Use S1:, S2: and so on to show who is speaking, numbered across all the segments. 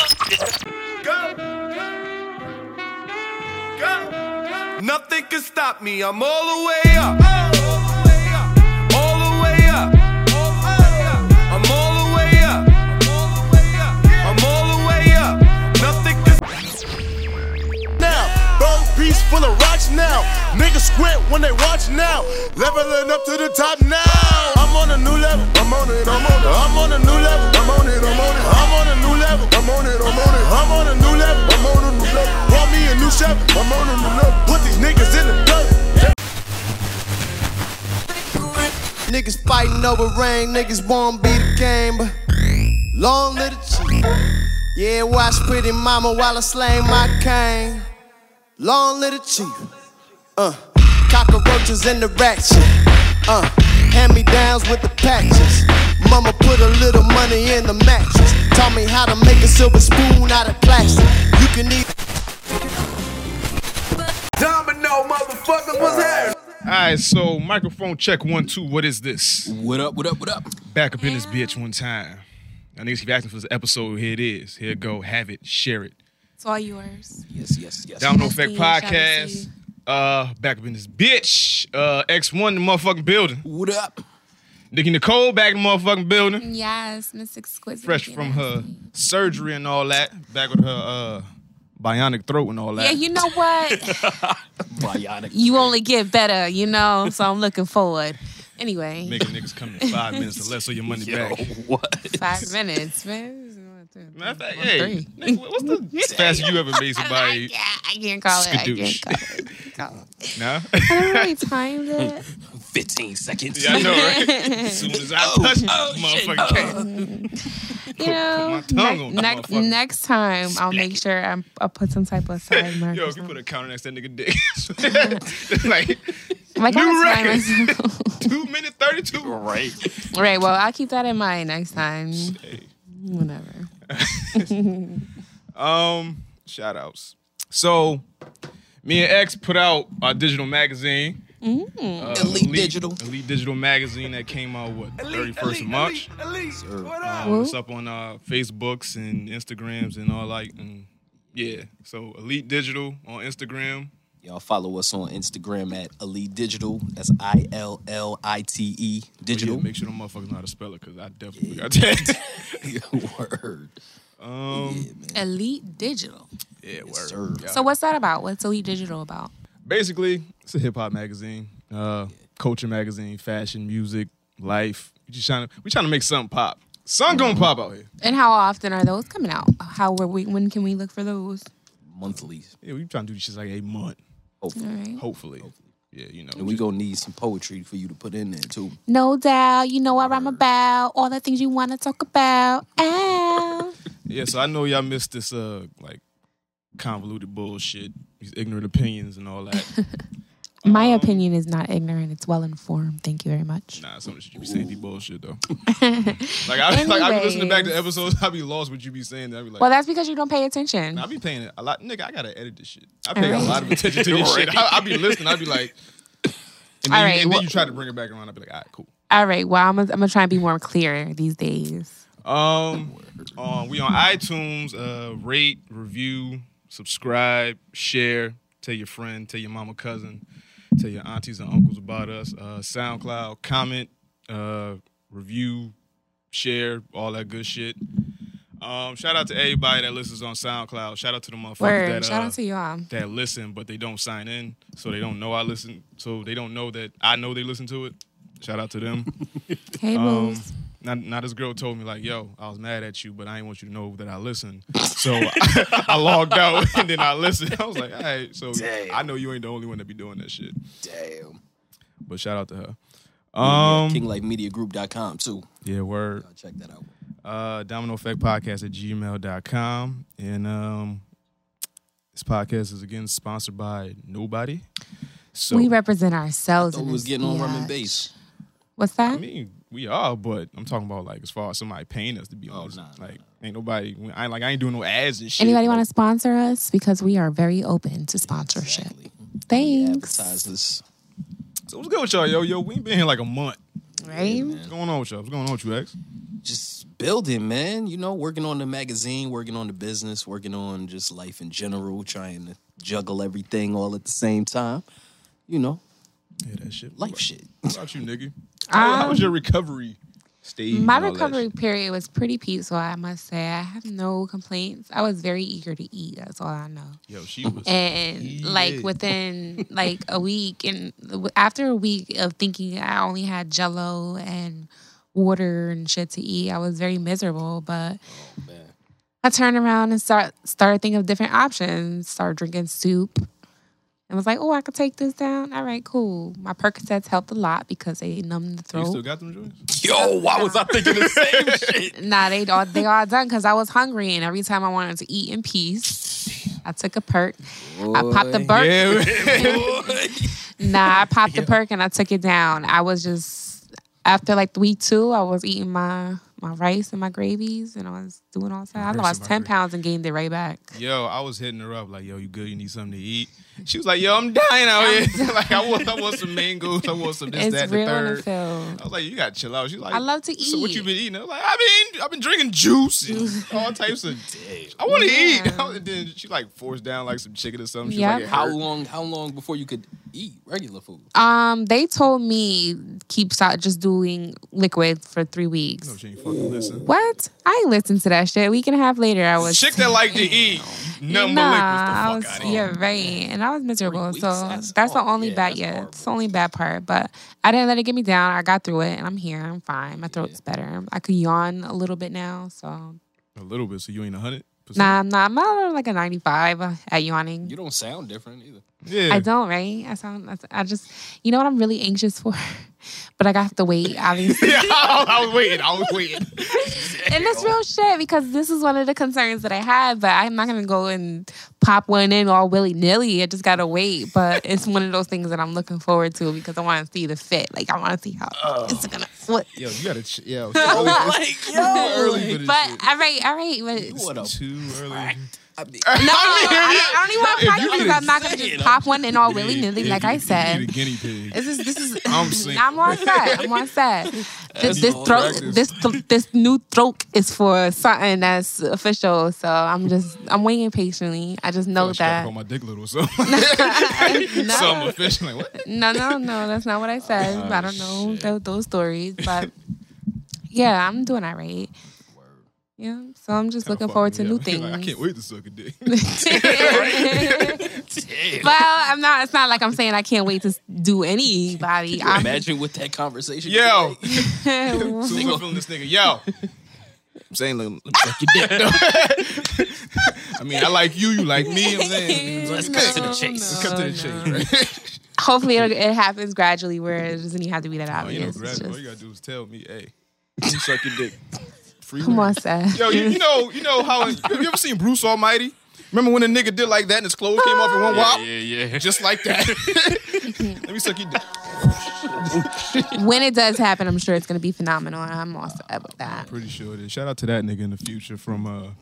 S1: Go. Go. Nothing can stop me. I'm all the way up. All the way up. I'm all the way up. I'm all the way up. Nothing can
S2: now. Bone piece full of rocks now. Niggas squint when they watch now. Leveling up to the top now. I'm on a new level. I'm on it. I'm on it. I'm on a new level. I'm on it. I'm on it. I'm on a new level. I'm on it. I'm on it. I'm on a new level. I'm on a new level. Brought me a new Chevy. I'm on a new level. Put these niggas in the dirt.
S3: Niggas fighting over rain, niggas won't be the game, but long little chief. Yeah, watch pretty mama while I slay my cane. Long little chief. Uh, cockroaches in the ratchet. Uh, hand me downs with the patches. Mama put a little money in the mattress. Taught me how to make a silver spoon out of plastic. You can eat.
S1: Domino, motherfuckers, what's happening?
S4: All right, so microphone check one two. What is this?
S5: What up? What up? What up?
S4: Back up in this bitch one time. I niggas keep asking for this episode. Here it is. Here it go. Have it. Share it.
S6: It's all yours.
S5: Yes, yes, yes.
S4: Down No
S6: Yes,
S4: Effect
S6: we shall
S4: Podcast.
S6: receive.
S4: Uh, back up in this bitch. Uh, X one the motherfucking building.
S5: What up?
S4: Nikki Nicole back in the motherfucking building.
S6: Mm-hmm. Yes, Miss Exquisite.
S4: Fresh
S6: Nikki
S4: from her
S6: Nasty.
S4: surgery and all that. Back with her uh bionic throat and all
S6: Yeah,
S4: that.
S6: you know what?
S5: Bionic.
S6: you only get better, you know? So I'm looking forward. Anyway,
S4: Making niggas come in five minutes or less of your money
S5: Yo,
S4: back.
S5: what?
S6: five minutes, man.
S4: Matter of fact,
S6: One,
S4: hey,
S6: three.
S4: nigga, what's the fastest you ever made
S6: I,
S4: somebody?
S6: yeah, I can't call it. I
S4: Skadoosh.
S6: can't call it. I can't call it.
S4: Nah?
S6: I don't really time it.
S5: 15 seconds.
S4: Yeah, I know, right? Oh, As soon as I touch it, motherfucking can't.
S6: You
S4: my
S6: know,
S4: tongue
S6: ne-
S4: on that
S6: next
S4: motherfucker.
S6: next time I'll make sure I'm, I'll put some type of side mark.
S4: Yo,
S6: or
S4: if you put
S6: something.
S4: a counter next to that nigga dick, like
S6: like, I
S4: new
S6: was by
S4: record.
S6: myself.
S4: two minute thirty two.
S5: Right.
S6: Right. Well, I'll keep that in mind next time. Whatever.
S4: Um, shout outs. So, me and X put out our digital magazine, uh,
S5: Mm. Elite Digital.
S4: Elite Digital magazine that came out what thirty first of March.
S1: Elise, what up?
S4: Um, it's up on uh, Facebooks and Instagrams and all like and yeah. So Elite Digital on Instagram.
S5: Y'all follow us on Instagram at Elite Digital. That's I L L I T E
S4: Yeah,
S5: Digital.
S4: make sure them motherfuckers know how to spell it because I definitely got that.
S5: Word.
S6: Elite Digital.
S4: yeah, word.
S5: sir.
S4: Yeah.
S6: So what's that about? What's Elite Digital about?
S4: basically it's a hip hop magazine, uh, culture magazine, fashion, music, life. We just trying to we trying to make something pop. Something gonna pop out here.
S6: And how often are those coming out? How were we? When can we look for those?
S5: Monthly.
S4: Yeah, we trying to do this shit like a month,
S6: All right.
S4: hopefully. Yeah, you know.
S5: And we gonna need some poetry for you to put in there too.
S6: No doubt, you know what I'm about. All the things you want to talk about. Ow.
S4: yeah, so I know y'all missed this uh like convoluted bullshit, these ignorant opinions and all that.
S6: My opinion is not ignorant; it's well informed. Thank you very much.
S4: nah, some of the shit you be saying be bullshit though. like I like I be listening back to episodes, I be lost what you be saying. I be like,
S6: Well, that's because you don't pay attention.
S4: I be paying it a lot, nigga. I gotta edit this shit. I pay a lot of attention to this shit. I, I be listening. I be like, and then,
S6: All
S4: you-
S6: right,
S4: and then
S6: well-
S4: you try to bring it back around. I be like, all right, cool.
S6: All right. Well, I'm gonna, I'm gonna try and be more clear these days.
S4: Um, uh, we on iTunes. Uh, rate, review, subscribe, share. Tell your friend. Tell your mama, cousin. Tell your aunties and uncles about us. Uh, SoundCloud, comment, uh, review, share, all that good shit. Um, shout out to everybody that listens on SoundCloud. Shout out to the motherfuckers
S6: Word.
S4: that
S6: Shout
S4: uh,
S6: out to y'all.
S4: that listen, but they don't sign in, so they don't know I listen. So they don't know that I know they listen to it. Shout out to them.
S6: Hey,
S4: Um,
S6: booze.
S4: now, now this girl told me like, "Yo, I was mad at you, but I didn't want you to know that I listened." So I, logged out and then I listened. I was like, "All right, so
S5: Damn.
S4: I know you ain't the only one that be doing that shit."
S5: Damn.
S4: But shout out to her. Um,
S5: KingLifeMediaGroup.com too.
S4: yeah, word.
S5: Y'all check that out.
S4: Uh, Domino Effect Podcast at gmail.com. and um, this podcast is again sponsored by nobody. So
S6: we represent ourselves.
S5: Thought
S6: in
S5: we was
S6: this
S5: getting on rum and
S6: biatch.
S5: bass.
S6: What's that?
S4: I mean, we are, but I'm talking about like as far as somebody paying us to be honest.
S5: nah, nah,
S4: like, ain't nobody. I like. I ain't doing no ads and shit.
S6: Anybody want to
S4: Like,
S6: sponsor us? Because we are very open to sponsorship. Thanks.
S5: Advertisers.
S4: So what's good with y'all, yo, yo? We ain't been here like a month.
S6: Right?
S4: What's going on with y'all? What's going on with you, X?
S5: Just building, man. You know, working on the magazine, working on the business, working on just life in general, trying to juggle everything all at the same time. You know,
S4: Yeah, that shit.
S5: life shit.
S4: What about you, nigga? How- how was your recovery stage?
S6: Um, My
S4: and all that
S6: recovery
S4: shit?
S6: period was pretty peaceful, I must say. I have no complaints. I was very eager to eat. That's all I know.
S4: Yo, she
S6: Oh.
S4: was.
S6: And like
S4: Yeah.
S6: within like a week, and w- after a week of thinking I only had Jello and water and shit to eat, I was very miserable. But
S4: Oh,
S6: I turned around and start started thinking of different options. Started drinking soup. And was like, oh, I could take this down. All right, cool. My Percocets helped a lot because they numb the
S4: you
S6: throat.
S4: still got them joints?
S5: Yo, why was I thinking the same shit?
S6: Nah, they all they all done because I was hungry, and every time I wanted to eat in peace, I took a perk. I popped the perk. Nah, I popped the perk and I took it down. I was just after like week two, I was eating my my rice and my gravies, and I was doing all that. I
S4: and
S6: lost
S4: my
S6: ten
S4: gravy.
S6: pounds and gained it right back.
S4: Yo, I was hitting her up like, "Yo, you good? You need something to eat?" She was like, "Yo, I'm dying out here. like, I want, I want some mangoes. I want some this,
S6: It's
S4: that, the
S6: real in
S4: third.
S6: the field.
S4: I was like, "You gotta chill out." She's like,
S6: I love to
S4: So what
S6: eat.
S4: you been eating? I was like, I mean, I've been drinking juice, and all types of. I want to
S6: Yeah.
S4: eat. And then she like forced down like some chicken or something. She
S6: Yep.
S4: like, how?
S5: How long? How long before you could eat regular food?
S6: Um, they told me keep stop just doing liquid for three weeks.
S4: She ain't fucking listen.
S6: What? I ain't listened to that shit. A week and a half later, I was
S4: Chick that like to eat. Nothing
S6: Nah,
S4: but
S6: uh, I
S4: liquids. The fuck out of
S6: was,
S4: here.
S6: yeah, right. And I was miserable.
S5: weeks?
S6: So
S5: That's
S6: that's, the
S5: horrible.
S6: only
S5: Yeah,
S6: bad,
S5: that's
S6: yeah,
S5: horrible.
S6: it's the only bad part. But I didn't let it get me down. I got through it and I'm here. I'm fine. My throat's better. I could yawn a little bit now. So,
S4: A little bit. So you ain't a hundred.
S6: nah, nah, I'm not like a 95 at yawning.
S5: You don't sound different either.
S4: Yeah.
S6: I don't, right? I sound, I- I just, you know what I'm really anxious for? but I got to wait, obviously.
S4: Yeah, I was waiting. I was waiting.
S6: and that's real shit because this is one of the concerns that I had, but I'm not gonna go and pop one in all willy nilly. I just gotta wait. But it's one of those things that I'm looking forward to because I want to see the fit. Like I want to see how
S4: Oh.
S6: it's gonna look.
S4: Yo, you gotta. Ch- yo,
S5: like yo,
S6: But all right, all right, but.
S5: what a
S4: too early.
S5: I mean,
S6: No, I don't, I don't even want to
S4: if
S6: pop
S4: you
S6: it because
S4: didn't
S6: I'm not gonna
S5: say
S6: just
S5: it,
S6: pop one in all willy nilly, like I
S4: You
S6: said.
S4: the guinea pig.
S6: This is this is.
S4: I'm single.
S6: I'm on set. I'm on set. This, this
S5: all
S6: throat,
S4: practice.
S6: this th- this new throat is for something that's official. So I'm just I'm waiting patiently. I just know
S4: Like, she gotta
S6: that.
S4: call my dick little or something. Something
S6: No,
S4: official. Like what?
S6: no, no, no. That's not what I said.
S4: Ah,
S6: I don't know tho- those stories, but yeah, I'm doing all right. Yeah, so I'm just looking
S4: Fuck
S6: forward
S4: me
S6: to
S4: up.
S6: new
S4: Like,
S6: things.
S4: I can't wait to suck a dick.
S6: well, I'm not. It's not like I'm saying I can't wait to do anybody. I'm,
S5: imagine what that conversation.
S4: yo,
S6: Well,
S4: so we're feeling this nigga. Yo. I'm saying, let me suck your dick. I mean, I like you. You like me. I'm saying,
S5: Let's
S4: let's
S5: cut to the chase.
S4: cut to the chase. Right?
S6: hopefully it'll, it happens gradually where it doesn't even have to be that
S4: All Oh, you know,
S6: obvious. It's
S4: grab, all
S6: just-
S4: you gotta do is tell me, hey, let me suck your dick. Free
S6: come
S4: reign.
S6: on, Seth.
S4: Yo, you, you know, you know how you ever seen Bruce Almighty? Remember when a nigga did like that and his clothes came off in one wop?
S5: yeah.
S4: Just like that. Let me suck your dick.
S6: when it does happen, I'm sure it's gonna be phenomenal. and I'm all set with that.
S4: Pretty sure it is. Shout out to that nigga in the future from uh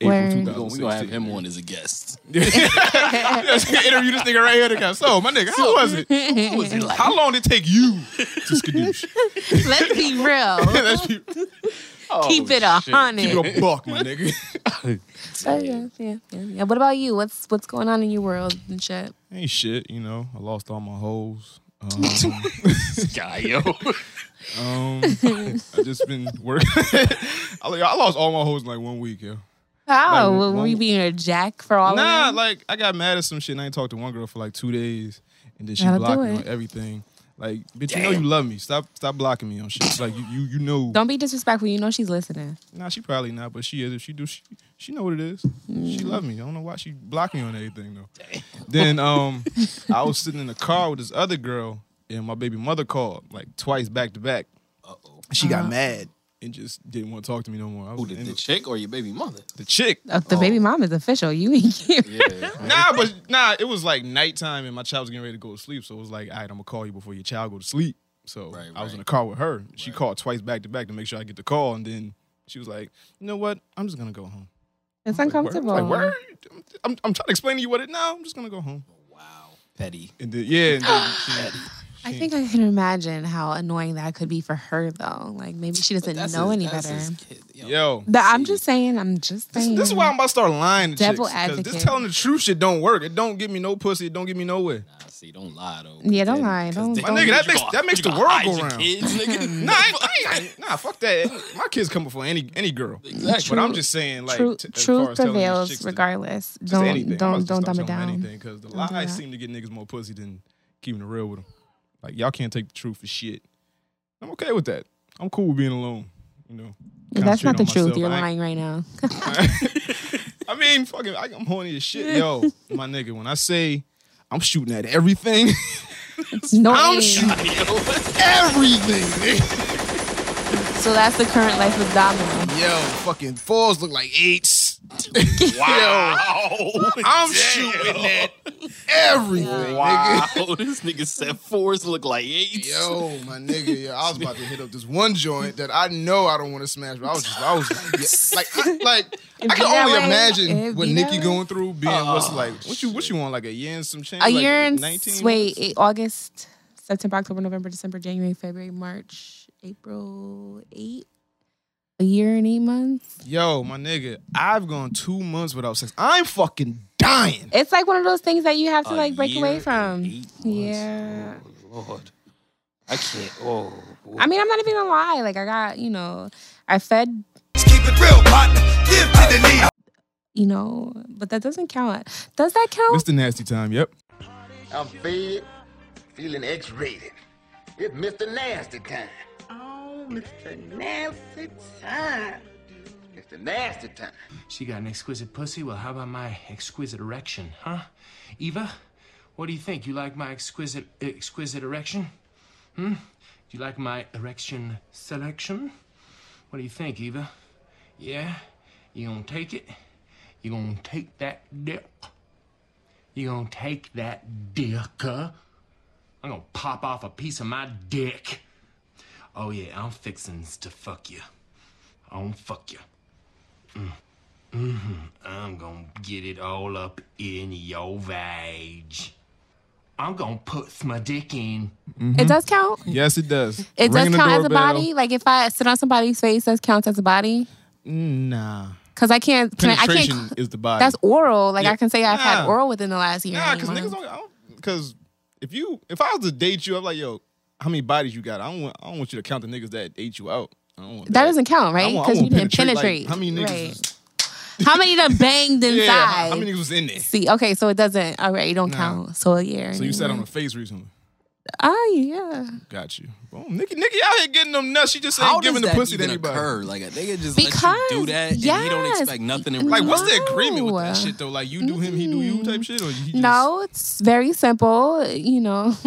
S6: Word.
S4: April
S6: We
S5: We're gonna
S4: 2016.
S5: have him on as a guest.
S4: Interview this nigga right here to come. So my nigga, how was it?
S5: What was it like?
S4: How long did it take you to skadoosh?
S6: Let's be real.
S4: Let's be keep
S6: Keep it a hundred.
S4: Oh, it a buck, my nigga.
S6: So, yeah, yeah, yeah, yeah. What about you? What's what's going on in your world and shit?
S4: Ain't shit, you know. I lost all my hoes. Um,
S5: This guy, yo.
S4: um I just been working. I, like, I lost all my hoes in like one week, yo.
S6: Oh,
S4: Like,
S6: will
S4: one-
S6: we be in a jack for all
S4: Nah,
S6: of them?
S4: like I got mad at some shit and I ain't talked to one girl for like two days and then she
S6: That'll
S4: blocked
S6: do
S4: me
S6: it.
S4: on everything. Like, bitch, you know you love me. Stop stop blocking me on shit. Like you you you know
S6: Don't be disrespectful. You know she's listening.
S4: Nah, she probably not, but she is. If she do, she she know what it is.
S5: Mm.
S4: She love me. I don't know why she blocked me on everything though. Then um, I was sitting in the car with this other girl, and my baby mother called like twice back to back. Uh oh. She got mad and just didn't want to talk to me no more. I was
S5: Uh-huh. Who the,
S4: in
S5: the
S4: the,
S5: chick or your baby mother?
S4: the chick.
S6: Uh, the baby mom is official. You ain't here.
S4: Nah, but nah, it was like nighttime and my child was getting ready to go to sleep. So it was like, all right, I'm gonna call you before your child go to sleep. So
S5: Right,
S4: I was in
S5: right.
S4: the car with her. She called twice back to back to make sure I get the call, and then she was like, you know what? I'm just gonna go home.
S6: It's
S4: Word?
S6: uncomfortable.
S4: Like, word? I'm, I'm, I'm trying to explain to you what it now. I'm just gonna go home.
S5: Wow, petty.
S4: And then, yeah, and then she,
S6: I think I can imagine how annoying that could be for her, though. Like maybe she doesn't
S5: That's
S6: know
S5: his-
S6: any
S5: that's
S6: better.
S5: his kid, yo.
S4: Yo.
S6: But I'm just saying. I'm just
S4: This,
S6: saying.
S4: this is why I'm about to start lying to
S6: Devil
S4: chicks, 'cause
S6: advocate.
S4: Just telling the truth shit don't work. It don't get me no pussy. It don't get me nowhere.
S5: Nah, see, don't lie though.
S6: Yeah, don't
S5: 'cause
S6: lie,
S5: then-
S6: don't-
S5: 'cause
S6: My
S5: then
S4: nigga,
S5: you
S4: that makes-
S5: gonna-
S4: that makes
S5: you
S4: the
S5: gonna
S4: world
S5: hide
S4: go
S5: your
S4: round.
S5: Kids, nigga.
S4: Nah, I ain't- I ain't- I- nah, fuck that. My kids come before any any girl.
S5: Exactly.
S4: But I'm just saying, like,
S6: True,
S4: t- as far
S6: truth
S4: as telling these chicks
S6: prevails
S4: to-
S6: regardless.
S4: just
S6: Don't
S4: anything. I'm about to
S6: don't don't
S4: start
S6: dumb it
S4: telling
S6: down.
S4: Anything, because the
S6: Don't do
S4: lies
S6: that.
S4: seem to get niggas more pussy than keeping it real with them. Like y'all can't take the truth for shit. I'm okay with that. I'm cool with being alone. You know.
S6: That's not the
S4: Concentrate on
S6: truth. You're
S4: myself. I ain't-
S6: lying right now.
S4: I mean, fucking, I, I'm horny as shit, yo, my nigga. When I say I'm shooting at everything,
S6: No,
S4: I'm
S6: aim.
S4: shooting at everything. nigga.
S6: so that's the current life of Domino.
S4: Yo, fucking fours look like eights. wow. I'm shooting at everything, nigga.
S5: Wow, this nigga said fours look like eights.
S4: Yo, my nigga, yo, I was about to hit up this one joint that I know I don't want to smash, but I was just, I was like, yeah, like, I, like I
S6: be
S4: can
S6: that
S4: only
S6: way.
S4: imagine
S6: It
S4: what
S6: be that
S4: Nikki
S6: way.
S4: going through, being what's like, what you, what you want, like a year and some change,
S6: A
S4: like
S6: year and
S4: 19
S6: s- wait, eh, August, September, October, November, December, January, February, March, April, eight. A year and eight months.
S4: Yo, my nigga, I've gone two months without sex. I'm fucking dying.
S6: It's like one of those things that you have to
S5: A
S6: like break
S5: year
S6: away
S5: and
S6: from.
S5: eight months.
S6: Yeah.
S5: Oh, Lord. I can't. Oh.
S6: I mean, I'm not even gonna lie. Like I got, you know, I fed,
S1: Keep it real, partner. Give to the need.
S6: you know, but that doesn't count. Does that count?
S4: It's the nasty time. Yep.
S7: I'm fed, feeling X-rated. It's Mr. Nasty time. Oh, Mr. Nasty time. Mr. Nasty time.
S8: She got an exquisite pussy. Well, how about my exquisite erection, huh? Eva, what do you think? You like my exquisite exquisite erection? Hmm? Do you like my erection selection? What do you think, Eva? Yeah? You gonna take it? You gonna take that dick? You gonna take that dick, huh? I'm gonna pop off a piece of my dick. Oh yeah, I'm fixin' to fuck you. I'm fuck you. I'm gonna get it all up in your vag. I'm gonna put my dick in.
S6: It does count.
S4: Yes, it does.
S6: It does
S4: hmm? Ringing the
S6: count as a
S4: doorbell.
S6: body. Like if I sit on somebody's face, that counts as a body.
S4: Nah.
S6: Cause I can't. Can I, I
S4: Penetration
S6: can't.
S4: is the body.
S6: That's oral. Like
S4: Yeah.
S6: I can say I've had
S4: Nah.
S6: oral within the last year.
S4: Nah,
S6: and eight
S4: because niggas
S6: months.
S4: don't. I don't Because if you, if I was to date you, I'm like, yo, how many bodies you got? I don't want. I don't want you to count the niggas that ate you out. I don't want
S6: That doesn't count,
S4: I
S6: right?
S4: want- I
S6: Because you
S4: want
S6: didn't
S4: penetrate,
S6: penetrate.
S4: like, how many niggas
S6: Right.
S4: is-
S6: How many done banged inside?
S4: Yeah. How, how many niggas was in there?
S6: See, okay, so it doesn't. All right, you don't count. So a year.
S4: So you sat on a face recently.
S6: Oh yeah.
S4: Got you. Boom. Nikki, Nikki out here getting them nuts. She just ain't
S5: How does
S4: giving the
S5: that
S4: pussy to
S5: even
S4: anybody.
S5: occur? Like a nigga just
S6: Because,
S5: let you do that, and he don't
S6: yes,
S5: expect nothing in
S4: Like,
S5: return.
S4: what's the agreement with that
S6: No.
S4: shit though? Like, you do him, he do you type shit, or he just,
S6: No, it's very simple. You know,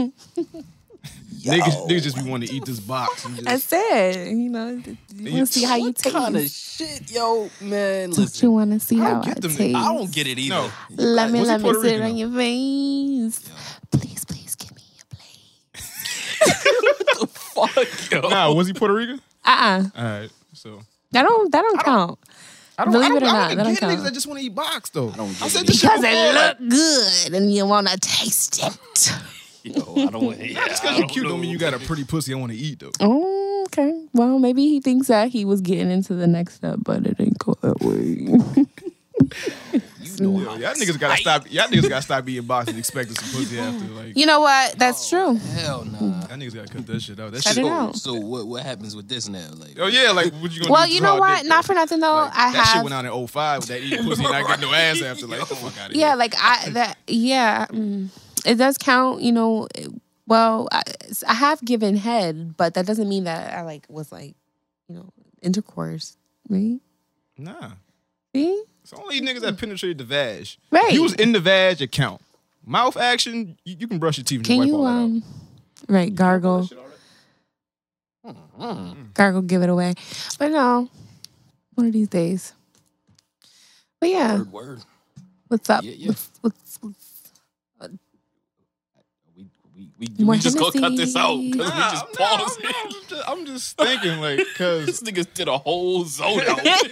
S4: Niggas, niggas just be wanting to eat this box. and just-
S6: that's it. You know, you want to see how you
S5: What
S6: taste.
S5: kind of shit, yo, man?
S6: Don't you
S5: Listen,
S6: want to see
S4: I
S6: how
S4: don't
S6: I
S4: get them
S6: taste?
S4: niggas.
S5: I don't get it either.
S4: No.
S6: Let me
S4: Was he
S6: let me
S4: Puerto
S6: sit
S4: Rican?
S6: on your face. Please, please give me a plate.
S5: Fuck, yo.
S4: nah, was he Puerto Rican?
S6: Uh uh
S4: All right, so
S6: That don't that don't count.
S4: I don't.
S6: Believe
S4: I don't,
S6: it or
S4: I
S6: not,
S4: don't
S6: that
S4: get
S6: don't
S4: niggas
S6: count.
S4: that just want to eat box though. I,
S5: don't get
S4: said
S5: it
S4: this shit
S6: Because
S4: before.
S6: it
S4: like,
S6: look good and you wanna taste it.
S5: yo Oh, I don't want to hear
S4: Just because you cute don't mean you got a pretty pussy. I want to eat though.
S6: Mm, okay. Well, maybe he thinks that he was getting into the next step, but it didn't go that way.
S4: Yo, y'all niggas gotta stop. Y'all niggas gotta stop eating boxes expecting some pussy after. Like,
S6: you know what? That's
S4: Oh,
S6: true.
S5: Hell nah.
S4: y'all niggas gotta cut that shit out. That
S6: Cut
S4: shit.
S6: it out.
S5: So what? What happens with this now? Like,
S4: Oh yeah, like what you gonna do?
S6: Well, you
S4: Draw
S6: know
S4: a
S6: what?
S4: dick,
S6: Not
S4: though?
S6: for nothing though.
S4: Like,
S6: I
S4: that shit
S6: have
S4: went out in 05 with that eating pussy and I get no ass after. Like, get the fuck out of
S6: Yeah,
S4: here.
S6: like I that yeah, mm, it does count. You know, it- well, I, I have given head, but that doesn't mean that I like was like, you know, intercourse, right?
S4: Nah.
S6: See,
S4: It's only niggas that penetrated the vag.
S6: Right.
S4: You was in the vag, you count. Mouth action, you, you can brush your teeth and
S6: can
S4: wipe
S6: you
S4: all
S6: um, right gargle, gargle, give it away, but no, one of these days. But yeah,
S5: word, word.
S6: what's up?
S5: Yeah, yeah.
S6: Uh, What's, what's, what's, uh,
S5: We we we,
S6: More
S5: we just gonna cut this out
S6: Hennessy.
S5: because we
S4: Nah,
S5: just
S4: I'm not-
S5: paused.
S4: I'm, not- I'm just, I'm just thinking, like,
S5: This
S4: cause.
S5: nigga did a whole zone out.
S4: Nah, cause,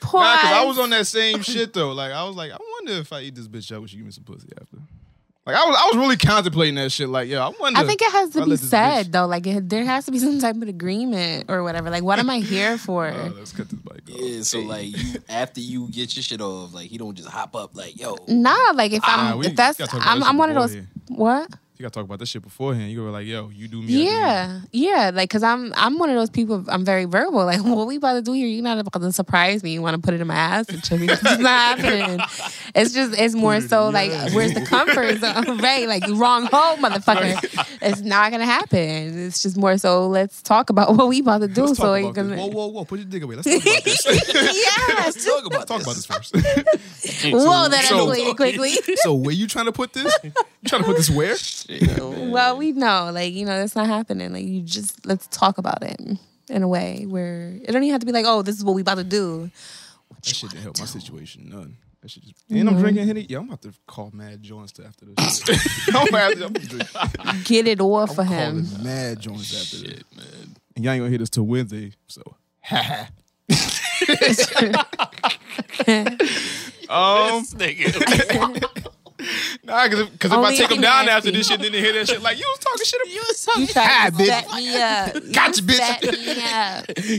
S6: Pause.
S4: nah, 'cause I was on that same shit though. Like I was like, I wonder if I eat this bitch out, would she give me some pussy after? Like Like I was, I was really contemplating that shit. Like, yo, I wonder. Uh,
S6: I think it has
S4: if
S6: to
S4: I
S6: be
S4: let this
S6: said
S4: bitch-
S6: though. Like it, there has to be some type of agreement or whatever. Like what am I here for?
S4: Oh, let's cut this bike off.
S5: Yeah, so like you, after you get your shit off, like he don't just hop up like yo.
S6: nah, like if I'm
S4: Nah, ah, we
S6: if that's
S4: gotta talk about
S6: I'm,
S4: this
S6: I'm one of those
S4: beforehand.
S6: what?
S4: You gotta talk about this shit beforehand. You gonna be like, yo, you do me. I do you.
S6: Yeah, yeah, like because I'm I'm one of those people. I'm very verbal. Like, what we about to do here? You're not about to surprise me. You want to put it in my ass and shit. It's not happening. It's just it's more so like where's the comfort zone, right? Like wrong hole, motherfucker. It's not gonna happen. It's just more so let's talk about what we about to do.
S4: Let's
S6: so
S4: talk
S6: it
S4: about this.
S6: can-
S4: Whoa, whoa, whoa! Put your dick away. Let's talk about this. Let's
S6: yeah, it's
S5: Let's talk about
S4: talk about
S5: this.
S4: this first.
S6: Whoa, that
S4: So-
S6: escalated quickly.
S4: so where you trying to put this? You trying to put this where?
S6: well, we know, like you know, that's not happening. Like you just let's talk about it in a way where it don't even have to be like, oh, this is what we about to do.
S4: That shit didn't help my situation none. That shit just, and I'm drinking Henny. Yeah, I'm about to call Mad Joints to after this. shit. I'm about to, I'm drink,
S6: Get it off for him.
S4: calling Mad Joints after this. Man. And y'all ain't gonna hit us till Wednesday, so. ha ha. um,
S5: nigga.
S4: nah, because if, 'cause if I
S6: Only
S4: take
S6: if
S4: them
S6: you
S4: down
S6: nasty.
S4: after this shit, then they hear that shit like you was talking shit. You was talking
S6: You tried to
S4: bitch.
S6: set me up.
S4: Gotcha,
S6: you
S4: bitch.
S6: Set me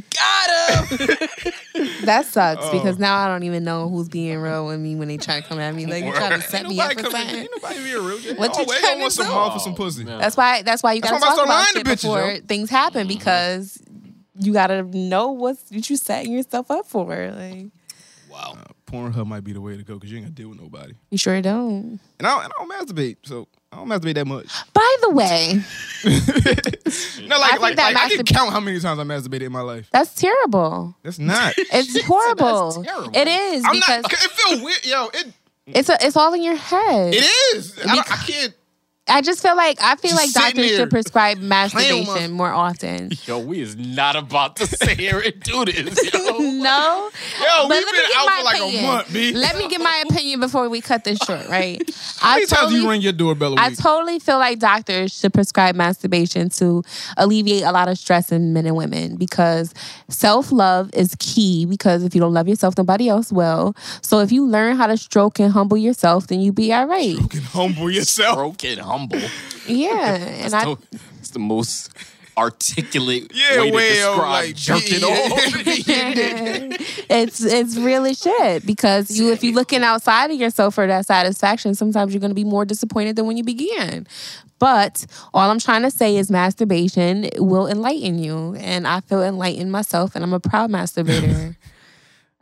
S6: up.
S5: Got him.
S6: That sucks
S4: Oh.
S6: because now I don't even know who's being real with me when they try to come at me. Like you trying to set me up
S4: Nobody
S6: for
S4: come in.
S6: something.
S4: Ain't nobody be a real. They
S6: What you
S4: always
S6: trying
S4: gonna want
S6: to
S4: some
S6: do?
S4: mouth for some pussy.
S6: That's why. That's why you
S4: That's
S6: gotta
S4: why I'm
S6: talk
S4: about
S6: about
S4: to
S6: shit
S4: start lying to bitches, Mm-hmm.
S6: before things happen because you gotta know what's what you setting yourself up for. Like
S5: Wow.
S4: Pornhub might be the way to go because you ain't gonna deal with nobody.
S6: you sure don't.
S4: And I don't, and I don't masturbate, so I don't masturbate that much.
S6: By the way,
S4: no,
S6: I
S4: like,
S6: think
S4: like,
S6: that
S4: like I can
S6: masturb-
S4: count how many times I masturbated in my life.
S6: that's terrible.
S4: That's not.
S6: It's horrible.
S5: terrible.
S6: It is
S4: I'm
S6: because
S4: not. It feel weird, yo. It
S6: it's a, it's all in your head.
S4: it is. I, don't, I
S6: Because-
S4: can't.
S6: I just feel like I feel
S4: Just
S6: like
S4: sitting
S6: doctors
S4: there
S6: should prescribe
S4: with my-
S6: masturbation more often.
S5: Yo, we is not about to sit here and do this. Yo.
S6: no.
S4: Yo, we've
S6: But let
S4: been
S6: me get
S4: out
S6: my
S4: for like
S6: opinion.
S4: a month, B.
S6: Let me get my opinion before we cut this short, right?
S4: How
S6: I
S4: many times do you
S6: totally-
S4: ring your doorbell a
S6: I
S4: week?
S6: totally feel like doctors should prescribe masturbation to alleviate a lot of stress in men and women because self love is key. Because if you don't love yourself, nobody else will. So if you learn how to stroke and humble yourself, then you be all right.
S4: you can humble yourself.
S5: Broken, humble.
S6: Yeah, and I
S5: It's the most articulate
S4: Yeah,
S5: way to
S4: way of,
S5: describe
S4: like,
S5: jerking off.
S6: it's it's real as shit because you if you're looking outside of yourself for that satisfaction, sometimes you're gonna be more disappointed than when you began. But all I'm trying to say is masturbation will enlighten you, and I feel enlightened myself, and I'm a proud masturbator.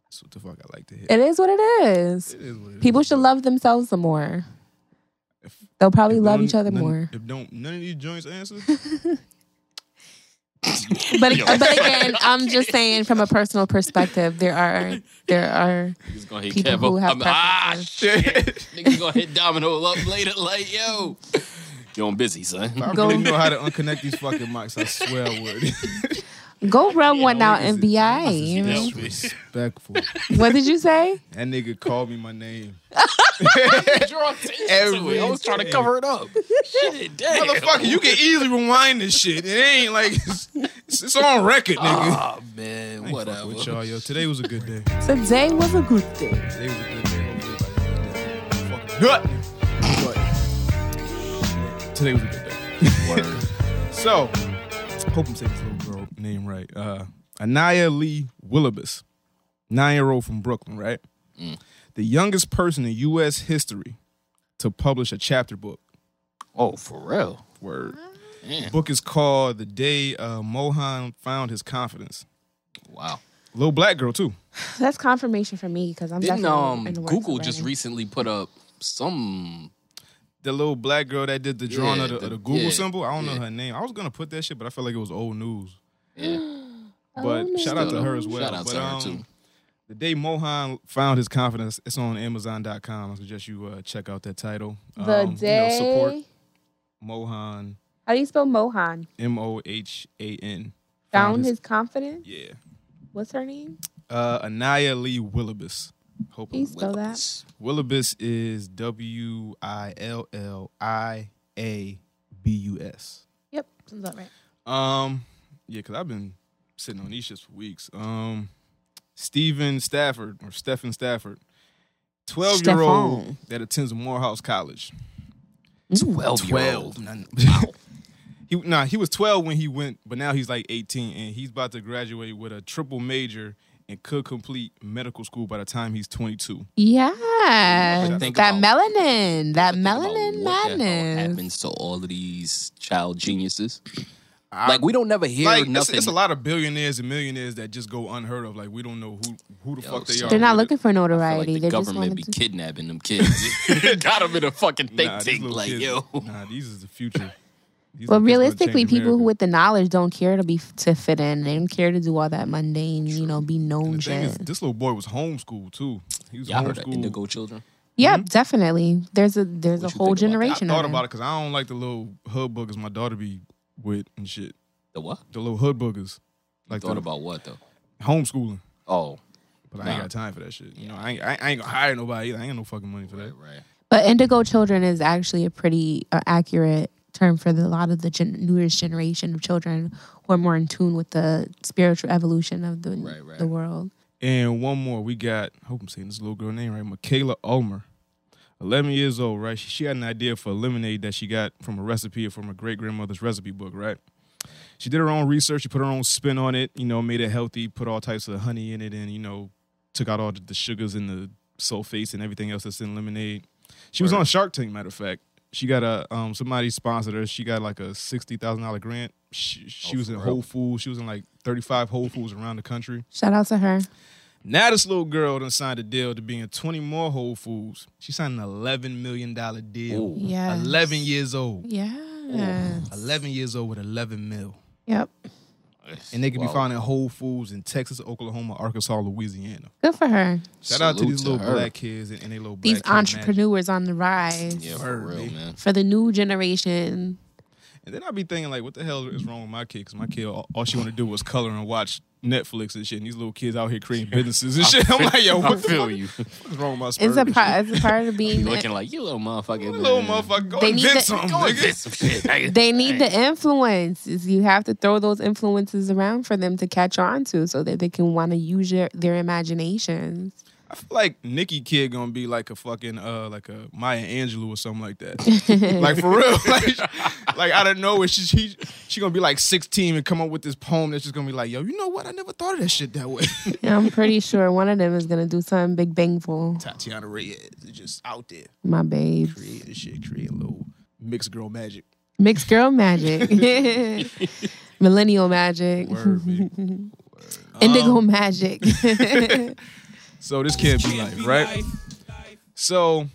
S4: That's what the fuck I like to hear.
S6: it is what it is.
S4: It is what it
S6: People
S4: is,
S6: should
S4: but
S6: love themselves some more.
S4: if-
S6: They'll probably
S4: if
S6: love
S4: none-
S6: each other
S4: none-
S6: more.
S4: If don't none of these joints answer,
S6: But but again, I'm just saying from a personal perspective, there are there are
S5: He's gonna hit
S6: people
S5: Kev
S6: who
S5: up.
S6: have
S5: I'm- ah,
S6: preferences.
S5: shit. Nigga gonna hit Domino up later. Like, yo. Yo, I'm busy, son.
S4: I
S6: Go.
S4: really know how to unconnect these fucking mics. I swear I would.
S6: go run one out and be aight, you know?
S4: Disrespectful.
S6: What did you say?
S4: That nigga called me my name.
S5: Draw attention to
S4: Every
S5: it. I was trying to
S4: day.
S5: cover it up. Shit, damn.
S4: Motherfucker, you can easily rewind this shit. It ain't like it's, it's- it's on record, nigga.
S5: Oh man,
S4: Fuck with
S5: whatever.
S4: y'all, yo. Today was a good day.
S6: Today was a good day.
S4: Today was a good day. Hopefully, like, fuck it. But Today was a good day. so, hope I'm saying this little girl name right. Uh, Anaya Lee Willibus, nine year old from Brooklyn, right? The youngest person in U.S. history to publish a chapter book.
S5: Oh, for real.
S4: Word. Book is called The Day uh, Mohan Found His Confidence.
S5: Wow.
S4: Little black girl too.
S6: That's confirmation for me because I'm
S5: Didn't
S6: definitely
S5: um
S6: in the works
S5: Google
S6: of
S5: just
S6: writing.
S5: recently put up some
S4: The little black girl that did the drawing
S5: Yeah,
S4: of, the, of
S5: the-
S4: the Google
S5: yeah,
S4: symbol. I don't
S5: yeah.
S4: know her name. I was gonna put that shit, but I felt like it was old news.
S5: yeah,
S4: But
S6: Old
S4: shout out to
S5: news.
S4: her as well.
S5: Shout out
S4: but,
S5: to her,
S4: um,
S5: too.
S4: The day Mohan found his confidence, it's on Amazon.com. I suggest you uh, check out that title.
S6: The
S4: Um,
S6: day.
S4: You know, support Mohan,
S6: How do you spell Mohan?
S4: M O H A N.
S6: Found his confidence.
S4: Yeah.
S6: What's her name?
S4: Uh, Anaya Lee Willibus. Hope
S6: Can you spell that?
S5: Willibus.
S4: Willibus is W I L L I A B U S.
S6: Yep, sounds about right.
S4: Um, yeah, because I've been sitting on these shits for weeks. Um, Stephen Stafford or Stephen Stafford, twelve year old
S6: Stephon.
S4: that attends Morehouse College.
S5: Twelve. Twelve. Wow.
S4: He nah, he was 12 when he went, but now he's like 18 and he's about to graduate with a triple major and could complete medical school by the time he's 22.
S6: Yeah.
S5: think
S6: That
S5: about-
S6: melanin. That
S5: about
S6: melanin
S5: what the hell
S6: madness.
S5: happens to all of these child geniuses. like we don't never hear
S4: Like it's,
S5: nothing.
S4: it's a lot of billionaires and millionaires that just go unheard of. Like we don't know who who the fuck they
S5: son.
S4: are.
S6: They're not
S4: We're
S6: looking for
S5: I feel
S6: notoriety.
S5: like
S6: they
S5: the
S6: just
S5: government be
S6: want to.
S5: kidnapping them kids. Got them in a fucking
S4: just-
S5: think
S4: nah, these
S5: tank.
S4: little
S5: Like
S4: kids-
S5: yo,
S4: Nah, these is the future. These
S6: Well,
S4: little kids gonna
S6: realistically,
S4: change
S6: people who
S4: America.
S6: with the knowledge don't care to be to fit in. They don't care to do all that mundane, you know, be known
S4: The thing is,
S6: shit.
S4: this little boy was homeschooled too. He was
S5: y'all heard of
S4: homeschooled.
S5: Indigo Children?
S6: Yep, definitely. There's a there's
S5: Mm-hmm. What
S6: a
S5: you
S6: whole
S5: think about that? I
S4: I
S6: generation
S4: thought
S6: of
S4: about
S6: them.
S4: it because I don't like the little hood buggers my daughter be with and shit.
S5: The what?
S4: The little hood buggers, like
S5: Thought
S4: the
S5: about what though?
S4: homeschooling.
S5: Oh,
S4: But I ain't
S5: Nah.
S4: got time for that shit. You know, I ain't, I ain't- I ain't gonna hire nobody. Either. I ain't got no fucking money for that.
S5: right.
S6: But indigo children is actually a pretty uh, accurate term for the, a lot of the gen- newest generation of children who are more in tune with the spiritual evolution of the
S5: Right, right.
S6: the world.
S4: And one more, we got. I hope I'm saying this little girl name right. Michaela Ulmer, 11 years old, right? She, she had an idea for lemonade that she got from a recipe or from her great grandmother's recipe book, right? She did her own research. She put her own spin on it. You know, made it healthy. Put all types of honey in it, and you know, took out all the, the sugars and the sulfates and everything else that's in lemonade. She was on Shark Tank, matter of fact. She got a um somebody sponsored her. She got like a sixty thousand dollar grant. She, she was in Whole Foods. She was in like thirty five Whole Foods around the country.
S6: Shout out to her.
S4: Now this little girl done signed a deal to be in 20 more Whole Foods. She signed an $11 million deal.
S6: Yeah.
S4: 11 years old.
S6: Yeah.
S4: 11 years old with 11 mil.
S6: Yep.
S4: And they can be found at Whole Foods in Texas, Oklahoma, Arkansas, Louisiana.
S6: Good for her.
S4: Shout out to
S5: Salute
S4: these
S5: to
S4: little
S5: her.
S4: black kids and, and they little black
S6: These
S4: kid magic.
S6: entrepreneurs on the rise
S5: Yeah, for
S4: Word,
S5: real,
S4: B.
S5: man.
S6: for the new generation.
S4: And then I be thinking like, what the hell is wrong with my kid? Because my kid, all, all she want to do was color and watch Netflix and shit. And these little kids out here creating businesses and shit. I'm like, yo,
S5: I
S4: what the
S5: feel
S4: fuck
S5: you.
S4: is wrong with my
S6: It's a
S4: sperm?
S6: part. It's a part of
S5: You
S6: being.
S5: looking like you little motherfucker.
S4: Little
S5: man.
S4: motherfucker, go
S6: They need
S4: invent
S6: to-
S4: something,
S5: Go and
S4: nigga.
S5: get some shit. nigga.
S6: They need the influence. Is You have to throw those influences around for them to catch on to, so that they can want to use their, their imaginations.
S4: I feel like Nikki Kid gonna be like a fucking uh like a Maya Angelou or something like that. like for real. Like, like I don't know where she, she she gonna be like 16 and come up with this poem that's just gonna be like, yo, you know what? I never thought of that shit that way.
S6: Yeah, I'm pretty sure one of them is gonna do something big bangful.
S4: Tatiana Reyes is just out there
S6: My babe,
S4: creating shit, creating little mixed girl magic.
S6: mixed girl magic, millennial magic,
S4: Word, Um, B.
S6: indigo magic.
S4: So this can't be life, right? So,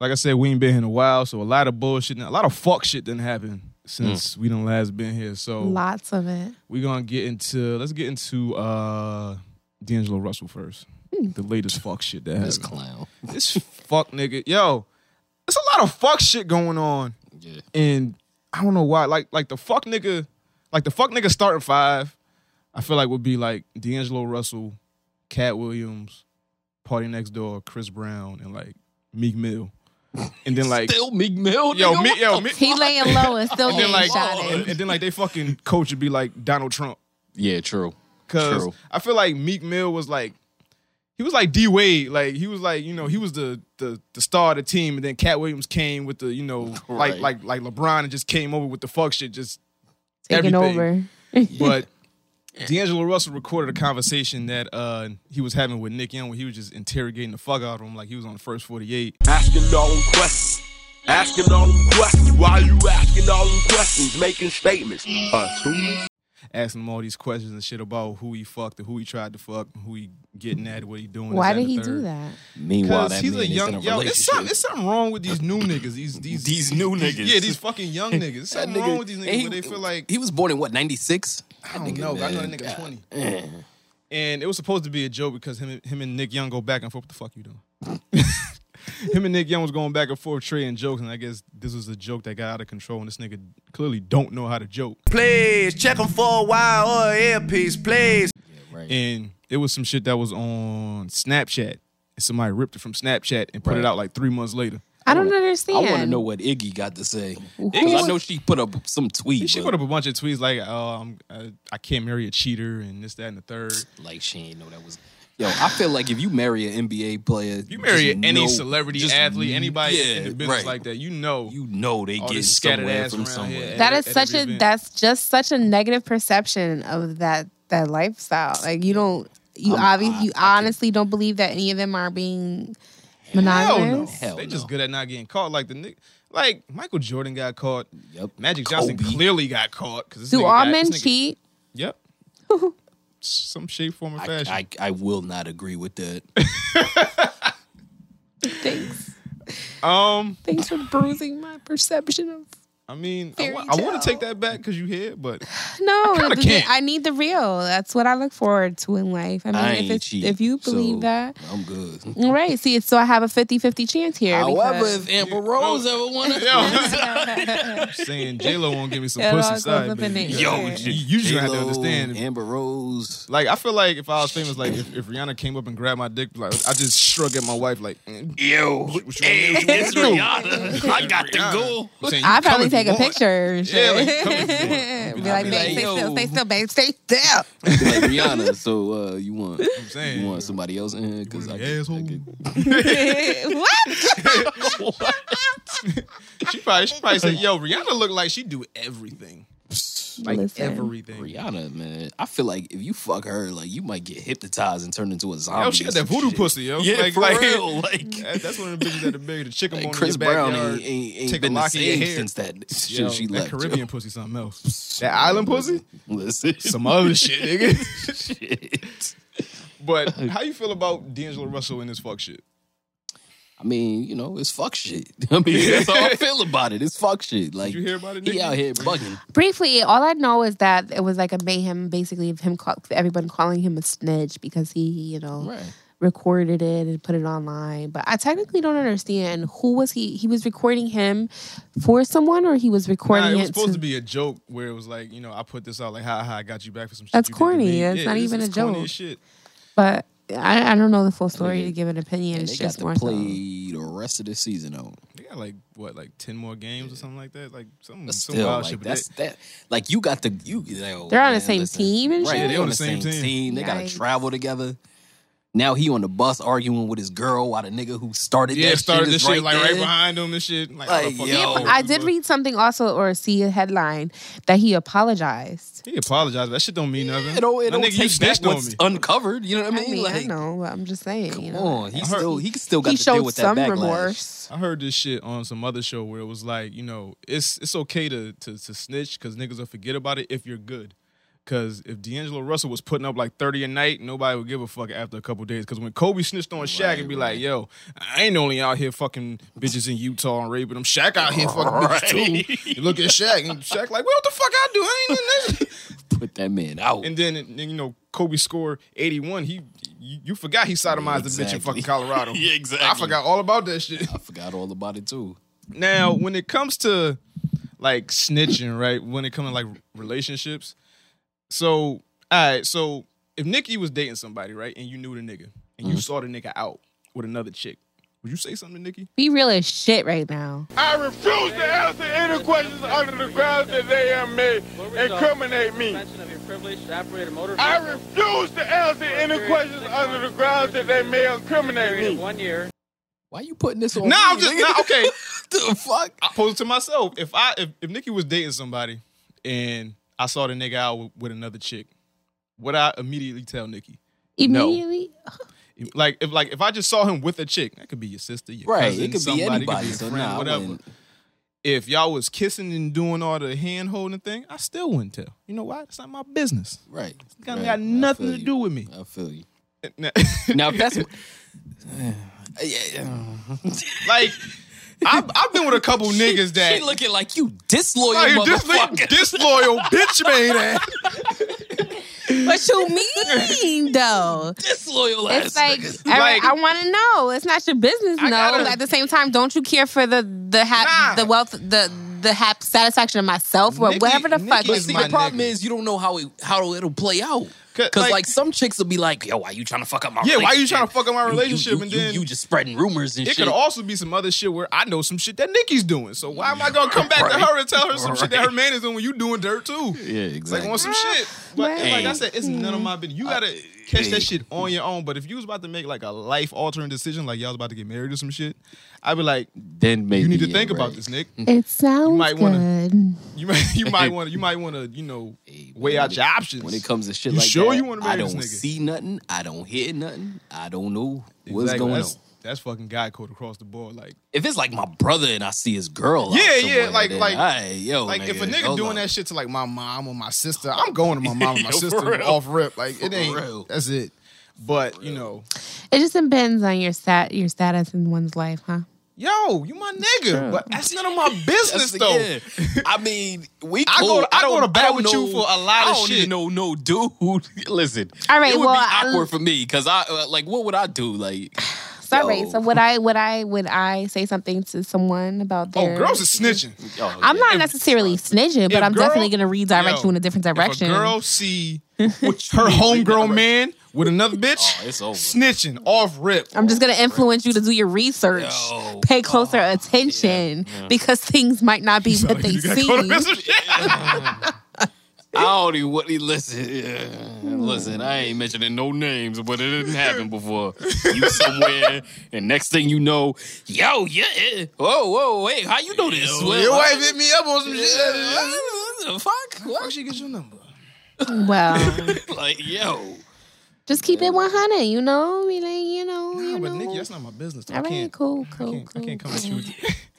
S4: like I said, we ain't been here in a while, so a lot of bullshit, and a lot of fuck shit didn't happen since we done last been here. So
S6: Lots of it.
S4: we're gonna get into let's get into uh D'Angelo Russell first. The latest fuck shit that
S5: This
S4: happened.
S5: clown.
S4: This fuck nigga. Yo, there's a lot of fuck shit going on.
S5: Yeah.
S4: And I don't know why. Like like the fuck nigga, like the fuck nigga starting five, I feel like would be like D'Angelo Russell, Cat Williams, Party Next Door, Chris Brown, and like Meek Mill. And then like
S5: Still Meek Mill.
S4: Yo,
S5: nigga,
S4: Meek,
S5: what
S4: yo,
S5: the
S4: Meek,
S6: He laying low and still
S4: and then
S6: getting
S4: like oh,
S6: shot at.
S4: and then like they fucking coach would be like Donald Trump.
S5: Yeah, true.
S4: Cause
S5: True.
S4: I feel like Meek Mill was like he was like D Wade, like he was like you know he was the the the star of the team, and then Cat Williams came with the you know
S5: Right.
S4: like like like LeBron and just came over with the fuck shit, just
S6: Taking
S4: everything.
S6: over.
S4: But D'Angelo Russell recorded a conversation that uh he was having with Nick Young, where he was just interrogating the fuck out of him, like he was on the first forty eight.
S9: Asking all them questions. Asking all them questions. Why you asking all them questions? Making statements. Assuming.
S4: asking him all these questions and shit about who he fucked and who he tried to fuck, and who he getting at, what he doing. this,
S6: Why
S4: and
S6: did
S4: the
S6: he
S4: third.
S6: do that?
S5: Meanwhile,
S4: Because
S5: that
S4: he's
S5: man
S4: a young
S5: is
S4: yo.
S5: in a
S4: It's
S5: relationship.
S4: something, it's something wrong with these new niggas. These these
S5: These new niggas.
S4: Yeah, these fucking young niggas. It's
S5: That
S4: something wrong with these niggas.
S5: and he-
S4: where they feel like
S5: he was born in what ninety six.
S4: I don't know. But I know that nigga twenty. And it was supposed to be a joke because him and- him and Nick Young go back and forth. What the fuck you doing? him and Nick Young was going back and forth trading jokes, and I guess this was a joke that got out of control. And this nigga clearly don't know how to joke.
S1: Please check them for a while or an earpiece, please.
S4: and it was some shit that was on Snapchat. And somebody ripped it from Snapchat and put it
S5: Right.
S4: out like three months later.
S6: I don't understand.
S5: I want to know what Iggy got to say because I
S6: was-
S5: know she put up some tweet.
S4: She
S5: but,
S4: put up a bunch of um, tweets like, "Oh, I'm, I, I can't marry a cheater," and this, that, and the third.
S5: like she ain't know that was. Yo, I feel like if you marry an NBA player,
S4: You marry
S5: just
S4: any
S5: know-
S4: celebrity,
S5: just-
S4: athlete, anybody
S5: yeah,
S4: in the business
S5: right.
S4: like that, you know.
S5: you know they
S4: All
S5: get
S4: this scattered
S5: somewhere
S4: ass
S5: from
S4: around here.
S5: somewhere.
S4: At
S6: That
S4: every-
S6: is
S4: at
S6: such
S4: every
S6: a
S4: event.
S6: that's just such a negative perception of that that lifestyle. Like you don't you obviously you honestly don't believe that any of them are being
S4: Hell no.
S6: monogamous.
S5: Hell
S4: they
S5: no.
S4: just good at not getting caught. Like the ni- like Michael Jordan got caught.
S5: Yep.
S4: Magic Johnson
S5: Kobe.
S4: clearly got caught. 'cause this
S6: Do
S4: nigga
S6: all
S4: got-
S6: men
S4: this nigga-
S6: cheat?
S4: Yep. Some shape, form, or fashion.
S5: I, I I will not agree with that.
S6: Thanks.
S4: um,
S6: Thanks for bruising my perception of
S4: I mean, I,
S6: Fairy
S4: wa- I want
S6: tale.
S4: to take that back because you here, but
S6: No,
S4: kinda
S6: the- the-
S4: can't.
S6: I need the real. That's what I look forward to in life. I mean,
S5: I
S6: if
S5: ain't
S6: it's,
S5: cheap.
S6: if you believe
S5: so
S6: that,
S5: I'm good.
S6: all right. See, so I have a 50-50 chance here.
S5: However,
S6: because-
S5: if Amber Rose ever won it,
S4: I'm saying J Lo won't give me some
S6: It all
S4: pussy
S6: goes
S4: side.
S6: up in
S4: baby.
S6: the
S4: Yo,
S6: air.
S4: you, you just have to
S5: J-Lo,
S4: understand.
S5: Amber Rose.
S4: Like I feel like if I was famous, like if, if Rihanna came up and grabbed my dick, like I just shrug at my wife, like mm,
S9: Yo,
S4: what you want me to do?
S9: it's Rihanna. I got the goal.
S4: I'm saying, you
S6: I
S4: come
S6: probably
S4: if you
S6: take a
S4: want.
S6: picture. and
S4: Yeah, like,
S6: shit.
S4: come if you want.
S6: be like,
S5: be
S6: babe,
S5: like,
S6: stay
S5: yo."
S6: still, stay still, babe, stay still.
S5: Be like Rihanna. So uh, you want
S4: I'm
S5: you
S4: saying,
S5: want somebody else in here? Because I
S4: an
S5: could, I
S4: asshole?
S5: could-
S6: what?
S4: she probably she probably said, "Yo, Rihanna look like she do everything, like
S6: Listen.
S4: everything."
S5: Rihanna, man. I feel like if you fuck her, like you might get hypnotized and turn into a zombie.
S4: Yo, she got
S5: or
S4: that
S5: some
S4: voodoo
S5: shit.
S4: pussy, yo.
S5: Yeah,
S4: like,
S5: for
S4: like,
S5: real. Like,
S4: that- That's one of the bitches that big to chick 'em
S5: like
S4: on
S5: Chris
S4: your backyard.
S5: Brown ain't, ain't, ain't
S4: take
S5: been
S4: a
S5: the
S4: lock in your
S5: same
S4: hair.
S5: since that since
S4: Yo,
S5: she
S4: that
S5: left. yo.
S4: Caribbean pussy something else. That island pussy,
S5: Listen,
S4: some other shit, nigga.
S5: shit.
S4: But how you feel about D'Angelo Russell and this fuck shit?
S5: I mean, you know, it's fuck shit. I mean, that's how I feel about it. It's fuck shit. Like
S4: you hear about it,
S5: He
S4: nigga?
S5: out here bugging.
S6: Briefly, all I know is that it was like a mayhem, basically, of him call, everyone calling him a snitch because he, you know,
S5: Right.
S6: recorded it and put it online. But I technically don't understand who was he? He was recording him for someone, or he was
S4: Nah,
S6: recording
S4: it
S6: it,
S4: was supposed to be a joke where it was like, you know, I put this out like, ha ha, I got you back for some shit.
S6: That's
S4: you did to
S6: corny.
S4: me."
S6: It's not
S4: it is-
S6: even a
S4: corny
S6: joke.
S4: as shit.
S6: But I, I don't know the full story to give an opinion.
S5: And
S6: It's
S5: they got
S6: just
S5: to
S6: more
S5: play
S6: so.
S5: the rest of the season on.
S4: They got like what, like ten more games or something like that. Like some,
S5: But
S4: some
S5: still,
S4: wild
S5: like
S4: shit. But
S5: that's
S4: that,
S5: that. Like you got the you. you know,
S6: They're on
S5: man,
S6: the same
S5: listen.
S6: team and
S5: Right,
S6: shit.
S5: they're on the same, team. They gotta
S6: Yikes.
S5: travel together. Now he on the bus arguing with his girl while the nigga who started
S4: yeah,
S5: that
S4: started
S5: shit
S4: this
S5: is
S4: shit like right
S5: there.
S4: behind them and shit. Like,
S5: Like,
S4: how the fuck
S5: yo.
S4: you
S5: Yeah,
S4: know
S5: but
S6: I
S4: this
S6: did
S4: was?
S6: read something also, or see a headline that he apologized.
S4: He apologized. but That shit don't mean nothing.
S5: It don't, it
S4: That
S5: don't
S4: nigga, you
S5: take back
S4: snitched on
S5: what's
S4: me.
S5: uncovered. You know what I
S6: I
S5: mean?
S6: mean,
S5: like,
S6: I know, but I'm just saying.
S5: come
S6: you know.
S5: on, he still he still got
S6: He
S5: to deal
S6: showed
S5: with
S6: some
S5: that backlash.
S6: remorse.
S4: I heard this shit on some other show where it was like, you know, it's it's okay to to, to snitch because niggas will forget about it if you're good. Because if D'Angelo Russell was putting up like 30 a night, nobody would give a fuck after a couple days. Because when Kobe snitched on Shaq and be like, yo, I ain't only out here fucking bitches in Utah and raping them. Shaq out here fucking bitches too. You look at Shaq and Shaq like, what the fuck I do? I ain't in this.
S5: Put that man out.
S4: And then, and then, you know, Kobe scored 81. He, you, you forgot he sodomized the bitch in
S5: Exactly.
S4: fucking Colorado. I
S5: Yeah, exactly.
S4: forgot all about that shit.
S5: I forgot all about it too.
S4: Now, when it comes to like snitching, right? When it comes to like relationships, so all right, so if Nikki was dating somebody, right, and you knew the nigga, and
S5: Mm-hmm.
S4: you saw the nigga out with another chick, would you say something to Nikki?
S6: Be real as shit right now.
S9: I refuse to answer any questions under the ground that they have made incriminate me. I refuse to answer any questions under the ground that they may incriminate me.
S5: Why you putting this on?
S4: Nah, I'm
S5: me,
S4: just
S5: nigga?
S4: nah, okay.
S5: the fuck?
S4: I pose it to myself. If I if, if Nikki was dating somebody and I saw the nigga out with, with another chick, would I immediately tell Nikki?
S6: Immediately,
S4: Like if like if I just saw him with a chick, that could be your sister, your
S5: Right,
S4: cousin,
S5: it could
S4: somebody,
S5: be anybody.
S4: it could be
S5: so
S4: a friend,
S5: nah, I
S4: whatever.
S5: wouldn't-
S4: if y'all was kissing and doing all the hand holding thing, I still wouldn't tell. You know why? It's not my business.
S5: right?
S4: It got,
S5: right, I
S4: got nothing
S5: feel
S4: to
S5: you.
S4: do with me.
S5: I feel you.
S4: Now-
S5: Now if that's Yeah, yeah.
S4: like, I've, I've been with a couple niggas that
S5: she looking like you disloyal
S4: like, this
S5: motherfucker.
S4: nigga disloyal bitch made ass.
S6: what you mean though?
S5: disloyal ass.
S6: It's like,
S5: nigga.
S6: I-
S4: Like-
S6: I want to know. It's not your business, no.
S4: gotta-
S6: At the same time, don't you care for the the hap,
S4: Nah.
S6: the wealth, the the hap satisfaction of myself or
S4: Nikki-
S6: whatever the fuck?
S4: Nikki
S5: But
S4: is
S5: see,
S4: my
S5: the problem
S4: nigga.
S5: is you don't know how it, how it'll play out.
S4: Cause,
S5: Cause,
S4: like-
S5: like, some chicks will be like, "Yo, why you trying to fuck up my
S4: Yeah, why you
S5: relationship?
S4: trying to fuck up my
S5: You- you-
S4: relationship?"
S5: you-
S4: and
S5: you-
S4: then
S5: you just spreading rumors and
S4: it
S5: shit.
S4: could also be some other shit where I know some shit that Nikki's doing. So why am I gonna come back to her and tell her some shit that her man is doing when you doing dirt too?
S5: yeah,
S4: It's like
S5: exactly.
S4: on some shit. But
S6: Right.
S4: like I said, it's none of my business. You gotta catch that shit on your own. But if you was about to make like a life altering decision, like y'all was about to get married or some shit, I'd be like,
S5: Then maybe
S4: you need to
S5: yeah,
S4: think about
S5: right.
S4: this, Nick.
S6: It sounds
S4: might wanna-
S6: good.
S4: You might you might want to you might want to you know weigh out your options
S5: When it comes to shit
S4: You
S5: like
S4: sure
S5: that,
S4: you wanna marry
S5: I
S4: this
S5: don't
S4: nigga?
S5: see nothing. I don't hear nothing. I don't know what's
S4: Exactly.
S5: going
S4: that's,
S5: on.
S4: That's fucking guy code across the board. Like
S5: If it's like my brother and I see his girl, out
S4: Yeah, yeah,
S5: somewhere,
S4: like-
S5: then,
S4: like-
S5: "Aight, yo,
S4: like if a
S5: Oh, nigga,
S4: nigga
S5: hold
S4: doing
S5: on."
S4: that shit to like my mom or my sister, I'm going to my mom and my
S5: Yo, for
S4: sister
S5: real.
S4: off rip. Like it ain't.
S5: real.
S4: That's it. But you know,
S6: It just depends on your stat, your status in one's life, huh?
S4: yo, you my nigga, but that's none of my business
S5: That's the-
S4: though.
S5: yeah. I mean, we.
S4: I go
S5: cool.
S4: to- I go
S5: don't-
S4: to bat
S5: don't
S4: with you
S5: know-
S4: for a lot
S5: I
S4: of
S5: don't
S4: shit.
S5: Even know no dude. Listen,
S6: All right,
S5: it would
S6: well,
S5: be
S6: I-
S5: awkward for me because I uh, like what would I do? Like,
S6: Sorry.
S5: Yo.
S6: So would I would I would I say something to someone about
S4: Oh,
S6: their
S4: girls are snitching.
S5: oh,
S6: I'm
S5: yeah.
S6: not necessarily snitching,
S4: if
S6: but I'm
S4: girl-
S6: definitely gonna redirect
S4: Yo,
S6: you in a different
S4: If a
S6: direction.
S4: girl see her homegrown man with another bitch,
S5: Oh, it's over.
S4: snitching off rip.
S6: I'm just gonna influence you to do your research,
S5: Yo,
S6: pay closer attention because things might not be what they
S4: You gotta go to
S6: see.
S4: some shit.
S5: I don't even what he listen. yeah. Listen, I ain't mentioning no names, but it didn't happen before. You somewhere, and next thing you know, yo, yeah, eh, whoa, whoa, wait, how you know this? Well,
S4: Your
S5: I-
S4: wife hit me up on some shit.
S5: What the fuck?
S4: Why she get your number?
S6: Well,
S5: Like, yo.
S6: just keep it 100. You know, be like, you know,
S4: Nah,
S6: you
S4: but
S6: know.
S4: Nikki, that's not my business. Though.
S6: All
S4: I
S6: right,
S4: can't.
S6: cool,
S4: I
S6: cool,
S4: can't,
S6: cool.
S4: I can't come at you. With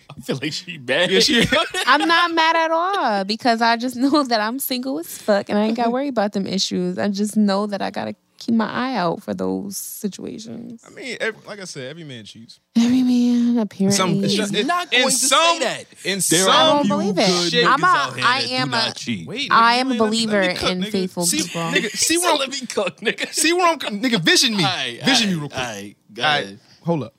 S5: I feel like she bad.
S4: Yeah, she-
S6: I'm not mad at all because I just know that I'm single as fuck and I ain't got to worry about them issues. I just know that I gotta keep my eye out for those situations.
S4: I mean, ev like I said, every man cheats.
S6: Every man apparently.
S4: Some- it's just-
S5: He's
S4: it-
S5: not
S4: in
S5: going to say
S4: some-
S5: that.
S4: In
S5: There
S4: some,
S6: I
S5: are
S6: don't
S5: you
S6: believe it.
S5: good
S6: I'm
S5: niggas
S6: a-
S5: out here
S6: I
S5: that do
S6: am
S5: not
S6: a-
S5: cheat.
S4: Wait,
S6: I
S4: nigga, you ain't let me- let
S6: am a
S4: me
S6: believer
S4: cook,
S6: in
S4: nigga.
S6: faithful
S4: see,
S6: people.
S4: Nigga, see
S5: He
S4: where
S5: won't
S4: I'm,
S5: let me cook, nigga.
S4: see where I'm, com- nigga. Vision me,
S5: Aight,
S4: vision
S5: aight,
S4: me real quick.
S5: aight, go
S4: All right,
S5: ahead.
S4: hold up.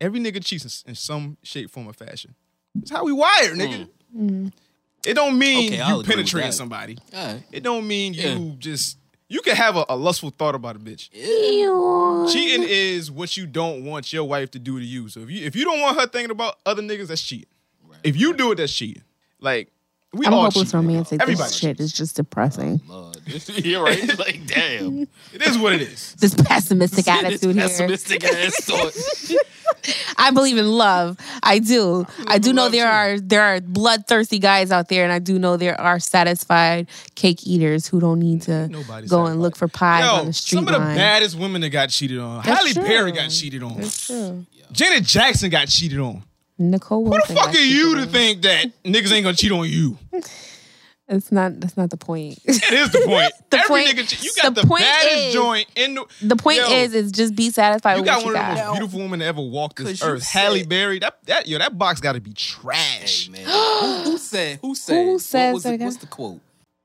S4: Every nigga cheats in, in some shape, form, or fashion. It's how we wired, nigga. Mm. It don't mean
S5: Mm. Okay, I'll agree
S4: you
S5: with
S4: penetrating
S5: that.
S4: somebody.
S5: Aight.
S4: It don't mean you
S5: Yeah.
S4: just. You can have a, a lustful thought about a bitch.
S6: Ew.
S4: Cheating is what you don't want your wife to do to you. So if you if you don't want her thinking about other niggas, that's cheating. If you do it, that's cheating. Like we
S6: I'm
S4: all cheat.
S6: hopeless romantic.
S4: Everybody
S6: This shit is just depressing.
S5: Lord. You're right. Like, damn.
S4: It is what it is.
S6: This pessimistic attitude
S5: This
S6: here.
S5: pessimistic ass thought.
S6: I believe in love. I do. I do know there are there are bloodthirsty guys out there, and I do know there are satisfied cake eaters who don't need to
S4: Nobody
S6: go and look for pies
S4: Yo,
S6: on the street
S4: some of the
S6: line.
S4: baddest women that got cheated on.
S6: That's
S4: Halle Berry
S6: true.
S4: got cheated on.
S6: That's true.
S4: Janet Jackson got cheated on.
S6: Nicole.
S4: Who the fuck are you to think that niggas ain't gonna cheat on you?
S6: It's not. That's not the point.
S4: That is the point.
S6: The
S4: Every
S6: point-
S4: nigga, che- you got
S6: the
S4: the,
S6: point
S4: baddest
S6: is-
S4: joint in the.
S6: the point
S4: Yo,
S6: is, is just be satisfied
S4: you
S6: with
S4: got
S6: what you
S4: one of the
S6: got.
S4: most beautiful women to ever walk
S5: Cause
S4: this
S5: you
S4: earth.
S5: said-
S4: Halle Berry. That that yo, that box got to be trash.
S5: Hey, man. who, who said? Who said?
S6: says
S5: What was
S6: that
S5: it,
S6: guy?
S5: what's the quote?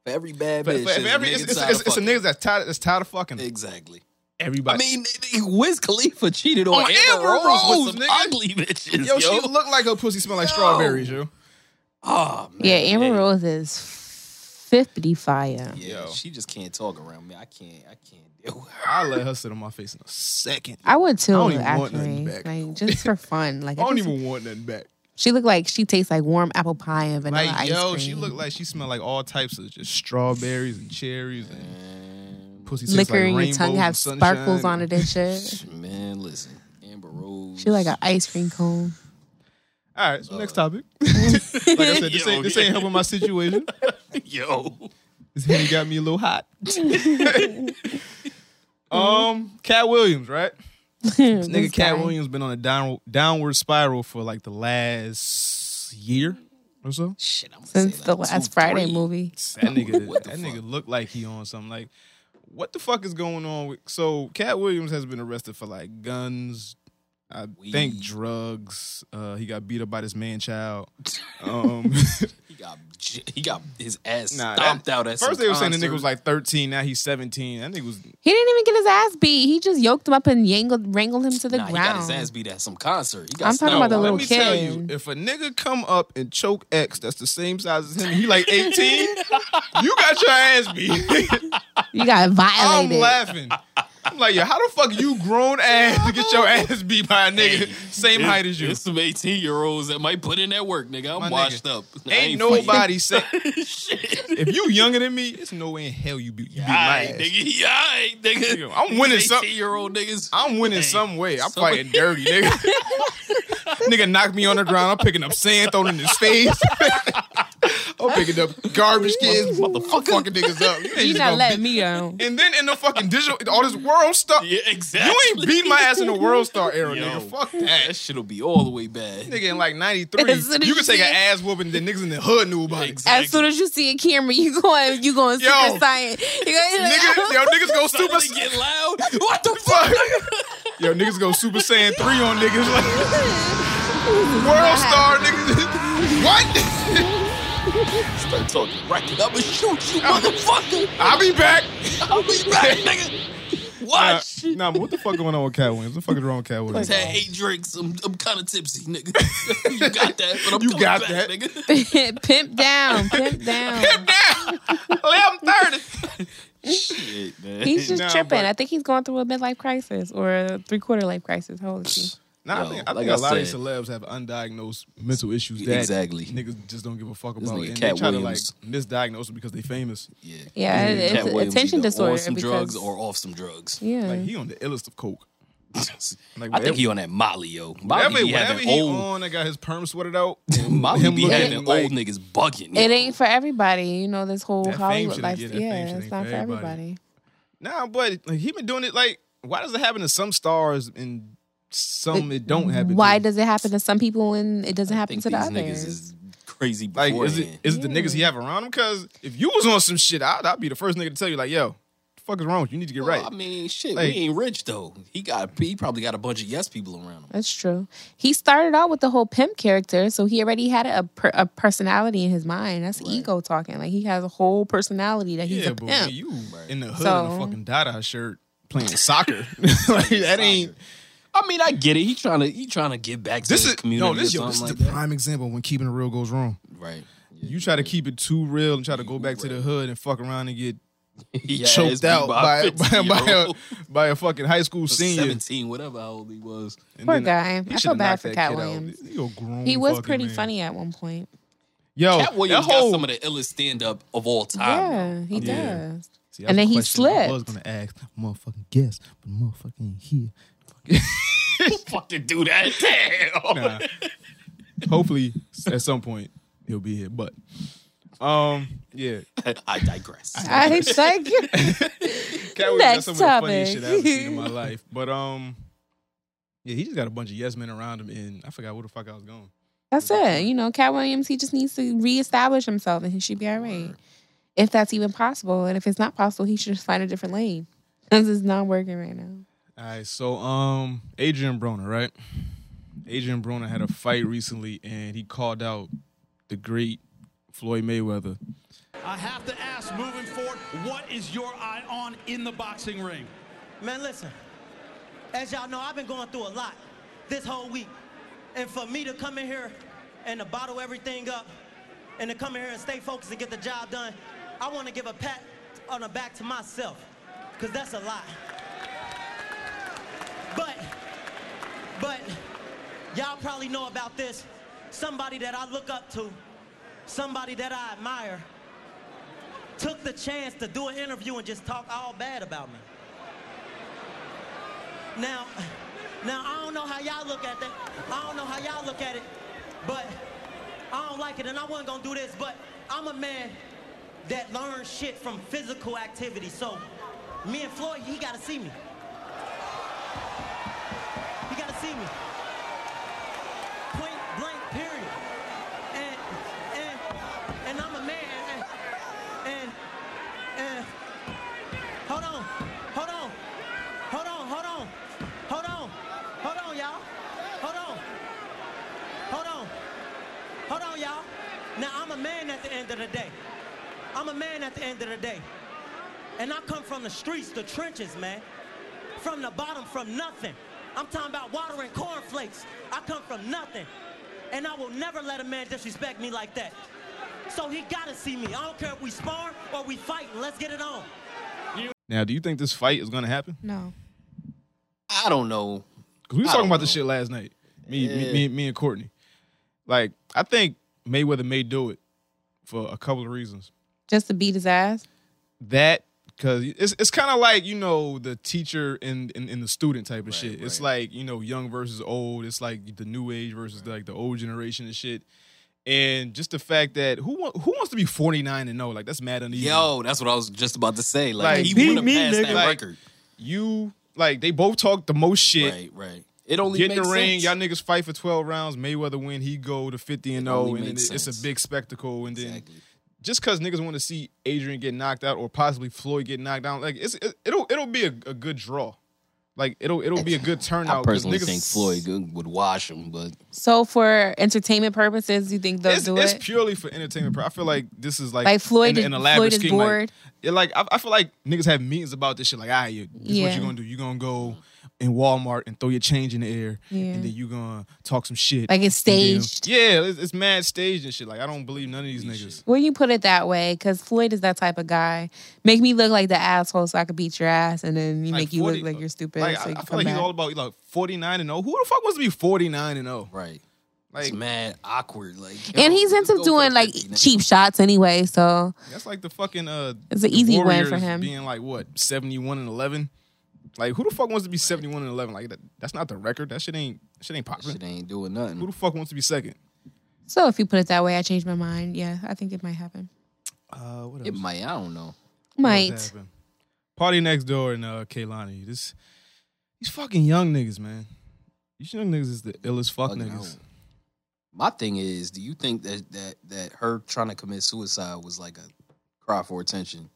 S5: For every bad
S4: But,
S5: bitch,
S4: but
S5: there's
S4: every, it's,
S5: nigga
S4: it's,
S5: tired
S4: it's,
S5: of
S4: it's a
S5: fucking.
S4: nigga that's tired. That's tired of fucking
S5: Exactly.
S4: everybody.
S5: I mean, Wiz Khalifa cheated on,
S4: On Amber
S5: Amber, Rose,
S4: Rose,
S5: with some
S4: nigga.
S5: ugly bitches.
S4: yo,
S5: Yo,
S4: she look like her pussy smell like strawberries, yo.
S5: oh, man.
S6: Yeah, Amber
S5: Hey,
S6: Rose is fifty fire.
S5: Yeah,
S4: Yo.
S5: she just can't talk around me. I can't. I can't deal with her.
S4: I let her sit on my face in a second. I
S6: I would too.
S4: don't even want
S6: actually,
S4: nothing back.
S6: like just for fun. Like I
S4: don't
S6: just-
S4: even want nothing back.
S6: She looked like she tastes like warm apple pie and vanilla
S4: Like
S6: ice
S4: yo,
S6: cream.
S4: she looked like she smelled like all types of just strawberries and cherries and pussy tastes
S6: liquor
S4: like
S6: in your
S4: rainbows
S6: tongue have
S4: and sunshine
S6: sparkles on it and shit.
S5: Man, listen, Amber Rose.
S6: She like an ice cream cone.
S4: All right, so next
S6: Oh.
S4: topic. like I said, this ain't, this ain't helping my situation.
S5: yo.
S4: This Henny got me a little hot. um, Cat Williams, right? This nigga Cat Williams been on a down, downward spiral for like the last year or so.
S5: Shit, I'm
S6: Since the last Friday movie.
S4: That nigga,
S5: What the
S4: that
S5: fuck?
S4: nigga looked like he on something. Like, what the fuck is going on? With, so Cat Williams has been arrested for like guns, I think
S5: Weed.
S4: drugs. Uh, he got beat up by this man child. Um,
S5: He got, j- he got his ass
S4: nah,
S5: stomped
S4: that-
S5: out at some
S4: first they were saying the nigga
S5: concert.
S4: was like thirteen. Now he's seventeen. That nigga was
S6: He didn't even get his ass beat. He just yoked him up and yangled, wrangled him to the
S5: nah, he got
S6: ground.
S5: his ass beat at some concert. He got
S6: I'm talking about the
S5: stomped.
S6: little
S4: Let me tell
S6: kid.
S4: you, if a nigga come up and choke X, that's the same size as him. and He like 18. you got your ass beat.
S6: You got
S4: I'm
S6: violated.
S4: laughing. I'm like, yo, how the fuck you grown ass to get your ass beat by a nigga same height as you?
S5: There's some 18 year olds that might put in that work, nigga. I'm
S4: My
S5: washed
S4: nigga,
S5: up. I
S4: Ain't
S5: fighting.
S4: nobody say
S5: Shit.
S4: if you younger than me, it's no way in hell you beat you beat my
S5: Alright,
S4: ass.
S5: nigga. Alright, nigga.
S4: Nigga, I'm winning some-
S5: 18 year old niggas.
S4: I'm winning
S5: Hey,
S4: some way. I'm
S5: so-
S4: fighting dirty, nigga. nigga knocked me on the ground. I'm picking up sand, throwing it in his face. I'm picking up garbage cans, motherfucking fucking niggas up. You ain't
S6: You
S4: just
S6: not
S4: gonna
S6: letting
S4: beat-
S6: me down.
S4: And then in the fucking digital, all this world stuff.
S5: Yeah, exactly.
S4: You ain't beat my ass in the world star era,
S5: Yo,
S4: nigga. Fuck
S5: That
S4: that.
S5: shit'll be all the way bad.
S4: Nigga in like 93,
S6: As soon as
S4: you can
S6: you
S4: take
S6: see
S4: an
S6: it.
S4: ass whooping that niggas in the hood knew about. it.
S5: Exactly.
S6: As soon as you see a camera, you going, you going
S4: Yo.
S6: super science. You going,
S4: Nigga, yo, niggas go super.
S5: Suddenly get loud. What the fuck?
S4: Fuck. Yo, niggas go Super Saiyan 3 on niggas. Like, world star niggas. what?
S5: Start talking racket. I'ma shoot you, motherfucker.
S4: I'll be back.
S5: I'll be back, nigga.
S4: Nah,
S5: Watch.
S4: nah, but what the fuck going on with Cat Williams? What the fuck is wrong with Cat Williams?
S5: Just had eight drinks. I'm, I'm kind of tipsy, nigga. you got that, but I'm
S4: You
S5: coming
S4: got
S5: back,
S4: that.
S5: nigga.
S6: nigga. pimp down, pimp down.
S4: Eleven thirty.
S5: Shit, man.
S6: He's just
S4: Nah,
S6: tripping.
S4: but-
S6: I think he's going through a midlife crisis or a three quarter life crisis. Holy shit.
S4: Nah,
S5: Yo,
S4: I think, I
S5: like
S4: think a
S5: I
S4: lot of these
S5: said-
S4: celebs have undiagnosed mental issues that
S5: Exactly.
S4: niggas just don't give a fuck
S5: This
S4: about.
S5: nigga
S4: And
S5: Cat
S4: they try
S5: Williams.
S4: to like misdiagnose them because they famous.
S5: yeah,
S6: Yeah, it- it's
S5: Cat Williams
S6: attention
S5: either
S6: disorder
S5: On some
S6: because-
S5: drugs or off some drugs.
S6: Yeah.
S4: Like he on the illest of coke. Like,
S5: I think he on that Molly, yo. Molly
S4: Whatever,
S5: be
S4: whatever
S5: having
S4: he
S5: old.
S4: on, that got his perm sweated out.
S5: Molly
S4: him
S5: be
S4: looking
S5: having
S4: like-
S5: old niggas bugging.
S6: it
S5: yo.
S6: ain't for everybody, you know. This whole
S4: That fame
S6: Hollywood
S4: shit ain't-
S6: life,
S4: yeah, that fame
S6: yeah,
S4: shit
S6: it's
S4: ain't
S6: not
S4: for
S6: for
S4: everybody.
S6: everybody.
S4: Nah, but like, he been doing it like why does it happen to some stars and some it don't happen?
S6: Why
S4: to?
S6: does it happen to some people and it doesn't
S5: I
S6: happen
S5: think
S6: to
S5: these
S6: the
S5: niggas
S6: others?
S5: is crazy
S4: like
S5: beforehand.
S4: is it is it the niggas he have around him? Because if you was on some shit, I'd, I'd be the first nigga to tell you like, yo, what the fuck is wrong with you? You need to get
S5: Well,
S4: right.
S5: I mean, shit,
S4: Like-
S5: we ain't rich though. He got, he probably got a bunch of yes people around him.
S6: That's true. He started out with the whole pimp character, so he already had a per, a personality in his mind. That's ego talking. Like he has a whole personality that he's
S4: yeah,
S6: a
S4: but
S6: pimp.
S4: when you in the hood in
S6: So-
S4: a fucking Dada shirt playing soccer, like that ain't.
S5: I mean, I get it. He trying to, he trying to get back to
S4: This
S5: his
S4: is
S5: community
S4: no, this,
S5: or
S4: yo, this is
S5: something
S4: the
S5: like that.
S4: prime example when keeping it real goes wrong.
S5: Right.
S4: You try to keep it too real and try to go back to the hood and fuck around and get
S5: Yeah, it's
S4: choked
S5: beat
S4: out by by, by,
S5: 50-year-old.
S4: a, by a fucking high school senior.
S5: 17, whatever how old he was.
S4: And
S6: Poor
S4: then
S6: guy.
S4: he
S6: I feel
S4: should've
S6: bad
S4: knocked
S6: for
S4: that
S6: Cat
S4: kid out.
S6: Williams.
S4: He a grown
S6: He was
S4: fucking
S6: pretty
S4: man.
S6: funny at one point.
S4: Yo,
S5: Cat Williams
S4: Oh, that whole,
S5: got some of the illest stand up of all time.
S6: Yeah, he
S4: Yeah.
S6: does.
S4: See,
S6: And
S4: that
S6: then he
S4: was a question I was
S6: slipped.
S4: gonna ask, motherfucking guest, but motherfucking ain't here.
S5: Fucking do that. Damn.
S4: Nah. Hopefully, at some point he'll be here. But um, yeah,
S5: I digress.
S6: I like
S4: Cat Williams got
S6: Next
S4: some of the funniest
S6: topic.
S4: shit I've ever seen in my life. But um, yeah, he just got a bunch of yes men around him, and I forgot where the fuck I was going.
S6: that's it. You know, Cat Williams. He just needs to reestablish himself, and he should be all right. If that's even possible, and if it's not possible, he should just find a different lane because it's not working right now.
S4: All right, so um, Adrian Broner, right? Adrian Broner had a fight recently, and he called out the great Floyd Mayweather.
S10: I have to ask moving forward, what is your eye on in the boxing ring?
S11: Man, listen. As y'all know, I've been going through a lot this whole week. And for me to come in here and to bottle everything up and to come in here and stay focused and get the job done, I want to give a pat on the back to myself because that's a lot. But, but, y'all probably know about this. Somebody that I look up to, somebody that I admire, took the chance to do an interview and just talk all bad about me. Now, now I don't know how y'all look at that. I don't know how y'all look at it, but I don't like it, and I wasn't gonna do this. But I'm a man that learns shit from physical activity. So, me and Floyd, he gotta see me. He gotta see me. Point blank. Period. And and and I'm a man. and- and and Eh, hold on, hold on. Hold on, hold on. Hold on. Hold on, y'all. Hold on. Hold on. Hold on, y'all. Now, I'm a man at the end of the day. I'm a man at the end of the day. And I come from the streets, the trenches, man. From the bottom, from nothing. I'm talking about water and cornflakes. I come from nothing. And I will never let a man disrespect me like that. So he gotta see me. I don't care if we spar or we fighting. Let's get it on.
S4: Now, do you think this fight is going to happen?
S6: No.
S5: I don't know.
S4: Because we were
S5: I
S4: talking
S5: don't
S4: about this shit last night. Me,
S5: Yeah.
S4: me, me, me and Courtney. Like, I think Mayweather may do it for a couple of reasons.
S6: Just to beat his ass.
S4: That because it's it's kind of like you know the teacher and and, and the student type of shit. It's like you know young versus old. It's like the new age versus like the old generation and shit. And just the fact that who wa- who wants to be forty nine and no like that's mad uneven.
S5: Yo, that's what I was just about to say. Like, he wouldn't pass that
S4: Like,
S5: record.
S4: You like they both talk the most shit.
S5: Right, right. It only
S4: get in the
S5: makes
S4: ring.
S5: sense.
S4: Y'all niggas fight for twelve rounds. Mayweather win. He go to fifty and
S5: It
S4: zero,
S5: only
S4: and then
S5: makes
S4: it's
S5: sense.
S4: a big spectacle. And then just because niggas want to see Adrian get knocked out or possibly Floyd get knocked down, like it's it, it'll it'll be a, a good draw. Like it'll it'll be a good
S5: I
S4: turnout. 'cause
S5: personally
S4: niggas-
S5: think Floyd good- would wash him, but
S6: So for entertainment purposes, you think they'll
S4: it's,
S6: do
S4: it's
S6: it?
S4: purely for entertainment. pur- I feel like this is like
S6: Like Floyd
S4: an,
S6: is-
S4: an elaborate
S6: Floyd is
S4: scheme. like-
S6: bored.
S4: yeah, Like, I, I feel like niggas have meetings about this shit. Like, all right, you- this is
S6: Yeah.
S4: what you gonna do. You gonna go in Walmart and throw your change in the air,
S6: Yeah.
S4: and then you gonna talk some shit.
S6: Like, it's
S4: And then-
S6: staged.
S4: Yeah, it's, it's mad staged and shit. Like I don't believe none of these niggas.
S6: When you put it that way, because Floyd is that type of guy. Make me look like the asshole so I could beat your ass, and then you make you
S4: 40
S6: look like you're stupid.
S4: Like I, I
S6: so
S4: feel
S6: you can come
S4: like
S6: back.
S4: he's all about like forty nine and zero. Who the fuck wants to be forty nine and zero?
S5: Right.
S4: Like
S5: it's mad awkward. Like,
S6: and he's into doing like cheap shots anyway. So
S4: that's like the fucking uh.
S6: It's an
S4: the
S6: easy win for
S4: Warriors
S6: him.
S4: Being like what seventy one and eleven. Like who the fuck wants to be seventy one and eleven? Like that, that's not the record. That shit ain't that shit ain't popping.
S5: shit ain't doing nothing.
S4: Who the fuck wants to be second?
S6: so if you put it that way, I changed my mind. Yeah, I think it might happen.
S4: Uh, what
S5: It might. I don't know.
S6: Might.
S4: Party next door and uh, Kaylani. This these fucking young niggas, man. These young niggas is the illest fuck
S5: Fucking
S4: niggas.
S5: hell. My thing is, do you think that that that her trying to commit suicide was like a cry for attention?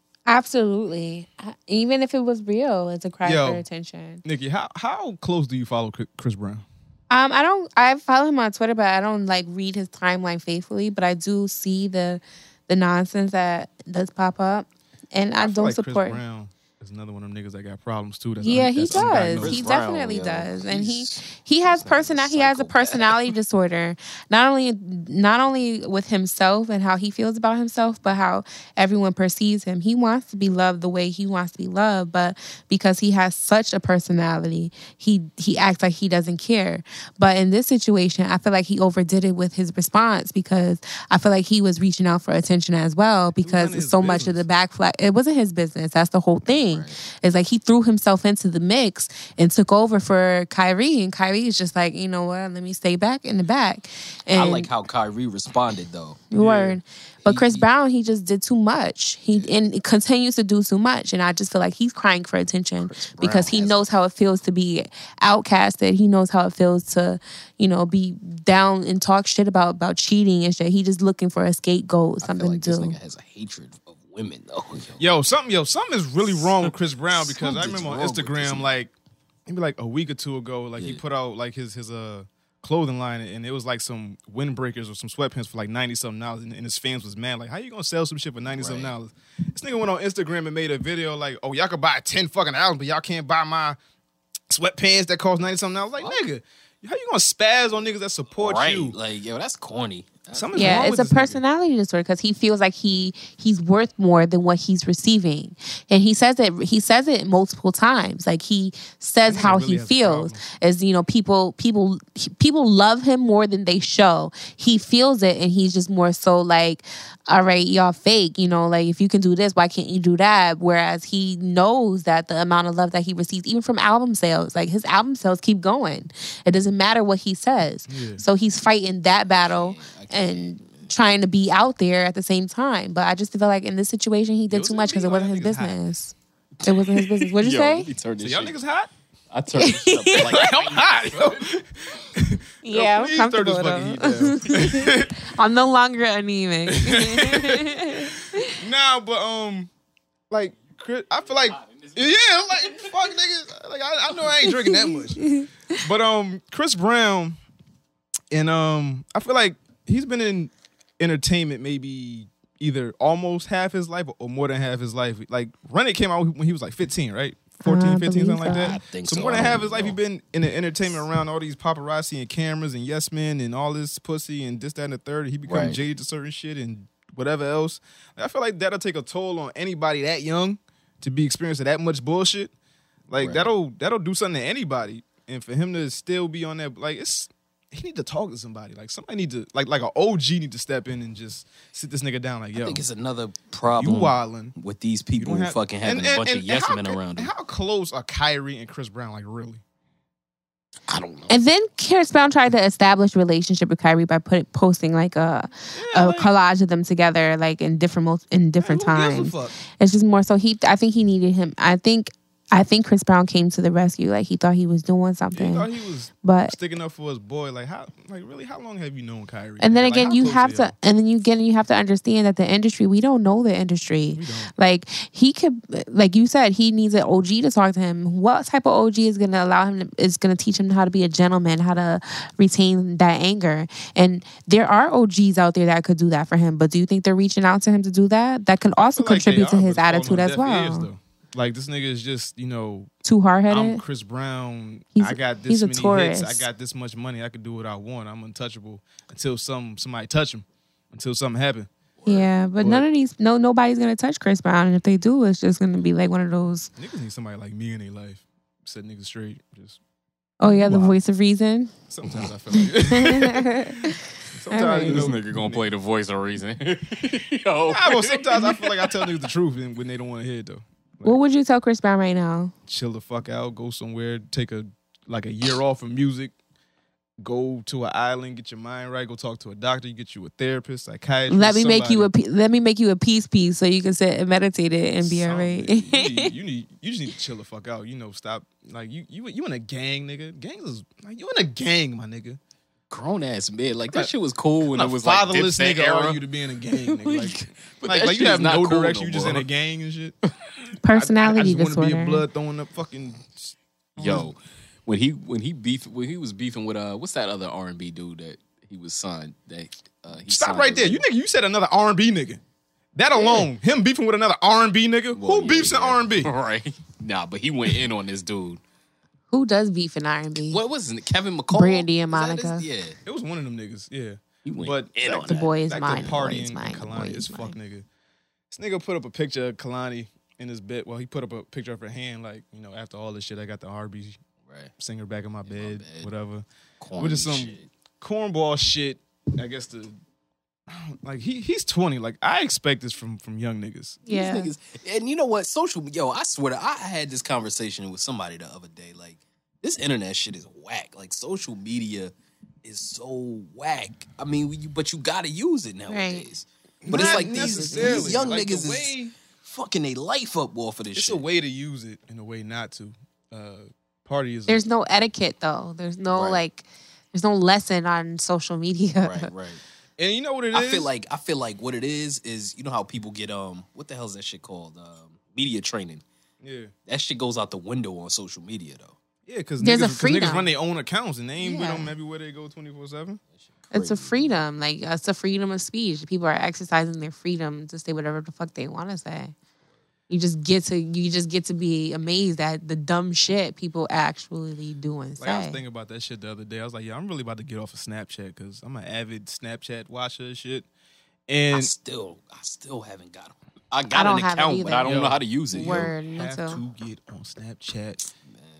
S6: Absolutely. I- Even if it was real, it's a cry
S4: Yo.
S6: for attention.
S4: Nikki, how how close do you follow Chri- Chris Brown?
S6: Um, I don't. I follow him on Twitter, but I don't like read his timeline faithfully. But I do see the the nonsense that does pop up, and I,
S4: feel
S6: don't
S4: like
S6: support.
S4: Chris Brown is another one of them niggas that got problems too. That's
S6: yeah,
S4: un-
S6: he
S4: that's undiagnosed.
S6: does. He
S5: Brown,
S6: definitely
S5: yo.
S6: does, and he
S5: He's-
S6: he has personality. He has a personality disorder. Not only not only with himself and how he feels about himself, but how everyone perceives him. He wants to be loved the way he wants to be loved, but because he has such a personality, he he acts like he doesn't care. But in this situation, I feel like he overdid it with his response because I feel like he was reaching out for attention as well because
S4: none of
S6: it's
S4: his
S6: so much of the backflash. It wasn't his business. That's the whole thing. It's like he threw himself into the mix and took over for Kyrie, and Kyrie is just like, you know what? Let me stay back in the back. And
S5: I like how Kyrie responded though.
S6: Word. But Chris Brown, he just did too much. He and continues to do too much. And I just feel like he's crying for attention because he knows how it feels to be outcasted. He knows how it feels to, you know, be down and talk shit about about cheating and shit. He just looking for a scapegoat,
S5: I feel
S6: something
S5: like
S6: to
S5: this
S6: do.
S5: nigga has a hatred of women though. yo.
S4: Yo, something, yo, something is really wrong with Chris Brown because I
S5: Something's
S4: remember on
S5: wrong with this
S4: Instagram,
S5: nigga.
S4: like maybe like a week or two ago, like he
S5: Yeah.
S4: put out like his his uh clothing line and it was like some windbreakers or some sweatpants for like ninety something dollars, and, and his fans was mad, like how you gonna sell some shit for ninety something
S5: Right.
S4: dollars? This nigga went on Instagram and made a video like, oh y'all could buy ten fucking albums, but y'all can't buy my sweatpants that cost ninety something dollars. Like nigga, how you gonna spaz on niggas that support
S5: right?
S4: you?
S5: Like, yo, that's corny. That's-
S4: Something's
S6: Yeah,
S4: wrong
S6: it's
S4: with
S6: a
S4: this nigga.
S6: personality disorder because he feels like he he's worth more than what he's receiving, and he says it he says it multiple times. Like he says how
S4: really
S6: he
S4: has a
S6: feels
S4: problem.
S6: as you know people people he- people love him more than they show. He feels it, and he's just more so like, all right, y'all fake. You know, like if you can do this, why can't you do that? Whereas he knows that the amount of love that he receives, even from album sales, like his album sales keep going. It doesn't matter what he says. So he's fighting that battle and trying to be out there at the same time. But I just feel like in this situation, he did
S4: was
S6: too
S4: it
S6: much because
S4: me?
S6: it
S4: Oh,
S6: wasn't
S4: that
S6: his
S4: nigga's hot.
S6: business. It wasn't his business. What'd you
S5: yo,
S6: say?
S5: let me turn this
S4: So y'all
S5: shit-
S4: niggas hot?
S5: I turned this shit up like
S4: I'm hot. yo.
S6: yeah,
S4: Please
S6: I'm
S4: turn this
S6: comfortable.
S4: fucking
S6: though.
S4: heat down.
S6: I'm no longer anemic.
S4: Nah, but um, like Chris, I feel like yeah, like fuck niggas. Like I, I know I ain't drinking that much, but um, Chris Brown, and um, I feel like he's been in entertainment maybe either almost half his life or more than half his life. Like Run It came out when he was like 15, right? 14,
S6: I
S4: 15, something like that.
S6: believe so. I
S5: think
S4: so
S5: so.
S4: more
S5: I
S4: than
S5: don't
S4: half his life,
S5: know.
S4: he's been in the entertainment around all these paparazzi and cameras and yes men and all this pussy and this, that, and the third. He become
S5: Right.
S4: jaded to certain shit and whatever else. I feel like that'll take a toll on anybody that young to be experiencing that much bullshit, like
S12: Right.
S4: that'll that'll do something to anybody. And for him to still be on that, like it's he need to talk to somebody. Like somebody need to like like an OG need to step in and just sit this nigga down. Like yo,
S5: I think it's another problem
S4: You wildin'.
S5: with these people
S4: don't
S5: who
S4: have-
S5: fucking having
S4: and-
S5: a
S4: and-
S5: bunch
S4: and-
S5: of
S4: and
S5: yes
S4: how
S5: men
S4: could-
S5: around them.
S4: How close are Kyrie and Chris Brown? Like really?
S6: And then Chris Brown tried to establish a relationship with Kyrie by put, posting like a, a collage of them together, like in different mul- in different times. It's just more so he. I think he needed him. I think I think Chris Brown came to the rescue. Like he thought he was doing something.
S4: He thought he was
S6: but
S4: sticking up for his boy. Like how? Like really? How long have you known Kyrie?
S6: and then
S4: Like,
S6: again
S4: how
S6: you
S4: close
S6: have
S4: are
S6: to
S4: y'all?
S6: and then you again you have to understand that the industry we don't know the industry like he could like you said he needs an og to talk to him what type of og is going to allow him to, is going to teach him how to be a gentleman how to retain that anger and there are og's out there that could do that for him but do you think they're reaching out to him to do that that can also
S4: like they
S6: contribute
S4: are,
S6: to his
S4: but it's
S6: attitude
S4: falling on
S6: as
S4: deaf ears,
S6: well
S4: though. Like this nigga is just you know
S6: Too hard-headed?
S4: I'm Chris Brown.
S6: He's-
S4: I got this
S6: he's a
S4: many
S6: Taurus.
S4: hits. I got this much money. I could do what I want. I'm untouchable until some somebody touch him. Until something happen.
S6: yeah but none of these no nobody's going to touch chris brown and if they do it's just going to be like one of those
S4: Niggas need somebody like me in their life. Set niggas straight. Just
S6: oh yeah the voice of reason
S4: sometimes I feel like sometimes
S6: Alright.
S4: you
S5: This
S4: know.
S5: nigga gonna play the voice of reason. Yo,
S4: I, well, sometimes I feel like I tell niggas the truth and when they don't want to hear it though.
S6: what would you tell chris brown right now
S4: chill the fuck out, go somewhere, take a like a year off from music, go to an island, get your mind right, go talk to a doctor, get you a therapist, psychiatrist.
S6: Let me make you a
S4: somebody.
S6: pe- let me make you a peace piece so you can sit and meditate it and be all right.
S4: you, need, you need you just need to chill the fuck out. You know, stop like you you you in a gang, nigga. Gangs is like you in a gang, my nigga.
S5: grown ass man. Like that shit was cool when
S4: What
S5: it was like
S4: fatherless
S5: Dipset
S4: nigga
S5: era.
S4: are you to be in a gang, nigga? Like,
S5: But
S4: like,
S5: that
S4: like
S5: shit
S4: you
S5: is
S4: have
S5: not
S4: no
S5: cool no
S4: direction. you just in
S5: more.
S4: a gang and shit.
S6: Personality
S4: I, I just wanna be
S6: disorder.
S4: a blood throwing up fucking.
S5: Yo, when he when he beef when he was beefing with uh what's that other R and B dude that he was signed that uh, he
S4: Stop
S5: signed
S4: right
S5: with-
S4: there. You nigga, you said another R and B nigga. That alone, him beefing with another R and B nigga. Who beefs in R and B?
S5: right? Nah, but he went in on this dude.
S6: Who does beef in R and B?
S5: What was it? Kevin McCall,
S6: Brandy and
S5: Was that his-
S6: Monica.
S5: Yeah,
S4: It was one of them niggas. Yeah.
S5: went
S4: but
S5: in
S4: back to-
S5: on that. The
S6: boy is
S4: back
S6: mine,
S4: To
S6: the
S4: partying
S6: boy is
S4: and
S6: mine, the boy
S4: Kalani. This
S6: is
S4: fuck nigga. This nigga put up a picture of Kalani in his bed. Well, he put up a picture of her hand, like you know, after all this shit, I got the R&B
S5: right.
S4: singer back in my, bed, whatever.
S5: Corny
S4: Which is some
S5: shit.
S4: cornball shit. I guess the like he he's twenty. Like I expect this from from young niggas.
S5: These niggas- and you know what? Social yo, I swear to I I had this conversation with somebody the other day. Like, this internet shit is whack. Like social media is so whack. I mean, we, but you gotta use it nowadays. But it's
S4: Not
S5: like these,
S4: necessarily.
S5: these young
S4: Like, the
S5: niggas
S4: way-
S5: is fucking they life up off of this
S4: It's
S5: shit.
S4: a way to use it and a way not to. Uh Party is
S6: There's no etiquette though. There's no
S5: Right.
S6: like. There's no lesson on social media.
S5: right, right.
S4: and you know what it is.
S5: I feel like I feel like what it is is you know how people get um what the hell is that shit called? Um, media training.
S4: yeah.
S5: That shit goes out the window on social media though.
S4: Yeah, because
S6: There's a
S4: niggas, 'cause niggas
S6: freedom.
S4: run their own accounts and they ain't
S6: Yeah.
S4: with them everywhere they go 24 7.
S6: It's a freedom. Like it's a freedom of speech. People are exercising their freedom to say whatever the fuck they want to say. You just get to you just get to be amazed at the dumb shit people actually do and
S4: Like, I was
S6: say.
S4: thinking about that shit the other day. I was like, yeah, I'm really about to get off of Snapchat because I'm an avid Snapchat watcher and shit.
S5: I
S4: And
S5: still I still haven't got it. I got
S6: don't
S5: an
S6: have it
S5: account, but
S6: either.
S5: I don't
S4: Yo.
S5: know how to use it. yo.
S6: Word, me
S4: have
S6: too.
S4: to get on Snapchat.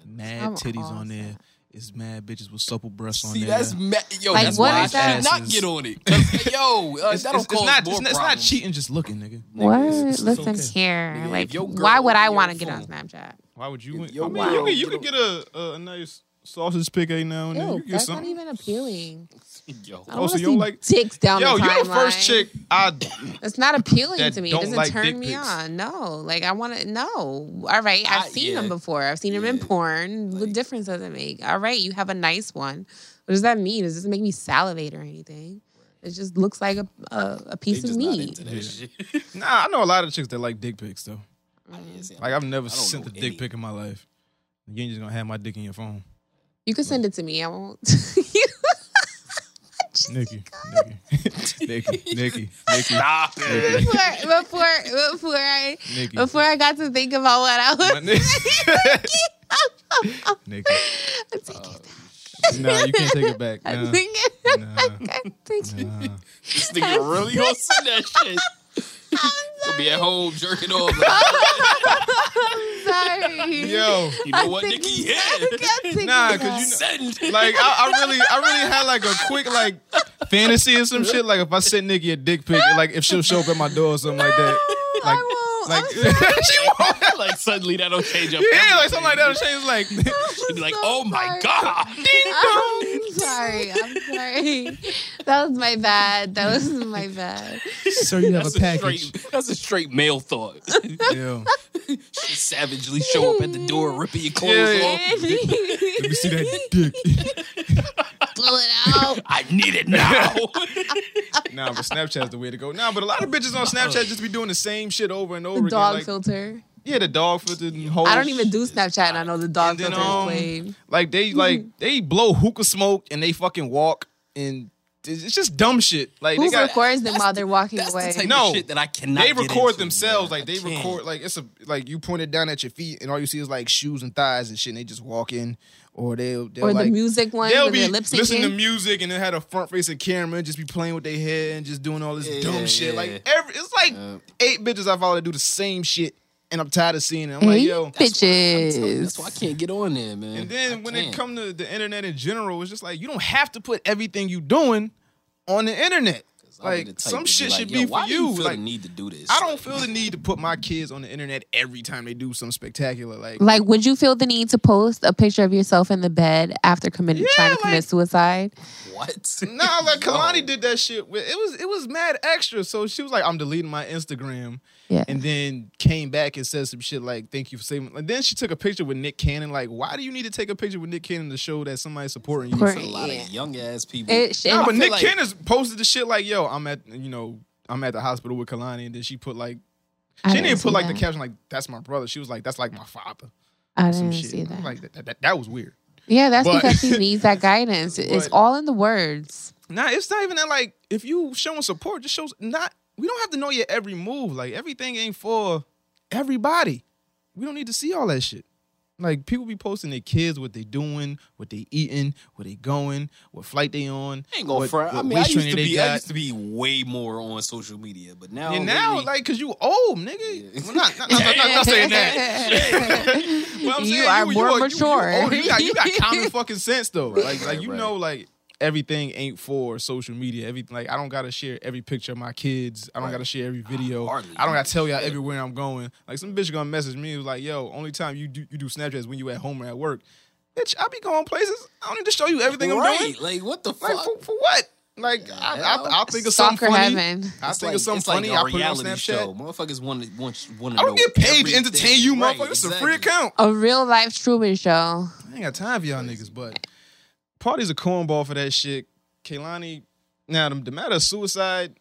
S4: Mad
S6: I'm
S4: titties
S6: all
S4: on there. It's mad bitches with supple breasts on
S5: See,
S4: there.
S5: that's ma- yo.
S6: Like,
S5: that's
S6: what
S5: why
S6: is
S5: I
S4: that?
S5: should not get on it. 'Cause, yo, uh,
S4: it's,
S5: that'll
S4: it's- it's
S5: cause
S4: not,
S5: more
S4: it's, not- it's not
S5: problems.
S4: cheating just looking, nigga.
S6: What?
S4: it's- it's
S6: Listen
S4: okay.
S6: here.
S5: Nigga, if
S6: like,
S5: your girl
S6: why would I
S5: open
S6: want to
S5: your
S6: get on
S5: phone-
S6: Snapchat?
S4: Why would you?
S5: yo,
S4: I mean,
S5: wow.
S4: you could, you could get a, a, a nice sausage pick every now and then. Mm-hmm. you
S6: Ew,
S4: could get
S6: that's not
S4: something.
S6: even appealing. I
S5: Yo,
S4: Oh,
S6: don't
S4: so
S6: want
S4: you
S6: to
S4: don't
S6: see
S4: like-
S6: dicks down
S4: Yo,
S6: the
S4: you're the first
S6: timeline.
S4: chick I
S6: It's not appealing
S4: that
S6: to me. It
S4: don't
S6: doesn't
S4: like
S6: turn
S4: dick
S6: me
S4: pics.
S6: on. No, like I want to. No, all right. I've
S5: I-
S6: seen
S5: yeah.
S6: them before. I've seen them in
S5: Yeah.
S6: porn. what
S5: Like-
S6: difference does it make? All right, you have a nice one. What does that mean? Does this make me salivate or anything? It just looks like a a, a
S5: they
S6: piece of
S5: just not
S6: meat.
S5: into that shit.
S4: Nah, I know a lot of chicks that like dick pics though.
S5: I didn't say-
S4: Like I've never
S5: don't
S4: sent
S5: know
S4: a dick
S5: any.
S4: pic in my life. You ain't just gonna have my dick in your phone,
S6: You can send it to me. I won't.
S4: Nikki. Nikki, Nikki, Nikki, Nikki,
S5: Stop it.
S6: before before before I
S4: Nikki.
S6: before I got to think about what I
S4: My
S6: was.
S4: nigga. Nikki.
S6: I take it back.
S4: Nah, you can't take it back.
S6: I
S4: Nah.
S6: take it
S4: Oh, nah.
S6: back. I take it
S4: nah.
S5: This nigga really gonna send that shit. We'll be at home jerking off.
S6: Sorry.
S4: Yo.
S5: you know what, Nikki? Yeah.
S4: Nah, cause you know, like I, I really, I really had like a quick like fantasy or some shit. Like if I sent Nikki a dick pic, like if she'll show up at my door or something like that. Like, like she won't.
S5: like suddenly that'll change up.
S4: Yeah, like something like that. She's like,
S5: She'd be like, oh my god.
S6: I'm sorry. I'm sorry. That was my bad. That was my bad.
S12: Sir, you have
S5: That's
S12: a package.
S5: straight, that's a straight male thought.
S4: yo,
S5: She savagely show up at the door, ripping your clothes
S4: Yeah, yeah. let
S5: off.
S4: me see that
S6: Pull it out.
S5: I need it now.
S4: dick. Nah, but Snapchat's the way to go. Nah, but a lot of bitches on Snapchat just be doing the same shit over and over
S6: The
S4: again.
S6: dog
S4: like,
S6: filter.
S4: yeah, the dog filter. And whole
S6: I don't even do Snapchat, and I know the dog Hmm.
S4: And then,
S6: filter is
S4: um,
S6: played.
S4: Like they like they blow hookah smoke and they fucking walk and it's it's just dumb shit. Like
S6: Who
S4: they got,
S6: records them while they're walking
S5: That's
S6: away?
S5: the type
S4: No.
S5: of shit that I cannot.
S4: they
S5: get
S4: record
S5: into,
S4: themselves.
S5: man.
S4: Like they
S5: I can't.
S4: record like it's a like you point it down at your feet and all you see is like shoes and thighs and shit. and They just walk in or they'll they'll
S6: or
S4: like
S6: the music one
S4: they'll
S6: with
S4: be
S6: the lip
S4: listening to
S6: syncing.
S4: music and they had a front facing camera and just be playing with their head and just doing all this
S5: Yeah,
S4: dumb shit.
S5: yeah.
S4: Like every it's like eight bitches I follow that do the same shit and I'm tired of seeing it. I'm like
S6: Hey,
S4: yo.
S5: I'm telling you, That's why I
S6: bitches.
S5: can't get on there, man.
S4: And then
S5: I
S4: when
S5: can't.
S4: it come to the internet in general, it's just like you don't have to put everything you doing on the internet.
S5: I'll be the
S4: Like
S5: type
S4: some
S5: to be
S4: shit
S5: like,
S4: should
S5: "Yo,
S4: be
S5: why
S4: for
S5: do
S4: you.
S5: feel
S4: Like
S5: the need to do this.
S4: I don't feel the need to put my kids on the internet every time they do something spectacular. Like,
S6: Like, would you feel the need to post a picture of yourself in the bed after committing
S4: Yeah,
S6: trying to commit
S4: like-
S6: suicide?
S5: what.
S4: nah, like Kalani did that shit. With, it was it was mad extra. So she was like, "I'm deleting my Instagram,"
S6: Yeah.
S4: and then came back and said some shit like, "Thank you for saving." And then she took a picture with Nick Cannon. Like, why do you need to take a picture with Nick Cannon to show that somebody's supporting you?
S5: a lot of young ass people.
S6: It, sh-
S4: Nah,
S6: it-
S4: but Nick
S5: like-
S4: Cannon's posted the shit like, "Yo, I'm at you know I'm at the hospital with Kalani," and then she put like
S6: I
S4: she didn't even
S6: see
S4: put like the
S6: that.
S4: caption like, "That's my brother." She was like, "That's like my father."
S6: I
S4: Some
S6: didn't
S4: shit.
S6: see that.
S4: I'm Like that, that, that was weird.
S6: yeah, that's
S4: but-
S6: because she needs that guidance. it's
S4: But-
S6: all in the words.
S4: Nah, it's not even that. Like, if you showing support, just shows not. We don't have to know your every move. Like, everything ain't for everybody. We don't need to see all that shit. Like, people be posting their kids, what they doing, what they eating, where they going, what flight they on.
S5: I ain't gonna
S4: what-
S5: front. I
S4: what
S5: mean, I
S4: waist
S5: used to
S4: trainer they
S5: be, I
S4: got.
S5: used to be way more on social media, but now,
S4: And now,
S5: lately-
S4: like, cause you old, nigga. Well, not, not, not, not, not saying that. But I'm
S6: You
S4: saying,
S6: are
S4: you,
S6: more
S4: you,
S6: mature.
S4: You, older. You got, you got common fucking sense though. like, like
S5: right,
S4: you
S5: right.
S4: know, like everything ain't for social media. Everything, like, I don't gotta share every picture of my kids. I don't gotta share every video.
S5: Ah, Hardly.
S4: I don't gotta tell y'all everywhere I'm going. Like, some bitch gonna message me it was like, "Yo, only time you do you do Snapchat is when you at home or at work." Bitch, I be going places. I don't need to show you everything I'm
S5: right?
S4: doing.
S5: Like what the
S4: Like
S5: fuck?
S4: for, for what? Like I, I,
S5: hell?
S4: I'll think of something
S6: Soccer
S4: funny.
S6: heaven.
S4: I
S5: It's
S4: think
S5: like,
S4: of something
S5: it's like
S4: funny.
S5: a
S4: I put it on
S5: reality
S4: Snapchat.
S5: Show. Motherfuckers want to want want to.
S4: I don't get paid to entertain you, motherfucker. It's a free account.
S6: A real life Truman Show.
S4: I ain't got time for y'all niggas, but party's a cornball for that shit. Kaylani, now the, the matter of suicide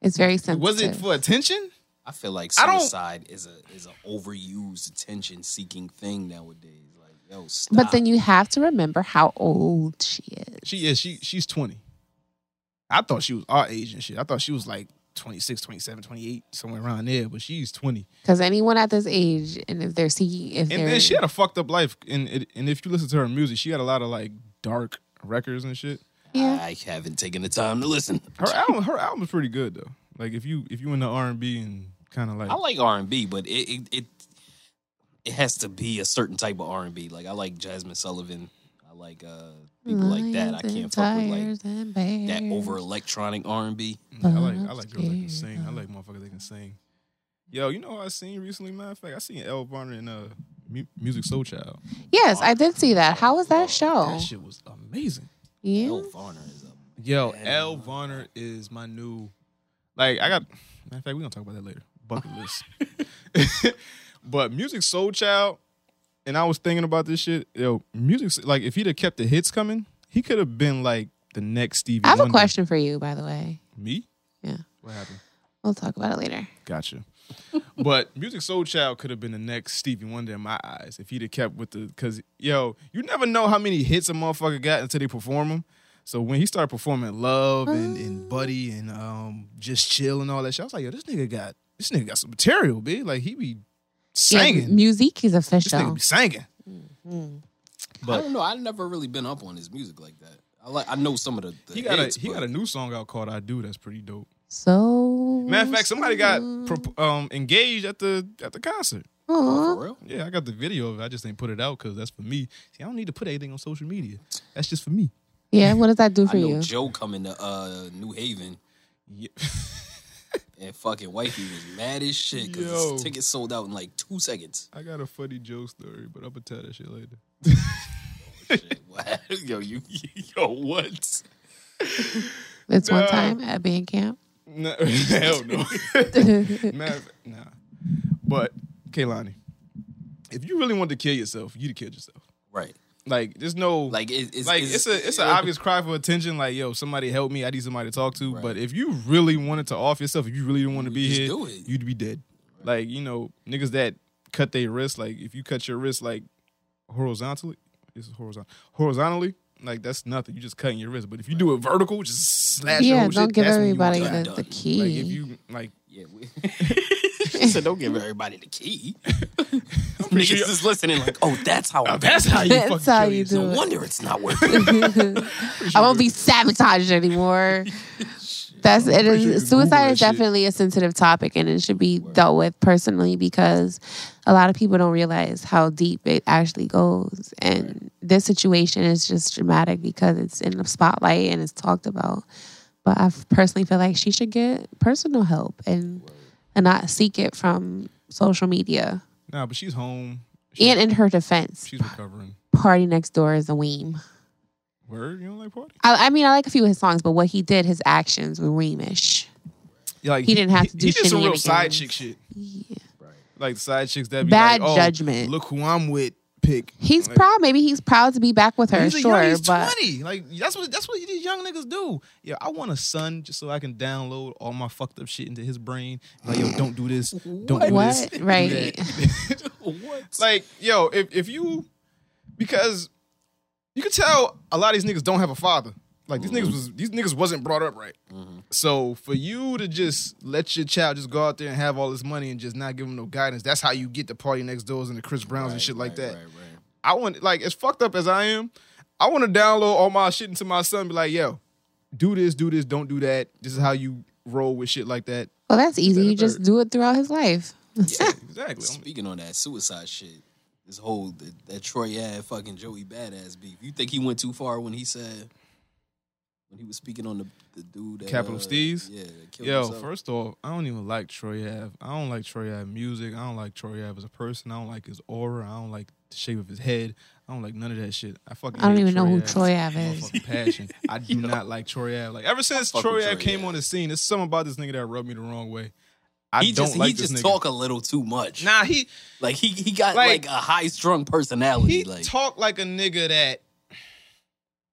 S6: It's very sensitive.
S4: was it for attention?
S5: I feel like
S4: I don't-
S5: suicide is a is an overused attention seeking thing nowadays. Like yo, stop.
S6: But then you have to remember how old she is.
S4: She is. She she's twenty. I thought she was our age and shit. I thought she was like 26, 27, 28, somewhere around there. But she's twenty.
S6: Because anyone at this age, and if they're seeking,
S4: And
S6: if they're
S4: then she had a fucked up life. And it, and if you listen to her music, she had a lot of like dark records and shit. ah,
S6: yeah,
S5: I haven't taken the time to listen.
S4: Her album her album's pretty good though. Like if you if you into R and B and kind of like
S5: I like R and B, but it, it it it has to be a certain type of R and B. Like I like Jasmine Sullivan. I like uh people like that. I
S6: Lions
S5: can't
S6: and
S5: fuck with like
S6: tigers and bears.
S5: that over electronic R and B.
S4: Yeah,
S6: Mm-hmm.
S4: I like I like girls that can
S6: Upstairs,
S4: sing. I like motherfuckers that can sing. Yo, you know who I seen recently? Matter of fact, I seen El Varner in uh, Mu- Music Soul Child.
S6: Yes, I did see that. How was that show?
S4: Oh, That shit was amazing.
S6: Yeah,
S5: Bill Varner is a
S4: Yo, El Varner is my new. Like I got. Matter of fact, we gonna talk about that later. Bucket list. but Music Soul Child, and I was thinking about this shit. Yo, music like if he'd have kept the hits coming, he could have been like the next Stevie.
S6: I have a
S4: Wonder.
S6: question for you, by the way.
S4: Me?
S6: Yeah,
S4: What happened?
S6: we'll talk about it later.
S4: Gotcha. but Music Soul Child could have been the next Stevie Wonder in my eyes if he'd have kept with the. Because, yo, you never know how many hits a motherfucker got until they perform them. So when he started performing Love and, and Buddy and um, Just Chill and all that shit, I was like, yo, this nigga got this nigga got some material, bitch. Like, he be
S6: Yeah,
S4: singing.
S6: music is
S4: this nigga
S6: official.
S4: be singing.
S5: I don't know. I've never really been up on his music like that. I like. I know some of the. the
S4: He got,
S5: hits,
S4: a, he
S5: but
S4: got a new song out called I Do that's pretty dope.
S6: So
S4: Matter of fact, somebody got pro- um, engaged at the at the concert.
S6: Oh, for real?
S4: Yeah, I got the video of it. I just ain't put it out because that's for me. See, I don't need to put anything on social media. That's just for me.
S6: Yeah, what does that do for
S5: I know
S6: you?
S5: Joe coming to uh, New Haven. and fucking wifey was mad as shit because
S4: Yo.
S5: his tickets sold out in like two seconds.
S4: I got a funny Joe story, but I'm gonna tell that shit later.
S5: yo, you, yo, what?
S6: It's one
S4: Nah.
S6: time at band camp.
S4: No, hell no. Matter of- nah. But Kaylani, if you really wanted to kill yourself, you'd have killed yourself.
S5: Right.
S4: Like there's no
S5: Like it- it's
S4: like it's, a it's an obvious cry for attention. Like yo, somebody help me. I need somebody to talk to. But if you really wanted to off yourself, if you really didn't want to be
S5: Just
S4: here,
S5: do it.
S4: you'd be dead. Like you know niggas that cut their wrist. Like if you cut your wrist like horizontally, this is horizontal horizontally. Like that's nothing. You just cutting your wrist. But if you do it vertical, just slash. your
S6: Yeah,
S4: whole
S6: don't
S4: shit,
S6: give
S4: that's when you
S6: everybody
S4: done.
S6: the- E. the
S4: Like,
S6: key.
S4: if you like,
S5: Yeah, we, she said, don't give everybody the key. Niggas is listening like, oh, that's how. I
S4: Uh, that's how you
S6: That's
S4: fucking
S6: how
S4: kill
S6: you
S4: yourself.
S6: do
S5: No
S6: it.
S5: wonder it's not working.
S6: I won't be sabotaged anymore. That's it
S4: pretty sure you
S6: is
S4: can Google
S6: suicide
S4: that
S6: is
S4: shit.
S6: definitely a sensitive topic and it should be dealt with personally because a lot of people don't realize how deep it actually goes. And this situation is just dramatic because it's in the spotlight and it's talked about. But I personally feel like she should get personal help and and not seek it from social media.
S4: Nah, but she's home. She-
S6: And in her defense,
S4: she's recovering.
S6: Party Next Door is a weem.
S4: Word, you don't like party?
S6: I, I mean, I like a few of his songs, but what he did, his actions were weemish.
S4: Yeah, like,
S6: He didn't have to do
S4: He did some real
S6: shenanigans.
S4: side chick shit.
S6: Yeah.
S4: Like the side chicks that be
S6: Bad
S4: like, oh,
S6: judgment.
S4: Look who I'm with. Pick.
S6: He's proud. Maybe he's proud to be back with her.
S4: He's a
S6: sure,
S4: young, he's
S6: but
S4: twenty. Like that's what that's what these young niggas do. Yeah, I want a son just so I can download all my fucked up shit into his brain. Like yo, don't do this. Don't do this.
S6: what? Right?
S4: Like yo, if if you because you can tell a lot of these niggas don't have a father. Like these niggas was these niggas wasn't brought up right. So for you to just let your child just go out there and have all this money and just not give him no guidance, that's how you get the party next doors and the Chris Browns and shit like that. I want like as fucked up as I am, I want to download all my shit into my son. And be like, yo, do this, do this, don't do that. This is how you roll with shit like that.
S6: Well, that's easy.
S4: That
S6: You just
S4: bird.
S6: do it throughout his life.
S4: Exactly. I'm-
S5: Speaking on that suicide shit, this whole that, that Troy had fucking Joey badass beef. You think he went too far when he said when he was speaking on the, the dude that,
S4: Capital
S5: uh,
S4: Steez?
S5: Yeah, that killed
S4: Yo,
S5: himself?
S4: first off, I don't even like Troy Ave. I don't like Troy Ave music. I don't like Troy Ave as a person. I don't like his aura. I don't like the shape of his head. I don't like none of that shit. I fucking
S6: I don't
S4: hate
S6: even know who
S4: Ave.
S6: Troy Ave is.
S4: Motherfucking passion. I do not like Troy Ave. Like ever since
S5: fuck with
S4: Troy Ave
S5: Troy
S4: came
S5: Ave.
S4: on the scene, there's something about this nigga that rubbed me the wrong way. I
S5: he
S4: don't
S5: just
S4: like
S5: he
S4: this
S5: just
S4: nigga.
S5: talk a little too much.
S4: Nah, he
S5: Like he he got
S4: Like,
S5: like, a high strung personality.
S4: he
S5: like
S4: talked like a nigga that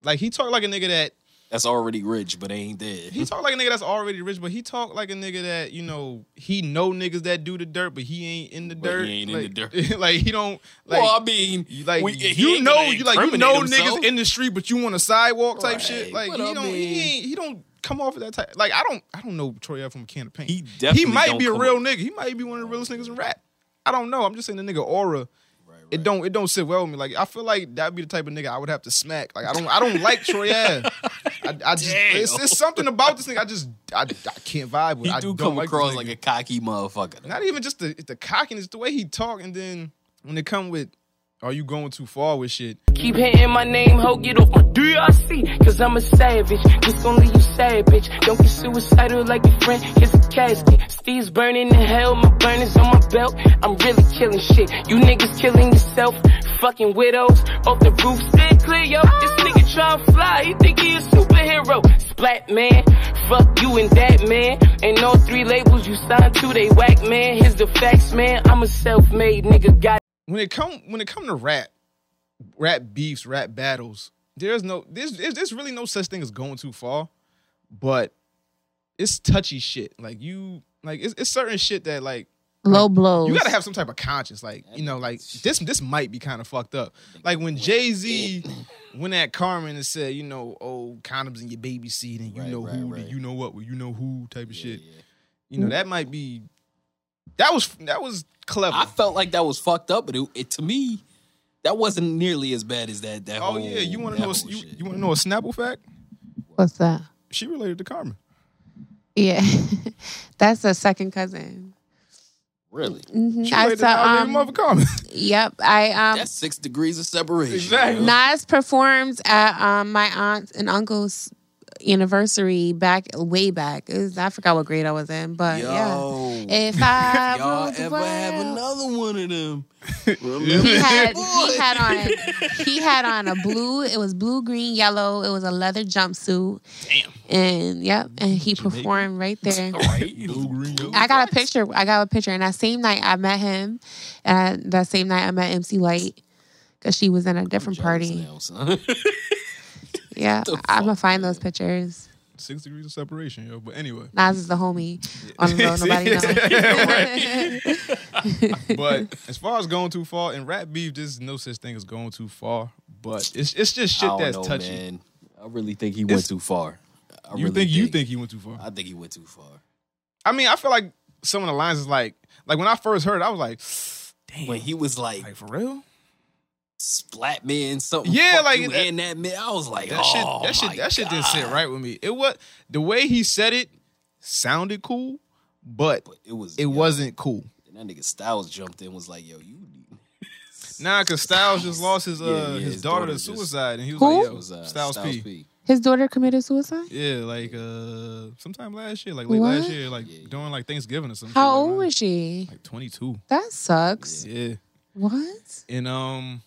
S4: like he talked like a nigga that
S5: that's already rich, but ain't there.
S4: he talked like a nigga that's already rich, but he talked like a nigga that you know he know niggas that do the dirt, but he ain't in the
S5: But he
S4: dirt.
S5: ain't
S4: like,
S5: in the dirt.
S4: like he don't like.
S5: well, I mean,
S4: you- like
S5: we- he
S4: you
S5: ain't
S4: know,
S5: gonna
S4: you like you know
S5: incriminate himself.
S4: niggas in the street, but you on a sidewalk type
S5: Right,
S4: shit. Like he
S5: but I
S4: don't,
S5: mean-
S4: he ain't, he don't come off of that type. Like I don't, I don't know Troy Ave from a can of paint.
S5: He definitely
S4: might
S5: don't
S4: be a
S5: come
S4: real
S5: off-
S4: nigga. He might be one of the realest niggas in rap. I don't know. I'm just saying the nigga aura. It don't it don't sit well with me. Like I feel like that'd be the type of nigga I would have to smack. Like I don't I don't like Troy Ave. I, I just it's, it's something about this nigga I just I, I can't vibe with.
S5: He
S4: I
S5: do
S4: don't
S5: come
S4: like this
S5: across
S4: nigga.
S5: like a cocky motherfucker.
S4: not even just the the cockiness, the way he talk, and then when it come with are you going too far with shit?
S12: Keep hitting my name, ho, get off my DRC. Cause I'm a savage, just gonna leave you sad, bitch. Don't get suicidal like your friend, here's a casket. Steve's burning in hell, my burners on my belt. I'm really killing shit. You niggas killing yourself, fucking widows. Off the roof, stay clear, yo. This nigga try to fly, he think he a superhero. Splat man, fuck you and that man. And all three labels you signed to, they whack man. Here's the facts, man. I'm a self-made nigga, got
S4: When it come when it come to rap, rap beefs, rap battles, there's no there's there's, there's really no such thing as going too far, but it's touchy shit. Like you like it's, it's certain shit that like
S6: Low blows.
S4: You gotta have some type of conscience, like you know, like this. This might be kind of fucked up. Like when Jay Z went at Carmen and said, you know, oh, condoms in your baby seat, and you know who, and you know what, well, you know who, type of shit. You know, that might be. That was that was clever.
S5: I felt like that was fucked up, but it, it to me that wasn't nearly as bad as that. That
S4: oh
S5: whole,
S4: yeah, you want
S5: that
S4: to know? A,
S5: whole
S4: you,
S5: shit.
S4: you want to know a Snapple fact?
S6: What's that?
S4: She related to Carmen.
S6: Yeah, that's a second cousin.
S5: Really?
S6: Mhm. I saw, um, yep, I um,
S5: That's six degrees of separation.
S6: Nas performed at um, my aunt and uncle's anniversary back way back. It was, I forgot what grade I was in, but
S5: Yo.
S6: yeah. If I
S5: Y'all
S6: ruled the
S5: ever have
S6: world-
S5: another one of them?
S6: he had he had on he had on a blue. It was blue, green, yellow. It was a leather jumpsuit. Damn. And yep, and he performed right there. I got a picture. I got a picture, and that same night I met him, and that same night I met MC Light because she was in a different party. Yeah, I'm gonna find those pictures.
S4: Six degrees of separation, yo. But anyway.
S6: Nas is the homie. On the low, nobody knows.
S4: but as far as going too far in rap beef, there's no such thing as going too far. But it's it's just
S5: I
S4: shit
S5: don't
S4: that's
S5: know,
S4: touchy.
S5: man. I really think he
S4: It's-
S5: went too far. I
S4: you
S5: really
S4: think you think he went too far?
S5: I think he went too far.
S4: I mean, I feel like some of the lines is like, like when I first heard, it, I was like, damn.
S5: When he was like,
S4: like for real?
S5: Splat me and something.
S4: Yeah,
S5: fuck
S4: like
S5: you
S4: that-
S5: and that man. I was like,
S4: that
S5: oh,
S4: shit, that
S5: my
S4: shit, that shit didn't sit right with me. It was the way he said it sounded cool, but
S5: it was
S4: it wasn't cool.
S5: And that nigga Styles jumped in and was like, yo, you
S4: Nah, cause Styles just lost his uh
S5: Yeah, yeah,
S4: his,
S5: his
S4: daughter,
S5: daughter
S4: to
S5: just-
S4: suicide, and he was
S6: Who?
S4: like, yo,
S5: Suicide,
S4: Styles,
S5: Styles
S4: P.
S5: P.
S6: His daughter committed suicide.
S4: Yeah, like uh sometime last year, like late
S6: What?
S4: last year, like during like Thanksgiving or something.
S6: How old was she?
S4: Like twenty two.
S6: That sucks.
S4: Yeah.
S6: What?
S4: And um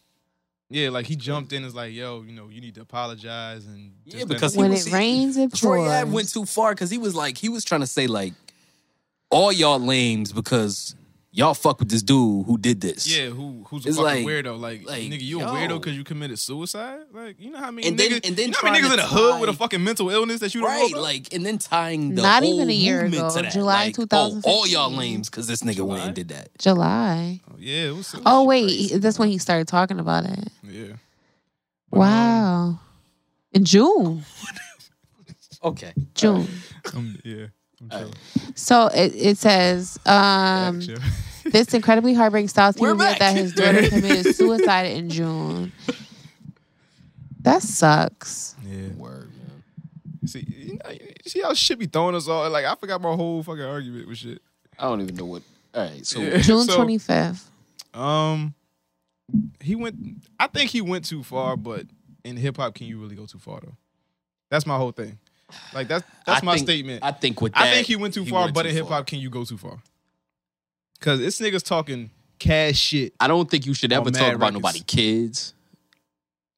S4: yeah, like he jumped in and was like, yo, you know, you need to apologize and
S5: Yeah, because he
S6: when
S5: was-
S6: it rains, it
S5: Troy
S6: pours.
S5: Ave went too far because he was like, he was trying to say like, all y'all lames because y'all fuck with this dude who did this.
S4: Yeah, who who's a
S5: It's
S4: fucking
S5: like-
S4: weirdo? Like, nigga, you
S5: yo.
S4: a weirdo because you committed suicide? Like, you know how many
S5: And
S4: niggas,
S5: then- and then
S4: you know how many
S5: trying
S4: niggas in
S5: to
S4: the hood with a
S5: tie-
S4: fucking mental illness that you don't know
S5: Right,
S4: about?
S5: like, and then tying the
S6: Not
S5: whole
S6: even a year
S5: movement
S6: ago,
S5: to that.
S6: July
S5: like, oh,
S6: 2015.
S5: all y'all lames because this nigga went and did that.
S6: July.
S4: yeah, it was.
S6: Oh wait, he- that's when he started talking about it.
S4: Yeah.
S5: um,
S6: Wow. In June.
S5: Okay.
S6: June.
S4: Um, yeah. I'm chilling.
S6: So it, it says, um, this incredibly heartbreaking South
S5: We're
S6: revealed
S5: back.
S6: that his daughter committed suicide in June. That sucks.
S4: Yeah.
S5: Word, man.
S4: See, you know, you see how shit be throwing us all. Like, I forgot my whole fucking argument with shit.
S5: I don't even know what. All right, so
S4: Yeah,
S6: June
S4: so-
S6: twenty fifth.
S4: Um, he went. I think he went too far, but in hip hop, can you really go too far though? That's my whole thing. Like that's that's
S5: I
S4: my
S5: think-
S4: statement.
S5: I think with
S4: I
S5: that,
S4: think he went too
S5: he
S4: far,
S5: went
S4: but
S5: too
S4: in hip
S5: far.
S4: hop, can you go too far? Because this nigga's talking cash shit.
S5: I don't think you should
S4: On
S5: ever
S4: Mad
S5: talk about
S4: Records.
S5: nobody kids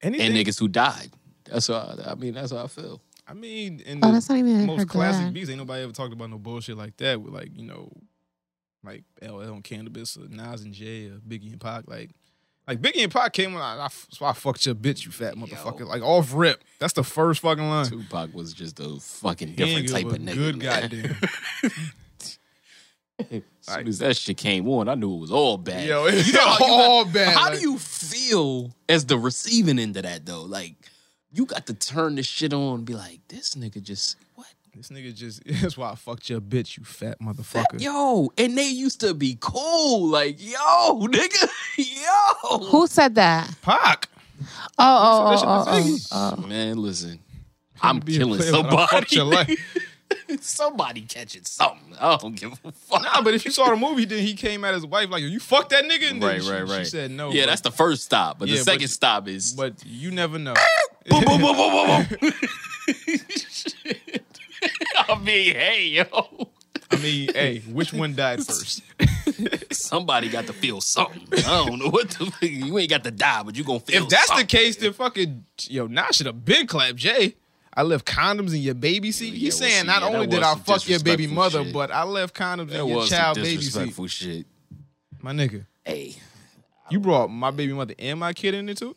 S4: Anything.
S5: and niggas who died. That's how I, I mean. That's how I feel.
S4: I mean, in
S6: Oh,
S4: the
S6: that's not even her
S4: most classic
S6: dad.
S4: beats, ain't nobody ever talked about no bullshit like that with like you know, like LL and Cannabis or Nas and Jay or Biggie and Pac. Like, like Biggie and Pac came when I, I so I fucked your bitch, you fat motherfucker. Like off rip. That's the first fucking line.
S5: Tupac was just a fucking
S4: He ain't
S5: different type
S4: give
S5: of
S4: a
S5: nigga.
S4: Good
S5: man.
S4: goddamn.
S5: As soon as that shit came on, I knew it was all bad.
S4: Yo,
S5: You know how you
S4: all
S5: got-
S4: bad.
S5: How
S4: like-
S5: do you feel as the receiving end of that though? Like you got to turn this shit on and be like, this nigga just
S4: This nigga just. That's why I fucked your bitch, you fat motherfucker.
S5: yo, and they used to be cool. Like yo, nigga, yo.
S6: Who said that?
S4: Pac.
S6: Oh, oh, oh,
S4: Listen,
S6: oh, oh,
S4: listen.
S6: oh.
S5: Man, listen, I'm
S4: be a
S5: killing
S4: player when Uh, I fucked your
S5: somebody.
S4: life.
S5: somebody catching something. I don't give a fuck.
S4: Nah, but if you saw the movie, then he came at his wife like, "You fucked that nigga." And then
S5: right,
S4: she,
S5: right, right.
S4: She said no.
S5: Yeah,
S4: but-
S5: that's the first stop, but
S4: Yeah,
S5: the
S4: but-
S5: second stop is
S4: But you never know.
S5: boom, boom, boom, boom, boom, boom. I mean, hey, yo.
S4: I mean, hey, which one died first?
S5: Somebody got to feel something. I don't know what the You ain't got to die, but you gonna feel
S4: If that's the
S5: something.
S4: case, then fucking yo, Nas should have been clapped, Jay. I left condoms in your baby seat.
S5: yeah,
S4: He's
S5: well,
S4: saying
S5: see,
S4: not
S5: yeah, that
S4: only did
S5: was
S4: I
S5: some
S4: fuck your baby
S5: disrespectful
S4: mother,
S5: shit.
S4: but I left condoms
S5: That
S4: in your
S5: was some
S4: child baby seat.
S5: disrespectful shit.
S4: My nigga,
S5: Hey,
S4: you brought my baby mother and my kid in it too.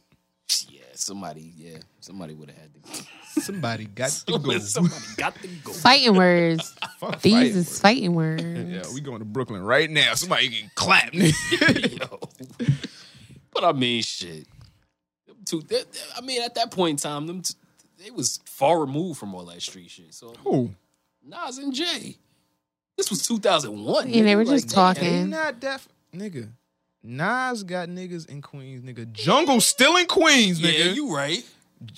S5: yeah, somebody, yeah, somebody would have had to
S4: Somebody got to go.
S5: Somebody got to go.
S6: Fighting words.
S4: Fuck
S6: These
S4: fighting.
S6: is fighting words.
S4: Yeah, we going to Brooklyn right now. Somebody getting clapped. nigga.
S5: yo. But I mean, shit. Them two, they- they- I mean, at that point in time, them t- they was far removed from all that street shit. So
S4: Who?
S5: Nas and Jay, this was 2001.
S6: And they
S5: nigga.
S6: were
S5: Like,
S6: just
S4: They
S6: talking.
S4: not that f- nigga. Nas got niggas in Queens, nigga. Jungle still in Queens,
S5: Yeah,
S4: nigga.
S5: you right.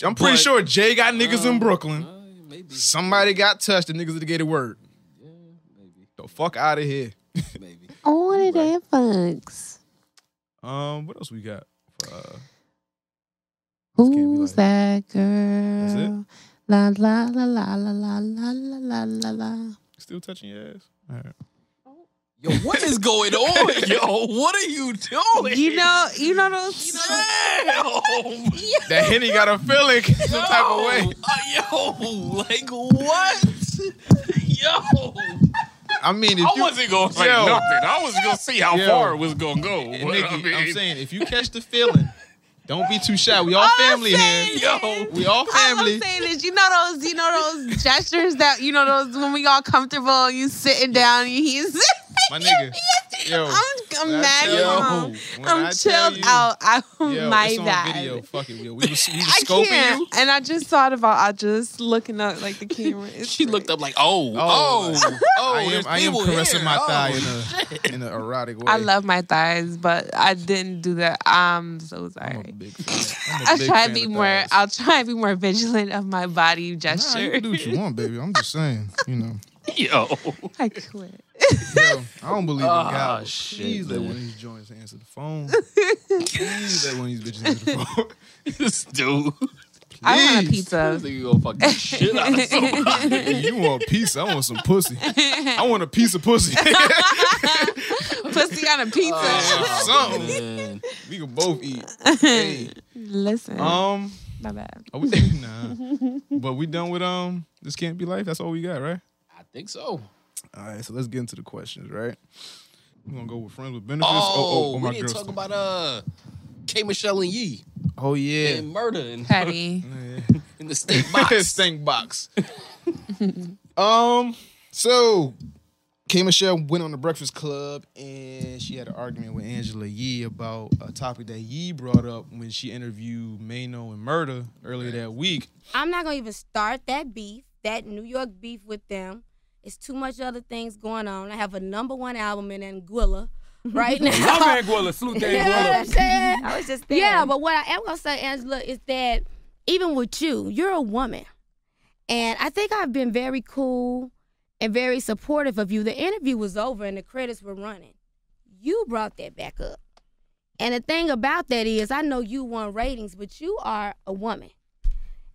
S4: I'm pretty
S5: But-
S4: sure Jay got niggas in Brooklyn.
S5: Uh, maybe.
S4: Somebody got touched. The niggas that gave the word. The fuck out of here.
S6: I wanted that funks.
S4: Um, what else we got? For, uh,
S6: Who's that girl? La la la la la la la la la la la.
S4: still touching your ass? All right.
S5: Yo, what is going on? Yo, what are you doing?
S6: You know, you know those.
S4: That Henny got a feeling some type of way.
S5: Uh, yo, like what? Yo,
S4: I mean, if
S5: I
S4: you,
S5: wasn't gonna say
S4: Yo.
S5: nothing. I was gonna see how
S4: Yo.
S5: far it was gonna go.
S4: And
S5: But,
S4: Nikki,
S5: I mean,
S4: I'm saying if you catch the feeling, don't be too shy. We all family here.
S5: Yo,
S4: we all
S6: All
S4: family.
S6: I'm saying is, you know those, you know those gestures that you know those when we all comfortable, you sitting down, and he's.
S4: My nigga. Yo,
S6: I'm, I'm
S4: when I
S6: mad.
S4: tell
S6: mom.
S4: you- when
S6: I'm
S4: I tell
S6: chilled
S4: you-
S6: out. I,
S4: Yo,
S6: my
S4: it's on
S6: bad.
S4: video. Fuck it, yo. We was, we was
S6: I
S4: scoping
S6: can't.
S4: you.
S6: And I just thought about I just looking up like the camera. It's
S5: she looked up like, oh, oh, oh,
S4: I am,
S5: there's
S4: I am
S5: people
S4: caressing
S5: here.
S4: my
S5: Oh,
S4: thigh in, a, in an erotic way.
S6: I love my thighs, but I didn't do that. I'm so sorry.
S4: I'm a big fan.
S6: I'll try to be more. I'll try and be more vigilant of my body gesture.
S4: you can do what you want, baby. I'm just saying, you know.
S5: Yo,
S6: I quit.
S4: Yo, I don't believe in
S5: Ah,
S4: God. but
S5: shit,
S4: Please let
S5: man.
S4: one of these joints answer the phone. Please let one of these bitches answer the phone.
S5: this dude.
S6: I want a
S4: Please.
S5: This
S6: pizza.
S5: nigga gonna fuck the shit out of somebody.
S4: Nigga, you want pizza? I want some pussy. I want a piece of pussy.
S6: Pussy on a pizza.
S5: Oh.
S4: Something.
S5: Man.
S4: we can both eat. Hey,
S6: Listen,
S5: Oh.
S4: um,
S6: my bad.
S4: are we, nah. But we done with um. This can't be life. That's all we got, right?
S5: I think so.
S4: All right. So let's get into the questions, right? We're gonna go with friends with benefits.
S5: Oh, we didn't
S4: girl
S5: talk
S4: stuff.
S5: about uh K Michelle and Yee
S4: Oh yeah.
S5: and murder and
S6: Petty.
S5: in the state
S4: His
S5: box.
S4: stink box. um. So, K Michelle went on the Breakfast Club and she had an argument with Angela Yee about a topic that Yee brought up when she interviewed Mano and Murda earlier that week.
S11: I'm not gonna even start that beef, that New York beef with them. It's too much other things going on. I have a number one album in Anguilla right now.
S13: Love Anguilla. Salute to
S11: You know what I'm
S13: Anguilla.
S11: saying?
S14: I was just there.
S11: Yeah, but what I am gonna say, Angela, is that even with you, you're a woman, and I think I've been very cool and very supportive of you. The interview was over and the credits were running. You brought that back up, and the thing about that is, I know you want ratings, but you are a woman,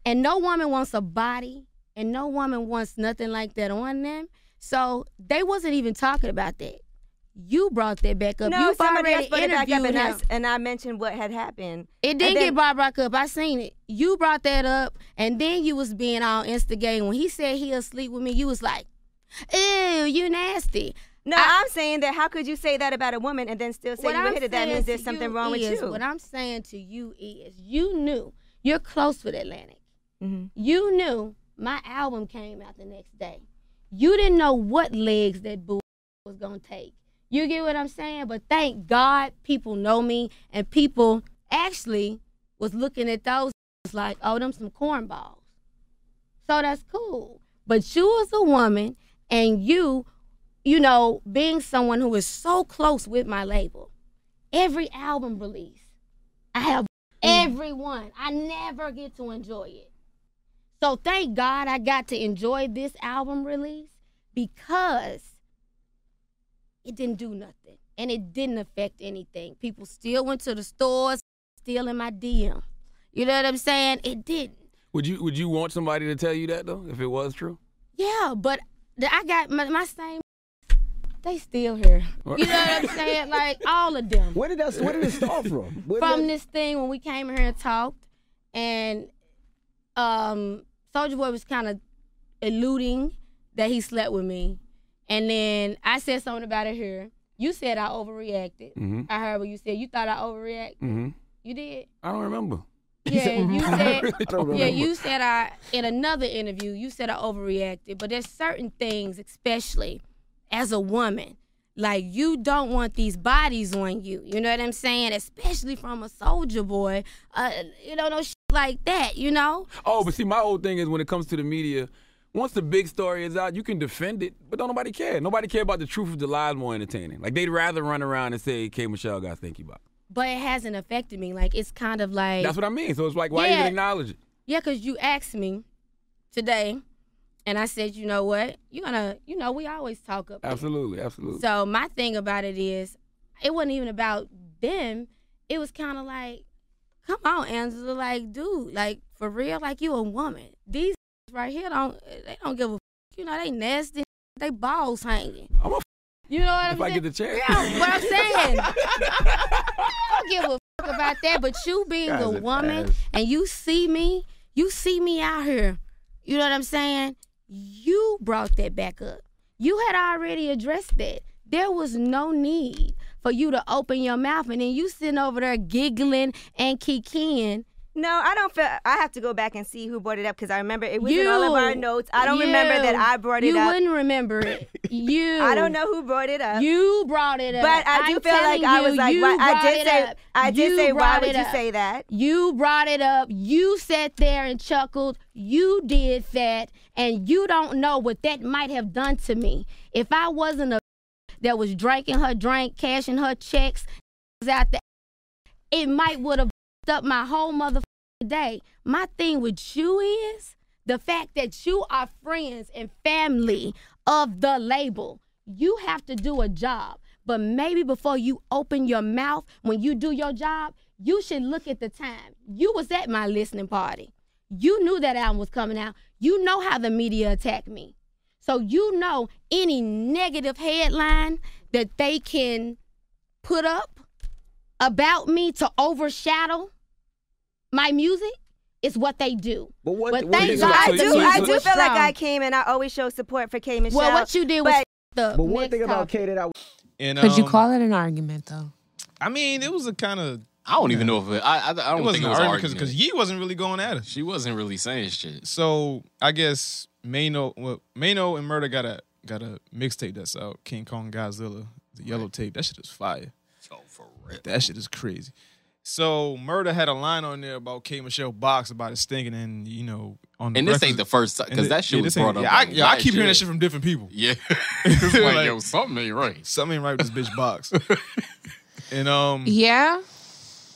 S11: and no woman wants a body, and no woman wants nothing like that on them. So they wasn't even talking about that. You brought that back up.
S14: no,
S11: You've
S14: somebody
S11: already
S14: else brought it back up
S11: interviewed
S14: and I,
S11: him.
S14: s- and I mentioned what had happened.
S11: It didn't
S14: And
S11: get
S14: then-
S11: brought back up. I seen it. You brought that up, and then you was being all instigating. When he said he'll sleep with me, you was like, "Ew, you nasty."
S14: No,
S11: I-
S14: I, am saying that how could you say that about a woman and then still say
S11: What
S14: you were
S11: I'm
S14: hit it? That
S11: saying
S14: means
S11: to
S14: there's something wrong with
S11: is-
S14: you.
S11: What I'm saying to you is, you knew you're close with Atlantic.
S14: Mhm.
S11: You knew my album came out the next day. You didn't know what legs that boo was gonna take. You get what I'm saying? But thank God people know me and people actually was looking at those like, oh, them some cornballs. So that's cool. But you as a woman and you, you know, being someone who is so close with my label, every album release, I have everyone. I never get to enjoy it. So thank God I got to enjoy this album release because it didn't do nothing and it didn't affect anything. People still went to the stores, still in my DM. You know what I'm saying? It didn't.
S13: Would you would you want somebody to tell you that though, if it was true?
S11: Yeah, but th- I got my, my same. They still here.
S13: What?
S11: You know what I'm saying? Like all of them.
S15: Where did that? Where did it start from? Where did
S11: From
S15: that-
S11: this thing when we came here and talked, and um, Soldier Boy was kind of alluding that he slept with me, and then I said something about it here. You said I overreacted.
S13: Mhm.
S11: I heard what you said. You thought I overreacted.
S13: Mm-hmm.
S11: You did.
S13: I don't remember.
S11: Yeah, you
S13: I
S11: said.
S13: really don't
S11: yeah,
S13: remember.
S11: you said I in another interview. You said I overreacted, but there's certain things, especially as a woman, like you don't want these bodies on you. You know what I'm saying? Especially from a soldier boy. Uh, you know, no shit like that. You know?
S13: Oh, but see, my whole thing is when it comes to the media, once the big story is out, you can defend it, but don't nobody care. Nobody care about the truth of the lies more entertaining. Like they'd rather run around and say, "K. Michelle got thinky box."
S11: But it hasn't affected me. Like it's kind of like
S13: That's what I mean. So it's like, why
S11: Yeah.
S13: even acknowledge it?
S11: Yeah, because you asked me today, And I said, you know what? You're gonna, you know, we always talk up. there."
S13: Absolutely, absolutely.
S11: So my thing about it is, it wasn't even about them. It was kind of like, come on, Angela, like, dude, like for real, like you a woman. These right here don't, they don't give a, f- you know, they nasty. They balls hanging.
S13: I'm a.
S11: You know what
S13: if
S11: I'm
S13: I
S11: saying?
S13: get the chance.
S11: Yeah, what I'm saying. I don't give a fuck about that. But you being
S13: Guys
S11: a
S13: are
S11: woman
S13: ass.
S11: and you see me, you see me out here. You know what I'm saying? You brought that back up. You had already addressed that. There was no need for you to open your mouth and then you sitting over there giggling and kikiing.
S14: No, I don't feel. I have to go back and see who brought it up because I remember it was in all of our
S11: You.
S14: notes. I don't remember that
S11: You.
S14: I brought it
S11: you
S14: up.
S11: wouldn't remember it. You.
S14: I don't know who brought it up.
S11: You brought it up.
S14: But I do
S11: I'm
S14: feel like
S11: telling
S14: I was
S11: you,
S14: like,
S11: you
S14: why- I
S11: brought
S14: did
S11: it
S14: say-
S11: up.
S14: I did say, why
S11: brought
S14: would
S11: it
S14: you
S11: up.
S14: say that?
S11: You brought it up. You sat there and chuckled. You did that, and you don't know what that might have done to me if I wasn't a that was drinking her drink, cashing her checks out the it might would have up my whole motherfucking day. My thing with you is the fact that you are friends and family of the label. You have to do a job, but maybe before you open your mouth when you do your job, you should look at the time. You was at my listening party. You knew that album was coming out. You know how the media attacked me. So you know any negative headline that they can put up about me to overshadow my music is what they do. But what? But
S14: I
S11: thank
S14: do,
S11: God,
S14: I
S11: the
S14: do
S11: music
S14: feel
S11: was
S14: like
S11: strong.
S14: I came and I always show support for K Michelle.
S11: Well, what you did was
S14: but-
S11: the
S14: But one thing about
S15: K that I
S4: And,
S6: Could you
S4: um,
S6: call it an argument though?
S4: I mean, it was a kind of.
S5: I don't even know if it. I I, I don't
S4: wasn't
S5: think it was
S4: an
S5: an
S4: argument 'cause-
S5: argument
S4: 'cause Yee wasn't really going at her.
S5: She wasn't really saying shit.
S4: So I guess Mano, well, Mano and Murder got a got a mixtape that's out. King Kong Godzilla, the yellow tape. That shit is fire.
S5: Oh, for real.
S4: That shit is crazy. So Murder had a line on there about K Michelle Box about it stinking and you know on the
S5: And this
S4: breakfast-
S5: ain't the first time
S4: and
S5: because
S4: thi-
S5: that shit
S4: yeah,
S5: was
S4: this ain't-
S5: brought up.
S4: Yeah, I,
S5: like,
S4: yeah, I
S5: last
S4: keep hearing
S5: year.
S4: that shit from different people.
S5: Yeah, it's like,
S4: Like-
S5: yo, something ain't right.
S4: Something ain't right with this bitch box. and um,
S6: Mm. Yeah.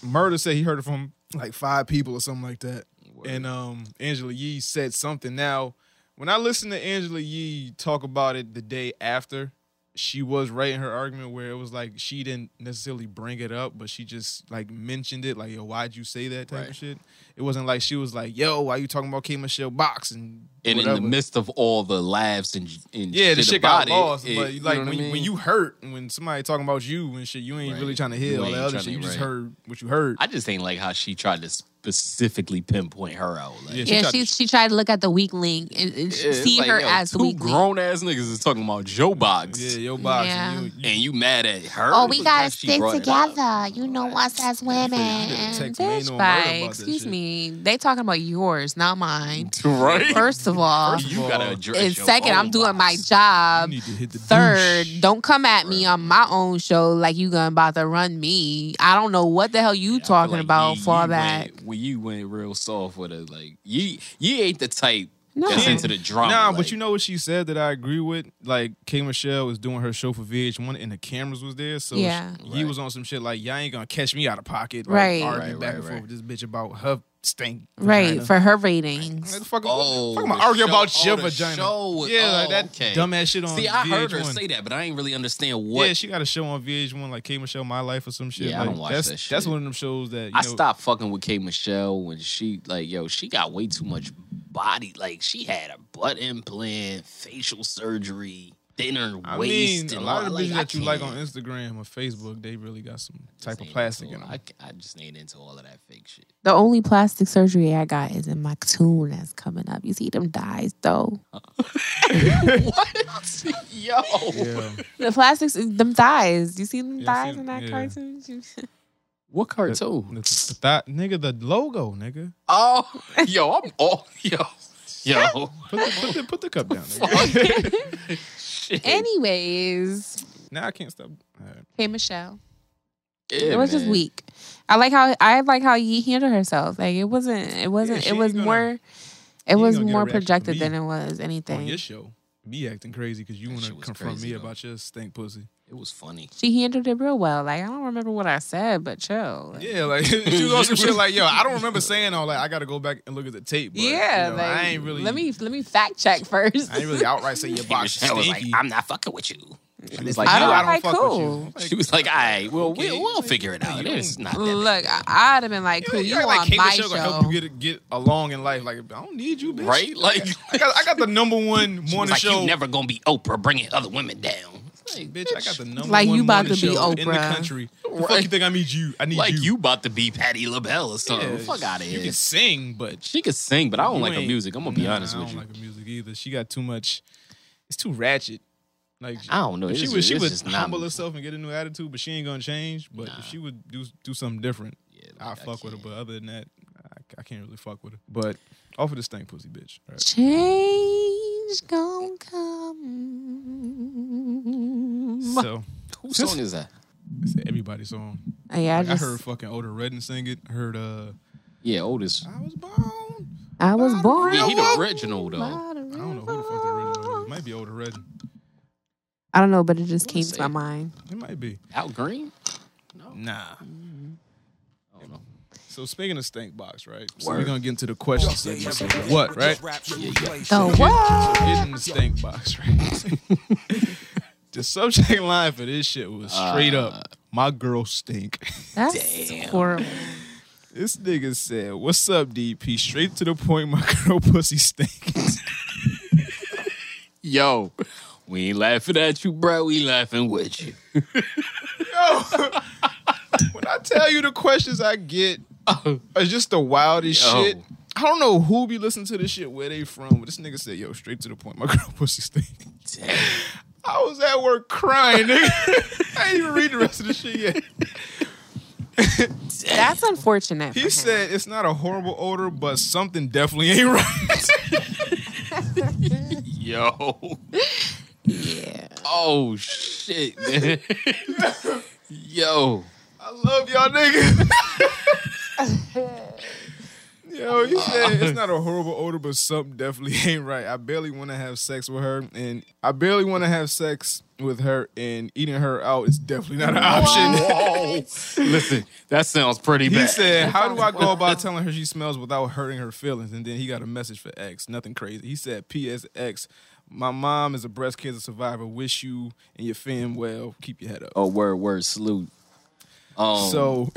S4: Murder said he heard it from like five people or something like that. And um, Angela Yee said something. Now, when I listened to Angela Yee talk about it the day after, she was right in her argument where it was like she didn't necessarily bring it up, but she just like mentioned it, like, yo, why'd you say that type of shit? It wasn't like she was like, yo, why you talking about K Michelle Box and
S5: And in
S4: whatever.
S5: the midst of all the laughs and, and
S4: Yeah, the shit got
S5: about it,
S4: lost.
S5: it-
S4: but
S5: you know
S4: like
S5: what I
S4: when,
S5: mean?
S4: when you hurt and when somebody talking about you and shit, you ain't really trying to hear
S5: You
S4: all
S5: ain't
S4: that other
S5: tryna-
S4: shit. You just
S5: right.
S4: heard what you heard.
S5: I just ain't like how she tried to specifically pinpoint her out. Like,
S6: Yeah, she she tried to look at the weak link and, and
S5: Yeah, it's
S6: see
S5: like,
S6: her
S5: yo,
S6: as the
S5: two
S6: weak
S5: grown ass niggas is talking about Joe Box. Yeah,
S4: yo
S6: Box, and Yeah.
S5: you, mad at her?
S6: Oh, we gotta
S5: Because she
S6: stick
S5: brought it up.
S6: together. You know us as women.
S5: text Manuel
S6: Bitch,
S5: Murder
S6: bye.
S5: about this
S6: Excuse me. They talking about yours, not mine.
S5: Right?
S6: First of all,
S5: First of You gotta all, address
S6: And
S5: your
S6: second, I'm
S5: own
S6: doing my job. Third, don't come at me on my own show like you gonna about to run me. I don't know what the hell you talking about. Fall back.
S5: When you went real soft with it, like you, you ain't the type
S6: No.
S5: that's into the drama.
S4: Nah,
S5: like,
S4: but you know what she said that I agree with. Like K Michelle was doing her show for VH1 and the cameras was there, so
S6: Yeah.
S4: he was on some shit like y'all ain't gonna catch me out of pocket, like,
S6: Right.
S4: Arguing
S6: Right,
S4: back
S6: right,
S4: and forth with this bitch about her stink,
S6: Right
S4: vagina.
S6: for her ratings.
S4: Fuck,
S5: oh,
S4: fuck am I
S5: the
S4: arguing
S5: show-
S4: about
S5: oh,
S4: your
S5: the
S4: vagina?
S5: show was-
S4: yeah,
S5: oh,
S4: like that
S5: okay.
S4: dumbass shit on.
S5: See, I heard her
S4: VH1.
S5: say that, but I ain't really understand what.
S4: Yeah, she got a show on VH1 like K Michelle My Life or some shit.
S5: Yeah, I
S4: like,
S5: don't watch
S4: that's,
S5: that shit.
S4: That's one of them shows that you
S5: I
S4: know,
S5: stopped fucking with K Michelle when she like yo, she got way too much body. Like she had a butt implant, facial surgery, thinner
S4: I
S5: waist.
S4: mean, a
S5: and
S4: lot
S5: all-
S4: of the bitches
S5: I
S4: that you like
S5: can't.
S4: on Instagram or Facebook, they really got some type of
S5: ain't
S4: plastic in
S5: into
S4: them.
S5: I, I just ain't into all of that fake shit.
S6: The only plastic surgery I got is in my tune that's coming up. You see them dyes though.
S5: what? Yo.
S6: The plastics, them thighs. You see them
S4: I
S6: thighs
S4: see
S6: in that
S4: yeah.
S6: cartoon?
S5: What cartoon?
S4: The, the thigh- nigga, the logo, nigga.
S5: Oh, yo, I'm all yo, yo.
S4: Put the, put the, put the cup down.
S6: Anyways,
S4: Now I can't stop.
S6: hey Michelle,
S4: Yeah,
S6: it was just
S4: man.
S6: weak. I like how I like how Yee handled herself. Like it wasn't. It wasn't.
S4: she
S6: it was
S4: ain't gonna-
S6: more.
S4: ain't
S6: It was
S4: gonna get a
S6: more
S4: reaction from me
S6: projected
S4: Oh,
S6: than it was
S4: On
S6: anything.
S4: your show, me acting crazy because you want to confront
S5: crazy,
S4: me
S5: though.
S4: about your stink pussy.
S5: It was funny.
S6: She handled it real well. Like I don't remember what I said, but chill.
S4: Yeah, like she was on some shit like, yo, I don't remember saying all that. I gotta go back and look at the tape. But,
S6: yeah,
S4: you know,
S6: like,
S4: I ain't really.
S6: Let me let me fact check first.
S4: I ain't really outright say your box.
S5: I was like, I'm not fucking with you. She was like, no, I don't fuck with you. She was like, all right, well, we'll, we'll figure it out. It's not that
S6: Look, I, I'd have been like, cool,
S4: you
S6: you
S4: act like
S6: on
S4: cable
S6: my
S4: show
S6: show.
S4: gonna help you get get along in life. Like I don't need you, bitch.
S5: Right? Like-
S4: I got, I got the number one
S5: She was
S4: morning
S5: like,
S4: show.
S5: You never gonna be Oprah bringing other women down.
S4: Like, bitch, I got the number
S6: Like,
S4: one
S6: you about
S4: morning
S6: to be
S4: show in the
S6: Oprah.
S4: country. The fuck you think I need you? I need
S5: like
S4: you.
S5: you about to be Patty LaBelle or something.
S4: Yeah,
S5: Fuck out of here.
S4: You can sing, but
S5: she can sing, but I don't
S4: You
S5: like her
S4: ain't-
S5: music. I'm gonna be
S4: Nah,
S5: honest
S4: I
S5: with
S4: don't
S5: you.
S4: like her music either. She got too much. It's too ratchet. Like
S5: I don't know.
S4: if She
S5: It's-
S4: would she
S5: it's
S4: would
S5: just not-
S4: humble herself and get a new attitude, but she ain't gonna change. But if she would do do something different, I fuck with her. But other than that, I, I can't really fuck with her. But off of this thing, pussy bitch. All right.
S6: Change gon' come.
S4: So
S5: whose song is that?
S4: It's everybody's song.
S6: Oh, yeah, I
S4: Like, I,
S6: just-
S4: heard fucking Oda Redden sing it. I heard uh
S5: Yeah, Otis. I
S4: was
S6: I was born.
S5: Yeah, he the original though.
S4: I don't know who the fuck the original is. It might be Oda Redden.
S6: I don't know, but it just came to my mind.
S4: It might be.
S5: Al Green?
S4: Nah. So speaking of stink box, right? So
S5: Word.
S4: we're gonna get into the question segment. So the what, right?
S6: The
S4: So get-
S6: what?
S4: So get in the stink box, right? the subject line for this shit was straight up, my girl stink.
S6: That's horrible.
S4: This nigga said, "What's up, DP? Straight to the point. My girl pussy stink."
S5: Yo, we ain't laughing at you, bro. We laughing with you.
S4: Yo, when I tell you the questions I get are just the wildest
S5: Yo.
S4: shit. I don't know who be listening to this shit, where they from, but this nigga said, "Yo, straight to the point. My girl pussy stink." I was at work crying. Nigga. I ain't even read the rest of the shit yet.
S6: That's unfortunate.
S4: He said it's not a horrible odor, but something definitely ain't right.
S5: Yo. yeah. Oh shit, man. Yo.
S4: I love y'all niggas. Yo, he said it's not a horrible odor, but something definitely ain't right. I barely want to have sex with her, and I barely want to have sex with her, and eating her out is definitely not an option.
S5: Listen, that sounds pretty
S4: he
S5: bad.
S4: said, "How do I go about telling her she smells without hurting her feelings?" And then he got a message for X. Nothing crazy. He said, "P.S. X, my mom is a breast cancer survivor. Wish you and your fam well. Keep your head up."
S5: Oh, word, word, salute. Um,
S4: So,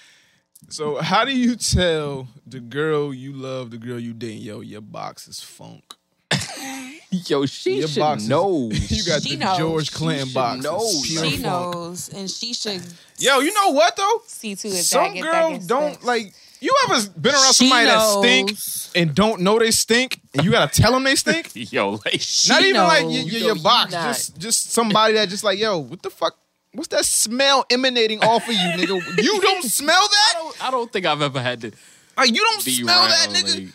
S4: so how do you tell the girl you love, the girl you dating, yo, your box is funk?
S5: yo, she
S4: Your
S5: should
S4: box is-
S5: know.
S4: You got
S6: She
S4: the
S6: knows.
S4: George
S6: She
S4: Clinton
S5: should
S4: box.
S5: know.
S4: It's pure
S6: she
S4: funk.
S6: knows, and she should
S4: Yo, you know what though?
S6: see to it. that
S4: Some
S6: get- that
S4: girls
S6: gets
S4: don't
S6: fixed.
S4: like. You ever been around
S6: She
S4: somebody
S6: knows.
S4: that stink and don't know they stink, and you gotta tell them they stink?
S5: Yo, like she
S4: Not even like your,
S5: knows.
S4: your,
S5: Yo,
S4: your
S5: you
S4: box,
S5: not-
S4: just just somebody that just like, yo, what the fuck? What's that smell emanating off of you, nigga? You don't smell that?
S5: I don't think I've ever had to.
S4: Like, you don't
S5: be
S4: smell
S5: around,
S4: that, nigga.
S5: like,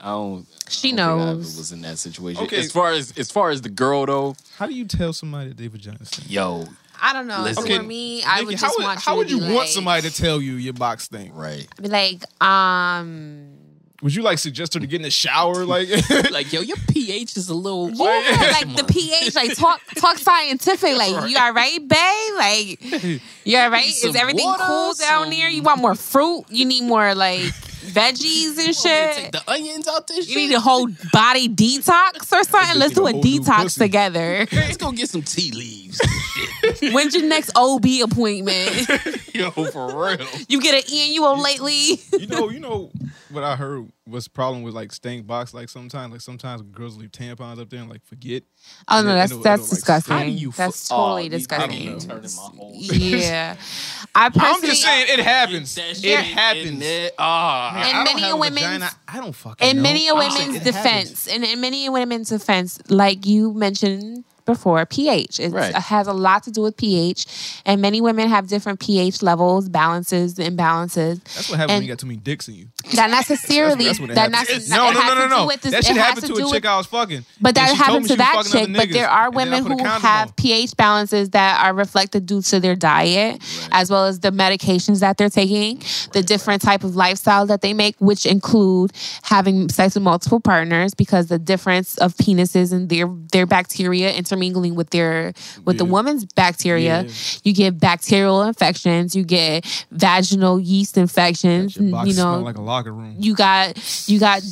S5: I don't.
S6: She
S5: I don't think I ever
S6: knows.
S5: was in that situation.
S4: Okay.
S5: As far as as far as the girl though,
S4: How do you tell somebody that they vagina stink?
S5: yo,
S6: I don't know.
S5: Listen.
S6: For me, I
S4: Nikki,
S6: would
S4: how
S6: just want.
S4: how
S6: you
S4: would
S6: to
S4: you
S6: be
S4: want
S6: like-
S4: somebody to tell you your box stink?
S5: right?
S6: Be like, um,
S4: Would you like suggest her to get in the shower? Like,
S5: Like yo, your pH is a little.
S6: yeah, like the pH, like talk, talk scientific. Like, you all right, babe? Like, you all right?
S5: Some
S6: Is everything
S5: water,
S6: cool down there? You want more fruit? You need more like veggies and
S5: Take
S6: shit.
S5: the onions out this
S6: You
S5: shit.
S6: need a whole body detox or something. Let's do a
S5: whole new
S6: detox
S5: pussy.
S6: together.
S5: Let's go get some tea leaves.
S6: When's your next OB appointment?
S5: yo, for real.
S6: You get an E annual lately.
S4: you know, you know what I heard was problem with like stink box. Like sometimes, like sometimes girls leave tampons up there and like forget.
S6: Oh
S4: And
S6: no,
S4: it-
S6: that's
S4: it'll-
S6: that's
S4: it'll, like,
S6: disgusting.
S4: stink.
S6: that's
S5: oh,
S6: totally
S5: you-
S4: I
S6: disgusting.
S4: don't know.
S6: Yeah, I
S4: I'm
S6: personally.
S4: just saying it happens.
S5: That
S4: It
S5: shit in
S4: happens.
S5: there. Ah,
S6: And
S4: I don't
S6: many
S4: have a
S6: women's-
S4: vagina. I don't fucking.
S6: in
S4: know.
S6: many a
S4: I'm saying
S6: women's
S4: it happens.
S6: defense, and in many a women's defense, like you mentioned before, pH it
S5: Right.
S6: uh, has a lot to do with pH, and many women have different pH levels, balances, imbalances.
S4: That's what happens when
S6: And
S4: you got too many dicks in you.
S6: Not necessarily.
S4: That's what it
S6: that
S4: happens.
S6: necess-
S4: no,
S6: it
S4: no,
S6: has
S4: no, no,
S6: to do
S4: no.
S6: with this-
S4: that shit
S6: it has
S4: happened
S6: to
S4: to
S6: do
S4: a
S6: with-
S4: chick I was fucking.
S6: But
S4: and
S6: that
S4: she told
S6: happened
S4: me
S6: to
S4: she was
S6: that
S4: fucking other
S6: chick. But
S4: niggas.
S6: there are
S4: And then I
S6: women
S4: put a
S6: who
S4: condom
S6: have
S4: on.
S6: pH balances that are reflected due to their diet, as well as the medications that they're taking, the different type of lifestyle that they make, which include having sex with multiple partners because the difference of penises and their their bacteria interacting intermingling with their with the
S16: Yeah.
S6: woman's bacteria.
S16: Yeah.
S6: You get bacterial infections. You get vaginal yeast infections.
S4: Box
S6: Mm, You know,
S4: smell like a locker room.
S6: you got you got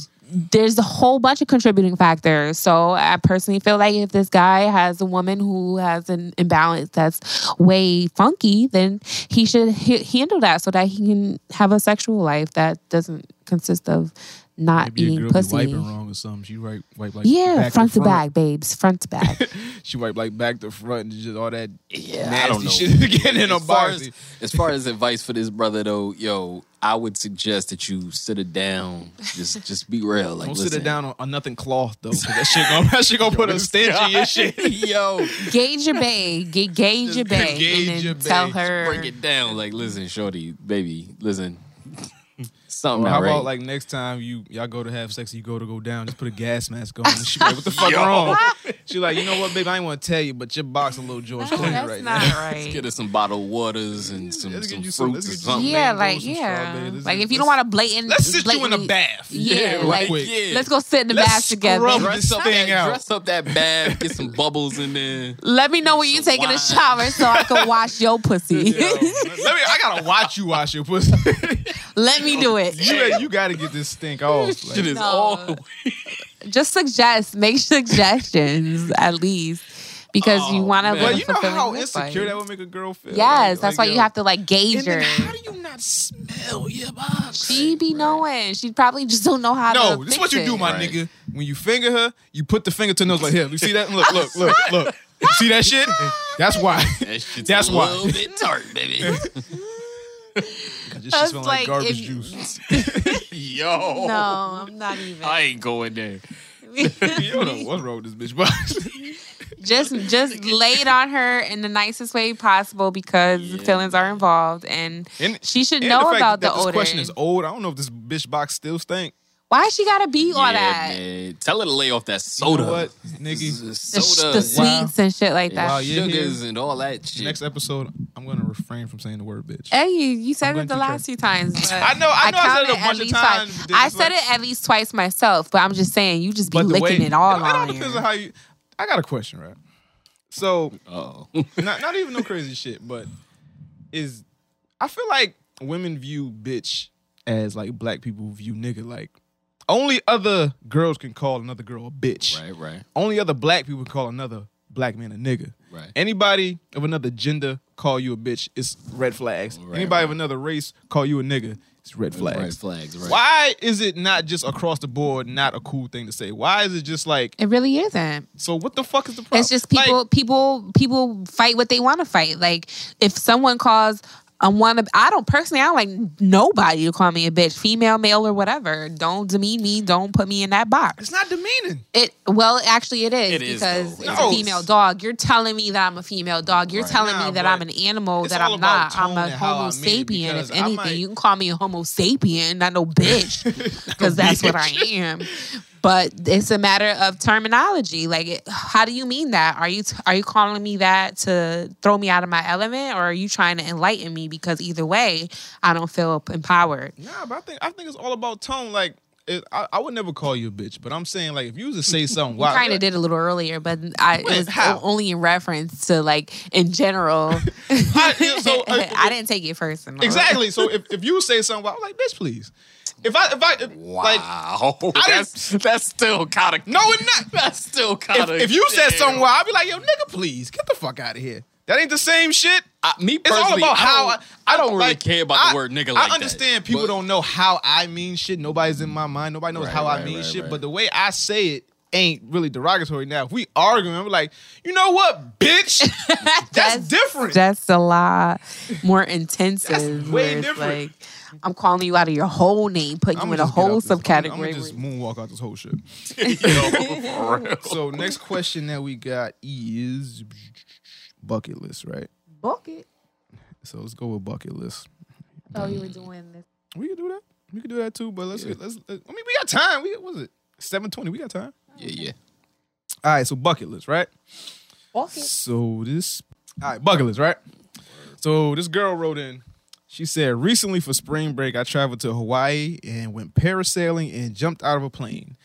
S6: there's a whole bunch of contributing factors. So I personally feel like if this guy has a woman who has an imbalance that's way funky, then he should h- handle that so that he can have a sexual life that doesn't consist of not
S4: Maybe a
S6: eating
S4: girl be
S6: pussy.
S4: wiping wrong or something. She wipe, wipe like
S6: yeah,
S4: back
S6: front to
S4: front.
S6: back, babes, front to back.
S4: She wipe like back to front and just all that yeah,
S5: I
S4: nasty
S5: don't know.
S4: shit getting in her
S5: as far
S4: body.
S5: as, as far as advice for this brother though, yo, I would suggest that you sit it down. Just just be real. Like
S4: Don't
S5: listen.
S4: sit it down on, on nothing cloth though. 'cause That shit gonna, that shit gonna put a stench in your shit.
S5: Yo,
S6: gauge your bae, Ga- gauge your bae, and then tell her.
S5: break it down. Like, listen, shorty, baby, listen.
S4: Or
S5: Something not
S4: how
S5: right.
S4: about like next time you y'all go to have sex, you go to go down, just put a gas mask on. And she like, what the fuck
S5: Yo.
S4: wrong? She like, you know what, babe, I ain't want to tell you, but your box a little George
S6: Oh,
S4: Clooney
S5: that's
S4: right
S5: not
S4: now.
S5: Let's get her some bottled waters and some, some fruits or something.
S6: Yeah, like yeah, like if you don't want to blatant,
S4: let's sit you in a
S6: blatantly-
S4: bath.
S6: Yeah,
S5: Yeah, right
S6: like
S5: quick. Yeah.
S6: let's go sit in the
S5: Let's
S6: bath together.
S5: scrub this thing out. Dress up that bath, get some bubbles in there.
S6: Let me know when you're taking a shower so I can wash your pussy.
S4: Let me, I gotta watch you wash your pussy.
S6: Let me do it.
S4: You, you gotta get this stink off. Like,
S6: Shit is No. all Just suggest, make suggestions at least, because you want to.
S4: But Oh, you know how insecure that would make a girl feel.
S6: Yes,
S4: Like, like,
S6: that's why
S4: yo,
S6: you have to like gauge her.
S4: How do you not smell your box?
S6: She be knowing. She probably just don't know how to.
S4: No, this is
S6: fix
S4: what you do,
S6: it.
S4: my nigga. When you finger her, you put the finger to the nose like here. You see that? Look, look, look, look. You see that shit? That's why. That's
S5: a
S4: why.
S5: little bit tart, baby.
S4: This shit
S6: That's
S4: smell like,
S6: like
S4: garbage
S6: if-
S4: juice.
S5: Yo.
S6: No, I'm not even.
S5: I ain't going there.
S4: you don't know what's wrong with this bitch box.
S6: just just lay it on her in the nicest way possible because feelings are involved and,
S4: And-
S6: she should
S4: and
S6: know
S4: the fact
S6: about
S4: that
S6: the
S4: this
S6: odor.
S4: question is old. I don't know if this bitch box still stink.
S6: Why she gotta be all
S5: Yeah,
S6: that?
S5: man. Tell her to lay off that soda.
S4: what, nigga?
S6: The, sh-
S5: soda.
S6: the sweets and shit like that.
S5: Wow, sugars and all that shit.
S4: Next episode, I'm gonna refrain from saying the word bitch.
S6: Hey, you, you said
S4: I'm
S6: it
S4: going
S6: the
S4: to
S6: last few times. but
S4: I know- I know I said it
S6: counted
S4: a bunch
S6: at
S4: of
S6: least
S4: times,
S6: twice.
S4: but then
S6: I
S4: it's
S6: said
S4: like-
S6: it at least twice myself, but I'm just saying you just be
S4: the
S6: licking
S4: way-
S6: it all
S4: it, all
S6: on
S4: depends
S6: here.
S4: on how you. I got a question, right? So,
S5: Oh,
S4: not not even no crazy shit, but is I feel like women view bitch as like black people view nigga. Like only other girls can call another girl a bitch.
S5: Right, right.
S4: Only other black people call another black man a nigga.
S5: Right.
S4: Anybody of another gender call you a bitch, it's red flags. Anybody of another race call you a nigga, it's red flags.
S5: Red flags, right.
S4: Why is it not just across the board not a cool thing to say? Why is it just like
S6: It really isn't.
S4: so what the fuck is the problem?
S6: It's just people, people, people fight what they want to fight. Like if someone calls, I want to. I don't personally. I don't like nobody to call me a bitch, female, male, or whatever. Don't demean me. Don't put me in that box.
S4: It's not demeaning.
S6: It well, actually, it is
S4: It is,
S6: because
S4: though.
S6: it's
S4: No.
S6: a female dog. You're telling me that I'm a female dog. You're
S4: Right.
S6: telling
S4: Nah,
S6: me that
S4: but
S6: I'm an animal.
S4: it's
S6: That
S4: all
S6: I'm
S4: about
S6: not.
S4: tone
S6: I'm a
S4: and how
S6: Homo
S4: I mean it,
S6: sapien.
S4: because
S6: If
S4: I
S6: anything,
S4: might-
S6: you can call me a Homo sapien, not no bitch, because that's what I am. But it's a matter of terminology. Like, it- how do you mean that? Are you t- are you calling me that to throw me out of my element, or are you trying to enlighten me? Because either way, I don't feel empowered.
S4: Nah, but I think I think it's all about tone. Like it, I, I would never call you a bitch, but I'm saying like if you was to say something
S6: You
S4: wild,
S6: kind of did a little earlier, but I it
S4: Wait,
S6: was
S4: how?
S6: o- only in reference to like in general. I, didn't take it personal.
S4: uh, Exactly. So if, if you say something wild, I'm like bitch, please. If I if I if, like
S5: Wow. that's that's still kind of
S4: no, it's not.
S5: That's still kind of.
S4: if, if you said something wild, I'd be like yo nigga, please get the fuck out of here. That ain't the same shit.
S5: me
S4: it's all
S5: personally,
S4: about
S5: I
S4: how
S5: don't- I don't really care about the word nigga like
S4: I
S5: that,
S4: understand people
S5: but-
S4: don't know how I mean shit. Nobody's in my mind. Nobody knows
S5: Right,
S4: how I
S5: right,
S4: mean
S5: right,
S4: shit.
S5: right.
S4: But the way I say it ain't really derogatory. Now if we arguing, I'm like, you know what, bitch, that's, different.
S6: That's a lot more intensive.
S4: way
S6: where it's
S4: different.
S6: Like, I'm calling you out of your whole name, putting you in a whole
S4: I'm gonna
S6: subcategory.
S4: just moonwalk out this whole shit. so next question that we got is bucket list, right?
S6: Bucket.
S4: So let's go with bucket list.
S6: Oh, you were doing this.
S4: We can do that. We can do that too. But let's let's. I mean, we got time. We what was it seven twenty. We got time.
S5: Yeah, yeah.
S4: All right. So bucket list, right? So this. All right, bucket list, right? So this girl wrote in. She said, recently for spring break, I traveled to Hawaii and went parasailing and jumped out of a plane.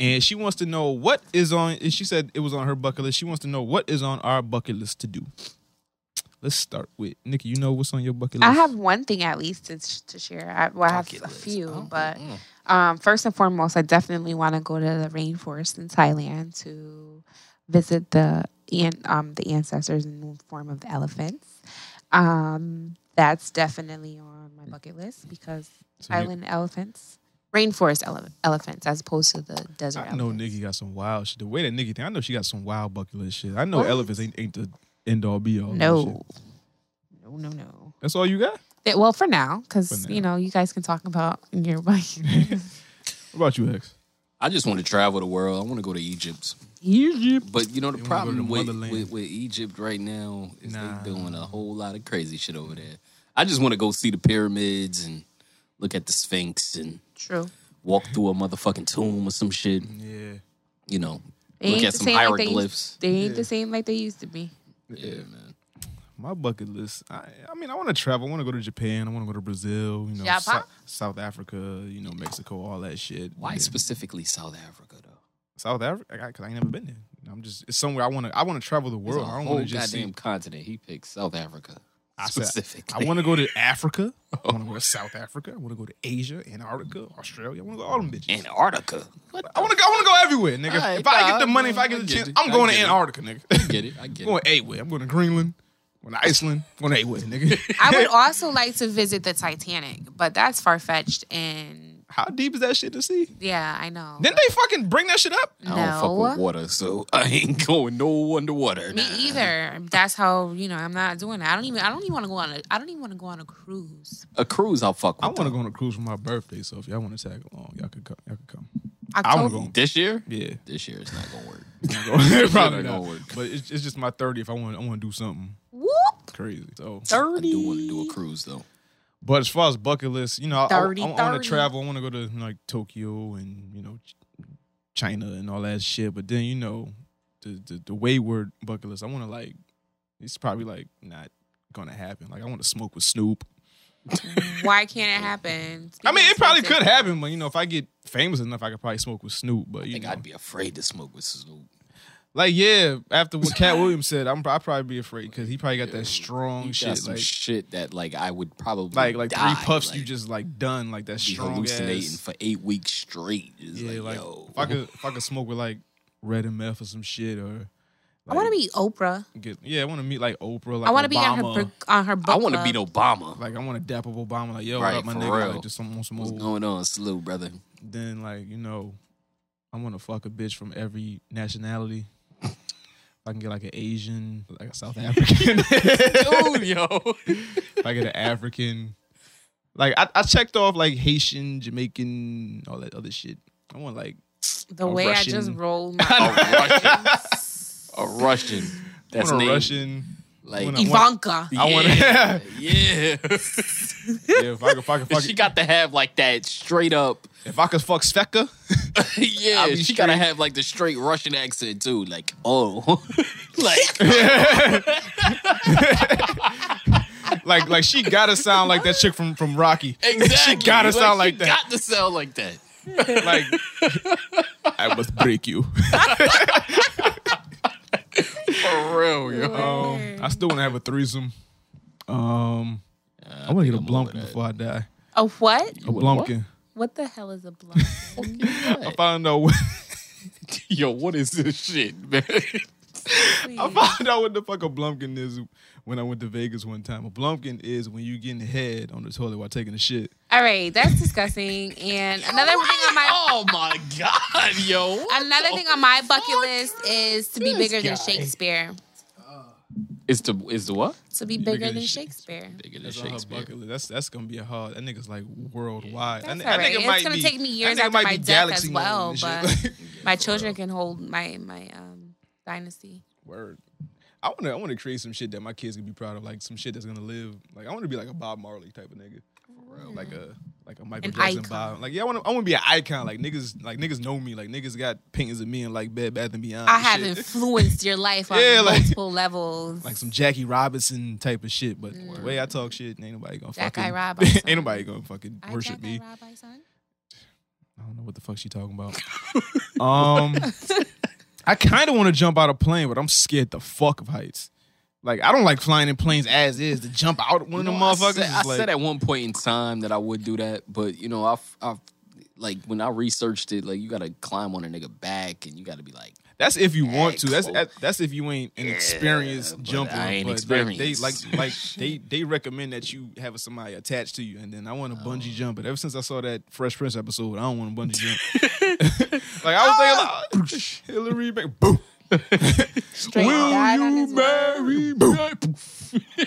S4: And she wants to know what is on, and she said it was on her bucket list. She wants to know what is on our bucket list to do. Let's start with Nikki. You know what's on your bucket list?
S6: I have one thing at least to, sh- to share. I, well, I have a few,
S4: Oh,
S6: but
S4: mm-hmm.
S6: um, first and foremost, I definitely want to go to the rainforest in Thailand to visit the an- um, the ancestors in the form of the elephants. Um, that's definitely on my bucket list because
S4: So you-
S6: island elephants, rainforest ele- elephants, as opposed to the desert.
S4: I know Nikki got some wild shit. The way that Nikki think, I know she got some wild bucket list shit. I know
S6: What?
S4: elephants ain't, ain't the end all be all.
S6: No. No, no, no.
S4: That's all you got?
S6: That- well, for now, because you know, you guys can talk about your bike.
S4: What about you, X?
S5: I just want to travel the world. I want to go to Egypt.
S6: Egypt.
S5: But you know
S4: You wanna
S5: the
S4: go to
S5: problem
S4: the
S5: with,
S4: motherland.
S5: with with Egypt right now is they doing a whole lot of crazy shit over there. I just want to go see the pyramids and look at the Sphinx and
S6: True.
S5: walk through a motherfucking tomb or some shit.
S4: Yeah.
S5: You know,
S6: They
S5: look
S6: ain't
S5: at
S6: the
S5: some
S6: same like they used-
S5: hieroglyphs.
S6: they ain't the same like they used to be.
S5: Yeah, man.
S4: My bucket list. I, I mean, I want to travel. I want to go to Japan. I want to go to Brazil. You know,
S6: Japan?
S4: Sou- South Africa. You know, Mexico. All that shit.
S5: Why
S4: Yeah.
S5: specifically South Africa though?
S4: South Africa? Because I, ain't never been there. You know, I'm just it's somewhere I want to. I want to travel the
S5: There's
S4: world.
S5: a
S4: I don't
S5: whole
S4: want to just
S5: goddamn
S4: see.
S5: continent. He picked South Africa
S4: I said,
S5: specifically.
S4: I want to go to Africa. I want to go to South Africa. I want to go to Asia, Antarctica, Australia. I want to go to all them bitches.
S5: Antarctica.
S4: I want to. I want to go everywhere, nigga.
S5: Alright,
S4: if I
S5: nah,
S4: get the money, if I
S5: I
S4: get the
S5: get
S4: chance,
S5: it.
S4: I'm
S5: I
S4: going to
S5: get it.
S4: Antarctica, nigga.
S5: I get it. I get
S4: I'm going everywhere. I'm going to Greenland. I'm going to Iceland. I'm going to everywhere, nigga.
S6: I would also like to visit the Titanic, but that's far fetched. And
S4: how deep is that shit to see?
S6: Yeah, I know.
S4: Didn't they fucking bring that shit up?
S5: I don't fuck with
S6: No.
S5: water, so I ain't going no underwater.
S6: Me either. That's how you know I'm not doing it. I don't even. I don't even want to go on a. I don't even want to go on a cruise.
S5: A cruise, I'll fuck with.
S4: I want to go on a cruise for my birthday, so if y'all want to tag along, y'all could come. Y'all could come. I want
S6: October.
S4: to go on-
S5: This year?
S4: Yeah,
S5: This year it's not gonna work.
S4: It's probably
S5: It's not
S4: not.
S5: gonna work.
S4: But it's, it's just my thirty. If I want, I want to do something
S6: Whoop.
S4: crazy. So
S5: I do want to do a cruise though.
S4: But as far as bucket list, you know, I,
S5: Thirty,
S4: want
S5: thirty.
S4: to travel. I want to go to like Tokyo and you know Ch- China and all that shit. But then you know the the, the wayward bucket list. I want to like it's probably like not gonna happen. Like I want to smoke with Snoop.
S6: Why can't it happen?
S4: I mean, it probably could happen, but you know, if I get famous enough, I could probably smoke with Snoop. But you think I'd
S5: be afraid to smoke with Snoop.
S4: Like, yeah, after what Cat Williams said, I'm I'd probably be afraid because he probably got that strong
S5: Got
S4: shit,
S5: some
S4: like
S5: shit that like I would probably
S4: like like
S5: die,
S4: three puffs
S5: like,
S4: you just like done, like that
S5: be
S4: strong
S5: hallucinating
S4: ass.
S5: for eight weeks straight. Just
S4: yeah, like
S5: like, yo,
S4: if I could if I could smoke with like Red and Meth or some shit or
S6: I want to be Oprah.
S4: get yeah, I want to meet like Oprah. Like
S6: I want to be on her
S4: Obama.
S6: book- on her book.
S5: wanna
S6: club.
S5: beat Obama.
S4: Like I want to dap up Obama. Like yo, what
S5: Right,
S4: up, my
S5: for
S4: nigga?
S5: real.
S4: Like just some on some
S5: what's
S4: old.
S5: going on, Snoop, brother?
S4: Then like you know, I want to fuck a bitch from every nationality. If I can get like an Asian, like a South African,
S5: dude, yo.
S4: If I get an African, like I, I checked off like Haitian, Jamaican, all that other shit. I want like
S6: The
S4: a
S6: way
S4: Russian.
S6: I just rolled my
S5: A Russian. That's
S4: want a
S5: named
S4: Russian.
S5: Like
S4: I wanna-
S6: Ivanka.
S4: I want.
S5: Yeah.
S4: yeah,
S5: yeah.
S4: if I could, if I could, fuck
S5: she got to have like that straight up.
S4: If I could fuck Sveka,
S5: yeah,
S4: I'll be
S5: she got to
S4: straight.
S5: have like the straight Russian accent too. Like, oh, like
S4: like like she gotta sound like that chick from from Rocky.
S5: exactly.
S4: she gotta sound like
S5: she
S4: that.
S5: Got to sound like that.
S4: like I must break you.
S5: For real, yo.
S4: Um, I still want to have a threesome. Um, I want to get a blumpkin before I die.
S6: a what?
S4: A blumpkin.
S6: What the hell is a blumpkin?
S4: I found out. What,
S5: Yo, what is this shit, man?
S4: I found out what the fuck a blumpkin is when I went to Vegas one time. A blumpkin is when you getting head on the toilet while taking a shit.
S6: All right, that's disgusting. And another thing on my
S5: oh my god, yo!
S6: another thing on my bucket list is to be
S5: This
S6: bigger than
S5: guy.
S6: Shakespeare.
S5: Is the is the what?
S6: To be bigger than Shakespeare.
S5: Bigger than
S4: That's on her
S5: Shakespeare.
S4: bucket list. That's that's gonna be a hard. That nigga's like worldwide.
S6: That's
S4: that, ni-
S6: all right.
S4: that nigga
S6: It's
S4: might
S6: gonna
S4: be-
S6: take me years
S4: that nigga
S6: after
S4: might
S6: my
S4: be
S6: death
S4: Galaxy
S6: as
S4: Man
S6: well,
S4: and shit.
S6: but my children can hold my my um dynasty.
S4: Word. I want to. I want to create some shit that my kids can be proud of, like some shit that's gonna live. Like I want to be like a Bob Marley type of nigga, like a like a Michael
S6: An
S4: Jackson
S6: icon.
S4: vibe. Like yeah, I want to I want to be an icon. Like niggas, like niggas know me. Like niggas got paintings of me and like Bed Bath and Beyond.
S6: I
S4: and
S6: have
S4: Oh, shit.
S6: influenced your life on
S4: Yeah, like-
S6: multiple levels.
S4: like some Jackie Robinson type of shit. But the
S6: Mm.
S4: way I talk shit, ain't nobody gonna
S6: Jack I
S4: fucking
S6: Rob
S4: ain't nobody gonna fucking
S6: I
S4: worship
S6: Jack
S4: me.
S6: I Rob I son.
S4: I don't know what the fuck she talking about. um, I kind of want to jump out of plane, but I'm scared the fuck of heights. Like I don't like flying in planes as is. To jump out of one of them
S5: No, I
S4: motherfuckers,
S5: said- I
S4: is
S5: said,
S4: like,
S5: at one point in time that I would do that, but you know, I've, I've like when I researched it, like you gotta climb on a nigga back and you gotta be like,
S4: That's if you want to. That's
S5: Excellent.
S4: that's if you ain't an
S5: Yeah,
S4: experienced
S5: but
S4: jumper.
S5: I ain't
S4: but like, they
S5: experienced.
S4: like like they they recommend that you have somebody attached to you. And then I want to
S5: Oh.
S4: bungee jump. But ever since I saw that Fresh Prince episode, I don't want to bungee jump. like I was thinking,
S5: Ah!
S4: like, Hillary, Bank- boom.
S6: Straight
S4: Will
S6: died on
S4: you
S6: his
S4: marry me?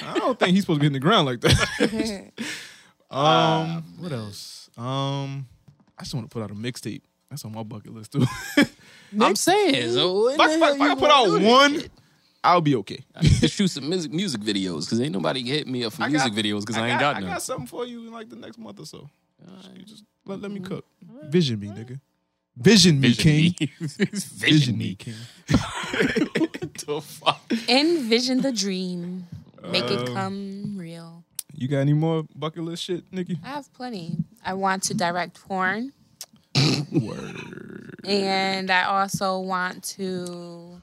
S4: I don't think he's supposed to be in the ground like that. um, what else? Um, I just want to put out a mixtape. That's on my bucket list too.
S5: I'm saying, so
S4: If I- if I- if I could put out one, I'll be okay.
S5: I need to shoot some music music videos because ain't nobody hit me up for
S4: I
S5: music
S4: got-
S5: videos because I, ain't
S4: got,
S5: got,
S4: I
S5: none.
S4: got something for you in like the next month or so. You just let, let me cook. Vision me, nigga. Vision me, king. Vision me, king.
S6: Envision the dream. Make
S4: Um,
S6: it come real.
S4: You got any more bucket list shit, Nikki?
S6: I have plenty. I want to direct porn. And I also want to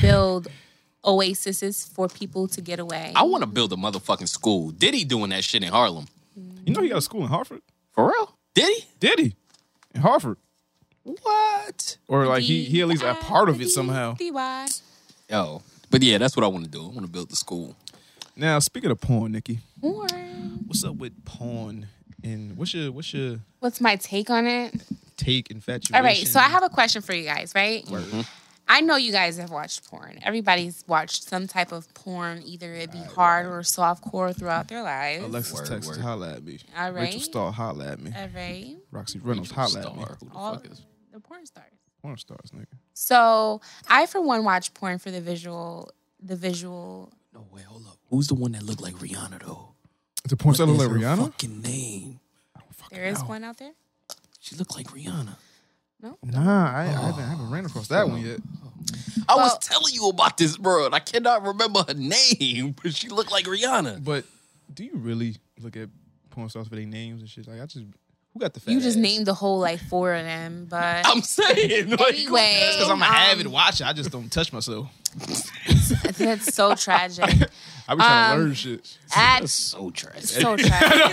S6: build oases for people to get away.
S5: I want to build a motherfucking school. Diddy doing that shit in Harlem
S4: You know he got a school in Hartford.
S5: for real? Did he?
S4: Did he? In Hartford.
S5: What?
S4: Or like he he at least a part of it somehow.
S6: DY.
S5: Yo, but yeah, that's what I want to do. I want to build the school.
S4: Now speaking of porn, Nikki,
S6: Porn.
S4: what's up with porn? And what's your what's your
S6: What's my take on it?
S4: take infatuation?
S6: All right, so I have a question for you guys, right? Mm-hmm. I know you guys have watched porn. Everybody's watched some type of porn, either it be hard or soft core throughout their lives.
S4: Alexis Texas, holla at me.
S6: All right. Uh,
S4: Rachel Starr, holla at me.
S6: All right.
S4: Roxy Reynolds, holla at me.
S6: All the porn stars.
S4: Porn stars, nigga.
S6: So I, for one, watch porn for the visual, the visual
S5: Who's the one that looked like Rihanna though?
S4: The porn star
S5: What
S4: look
S5: is
S4: like
S5: her
S4: Rihanna?
S5: Fucking name.
S6: There is one out there.
S5: She looked like Rihanna.
S4: Nah, I, I, haven't, I haven't ran across that one yet.
S5: I was telling you about this, bro. And I cannot remember her name, but she looked like Rihanna.
S4: But do you really look at porn stars for their names and shit? Like I just who got the fat
S6: You just
S4: ass?
S6: named the whole like four of them, but
S5: I'm saying, like,
S6: anyway,
S4: That's because I'm an
S6: um,
S4: avid watcher. I just don't touch myself.
S6: That's so tragic.
S4: I be trying to
S6: Um,
S4: learn shit.
S6: at-
S5: That's so tragic.
S6: So tragic.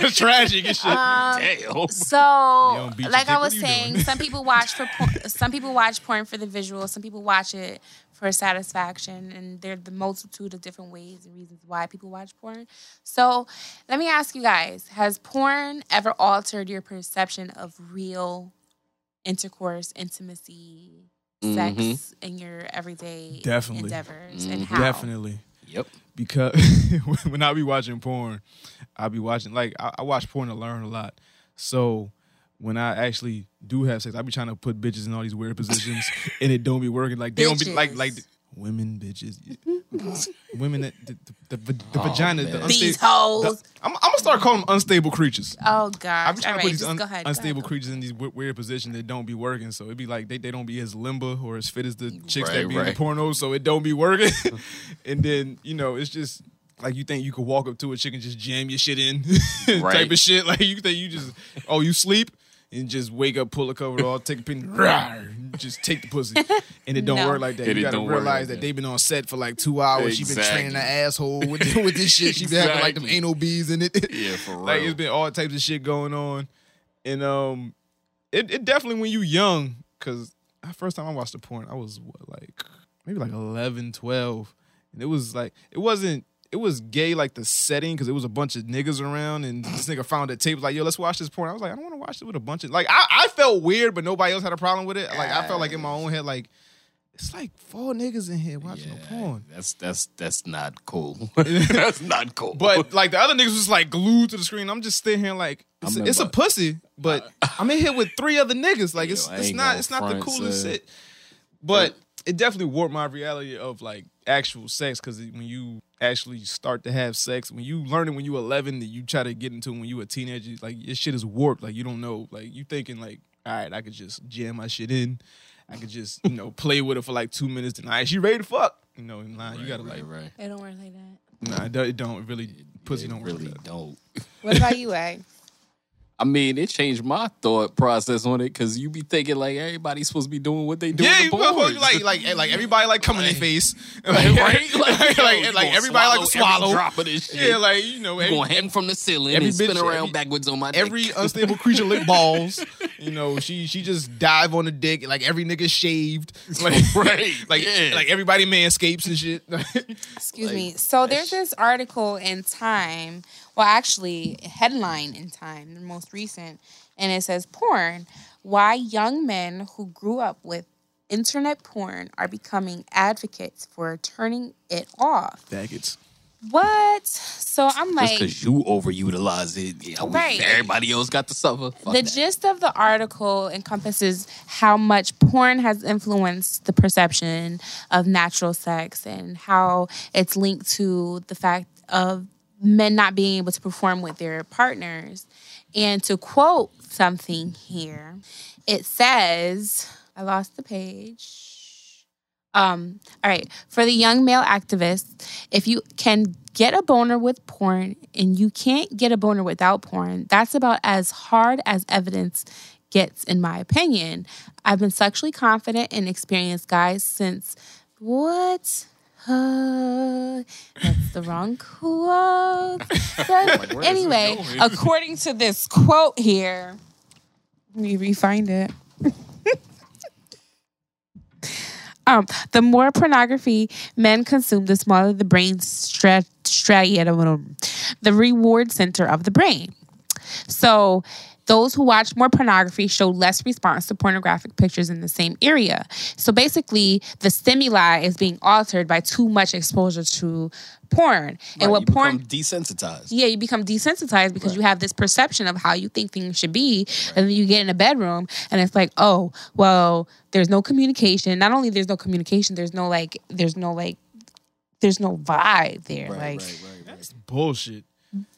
S4: That's tragic and shit.
S6: Um,
S5: Damn.
S6: So,
S4: don't beat your
S6: like
S4: dick,
S6: I
S4: what
S6: was
S4: are you
S6: saying,
S4: doing?
S6: some people watch for por- some people watch porn for the visual, some people watch it for satisfaction, and there are the multitude of different ways and reasons why people watch porn. So, let me ask you guys: Has porn ever altered your perception of real intercourse, intimacy, sex in your everyday
S4: Definitely.
S6: endeavors, and
S5: Mhm.
S6: how?
S4: Definitely.
S5: Yep.
S4: Because when I be watching porn, I be watching like I, I watch porn to learn a lot. So when I actually do have sex, I be trying to put bitches in all these weird positions, and it don't be working. Like they don't be like like
S6: Bitches.
S4: women bitches, women that the, the, the, the vagina. The
S5: man.
S4: unsta-
S6: Oh, These hoes.
S4: the- I'm, I'm gonna start calling them unstable creatures.
S6: Oh
S4: I be
S6: gosh!
S4: trying
S6: All
S4: to
S6: right,
S4: put these
S6: just
S4: un-
S6: go ahead. Go ahead,
S4: unstable
S6: go ahead.
S4: creatures in these w- weird positions that don't be working. So it'd be like they, they don't be as limber or as fit as the chicks
S5: Right,
S4: that be in
S5: right.
S4: the pornos. So it don't be working. and then you know it's just like you think you could walk up to a chick and just jam your shit in type
S5: Right.
S4: of shit. Like you think you just oh you sleep and just wake up, pull a cover off, take a pin, rah, and just take the pussy. And it don't
S6: No.
S4: work like that.
S5: And
S4: you
S5: it
S4: gotta
S5: don't work
S4: realize
S5: like
S4: that,
S5: that.
S4: they've been on set for like two hours. she She been training her
S5: Exactly.
S4: asshole with, with this shit. She been having like them
S5: Exactly.
S4: anal bees in it.
S5: Yeah, for real.
S4: Like it's been all types of shit going on, and um, it, it definitely when you young, cause the first time I watched the porn, I was what, like maybe like 11, 12. and it was like it wasn't. It was gay, like the setting, because it was a bunch of niggas around, and this nigga found a tape, was like, yo, let's watch this porn. I was like, I don't want to watch it with a bunch of, like, I, I felt weird, but nobody else had a problem with it. Like, I felt like in my own head, like, it's like four niggas in here watching a porn.
S5: That's that's that's not cool. that's not cool.
S4: But like the other niggas was like glued to the screen. I'm just sitting here like it's,
S5: I'm
S4: a,
S5: in
S4: it's a
S5: my-
S4: pussy, but I'm in here with three other niggas. Like it's
S5: Yo, I
S4: it's
S5: ain't
S4: not
S5: gonna
S4: it's not the
S5: front,
S4: coolest
S5: son.
S4: shit. But it definitely warped my reality of like actual sex because when you actually start to have sex when you learn it when you 11 that you try to get into it when you a teenager like your shit is warped like you don't know like you thinking like all right i could just jam my shit in i could just you know play with it for like two minutes and all right she ready to fuck you know and nah, you gotta like right
S6: It don't work like that.
S4: nah it don't, it don't it really pussy don't really
S5: don't
S6: What about you, A?
S5: I mean, it changed my thought process on it because you be thinking like everybody's supposed to be doing what they do.
S4: Yeah,
S5: with
S4: you
S5: the
S4: go-
S5: boys.
S4: like like like everybody like coming in their face,
S5: Like, right?
S4: Like
S5: Like,
S4: like,
S5: yo,
S4: like,
S5: you gonna
S4: everybody like to
S5: swallow every
S4: swallow.
S5: drop of this shit.
S4: Yeah, like you know,
S5: You gonna hang from the ceiling and spin around backwards on my dick.
S4: Every unstable creature lick balls. You know, she she just dive on the dick. Like every nigga shaved. Like
S5: Right,
S4: Like
S5: yeah.
S4: like everybody manscapes and shit.
S6: Excuse me. So there's this article in Time, well, actually, headline in Time, the most recent, and it says porn. Why young men who grew up with internet porn are becoming advocates for turning it off.
S4: Faggots.
S6: What? So I'm
S5: Just
S6: like,
S5: because you overutilize it, yeah, we-
S6: Right.
S5: everybody else got to suffer. Fuck
S6: the
S5: that.
S6: gist of the article encompasses how much porn has influenced the perception of natural sex and how it's linked to the fact of men not being able to perform with their partners. And to quote something here, it says, I lost the page. Um, all right, for the young male activists, if you can get a boner with porn and you can't get a boner without porn, that's about as hard as evidence gets, in my opinion. I've been sexually confident and experienced guys since what? Uh, that's the wrong quote. But
S17: where is this
S6: anyway,
S17: going?
S6: according to this quote here, let me refind it. Um, the more pornography men consume, the smaller the brain stra- striatum, the reward center of the brain. So, those who watch more pornography show less response to pornographic pictures in the same area. So basically, the stimuli is being altered by too much exposure to porn.
S5: Right,
S6: and what
S5: you
S6: porn
S5: become desensitized.
S6: yeah, you become desensitized because you have this perception of how you think things should be. And then you get in a bedroom and it's like, oh, well, there's no communication. Not only there's no communication, there's no like, there's no like, there's no vibe there. like,
S4: That's bullshit.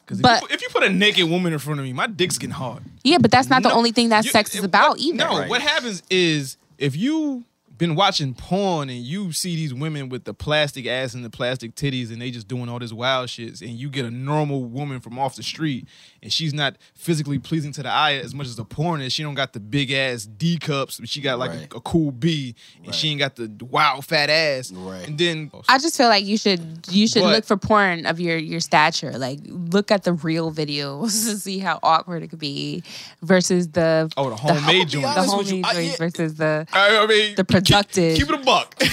S4: Because if,
S6: But-
S4: you put- if you put a naked woman in front of me, my dick's getting hard.
S6: yeah, but that's not the
S4: No,
S6: only thing that
S4: you-
S6: sex is about either.
S4: No, what happens is if you been watching porn and you see these women with the plastic ass and the plastic titties and they just doing all this wild shits and you get a normal woman from off the street and she's not physically pleasing to the eye as much as the porn is she don't got the big ass D cups but she got like a, a cool B and she ain't got the wild fat ass right. and then
S6: I just feel like you should you should
S4: But-
S6: look for porn of your your stature. Like look at the real videos to see how awkward it could be versus the
S4: Oh, the homemade
S6: the,
S4: joints.
S6: the
S4: I'ma be honest with you,
S6: homemade
S4: I-
S6: joints versus the
S4: I, I mean
S6: the productive.
S4: keep it a buck keep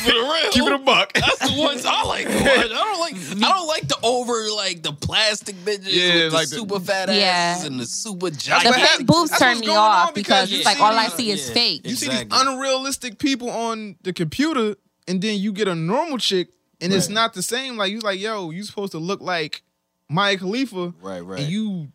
S4: it a buck
S5: That's the ones I like. the ones- I don't like. I don't like the over like the plastic bitches
S4: Yeah,
S5: with
S4: like
S5: the
S4: the-
S5: super fat
S6: Yeah.
S5: asses and the super
S6: the
S5: giant.
S6: big boobs turn me off because it's like all I see is fake.
S4: You see these unrealistic people on the computer, and then you get a normal chick, and it's not the same. Like you like, yo, you supposed to look like Maya Khalifa, right? Right. And you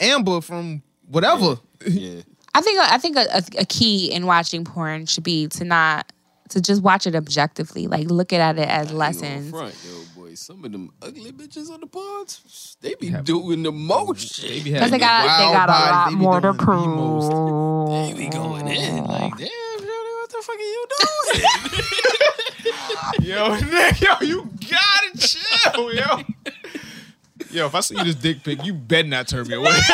S4: Amber from whatever.
S5: Yeah.
S6: I think I think a, a, a key in watching porn should be to not to just watch it objectively. Like look at it as lessons.
S5: Front, yo, boy. Some of them ugly bitches on the pods, they be doing the most shit. They
S6: Because they got they got a lot more to prove.
S5: They be going in like, damn,
S4: Yo, nigga, yo, you gotta chill, yo. Yo, if I see you this dick pic, you better not turn me away.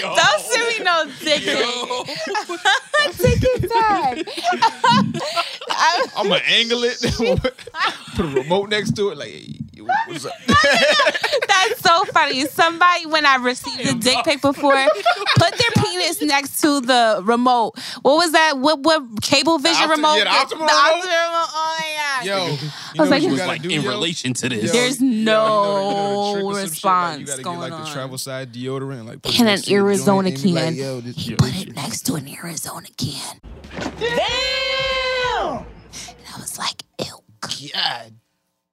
S6: Don't send me no dick pic. Take it back.
S4: I'ma angle it, put a remote next to it. Like, hey, what's up?
S6: That's so funny. Somebody, when I received a dick pic before, put their penis next to the remote. What was that? What what cable vision
S5: Opti-
S6: remote?
S5: yeah, the Optima
S6: The
S5: remote?
S6: Optima remote. Oh my god.
S5: Yo, you
S6: I was
S5: know
S6: like,
S5: what you was like in relation to this.
S6: There's no response going on.
S4: travel side deodorant, like
S6: put it And next an to your joint, Arizona and be like, can.
S4: yo,
S6: yo,
S4: this,
S6: He put it next to an Arizona can. Damn! And I was like, ew.
S5: God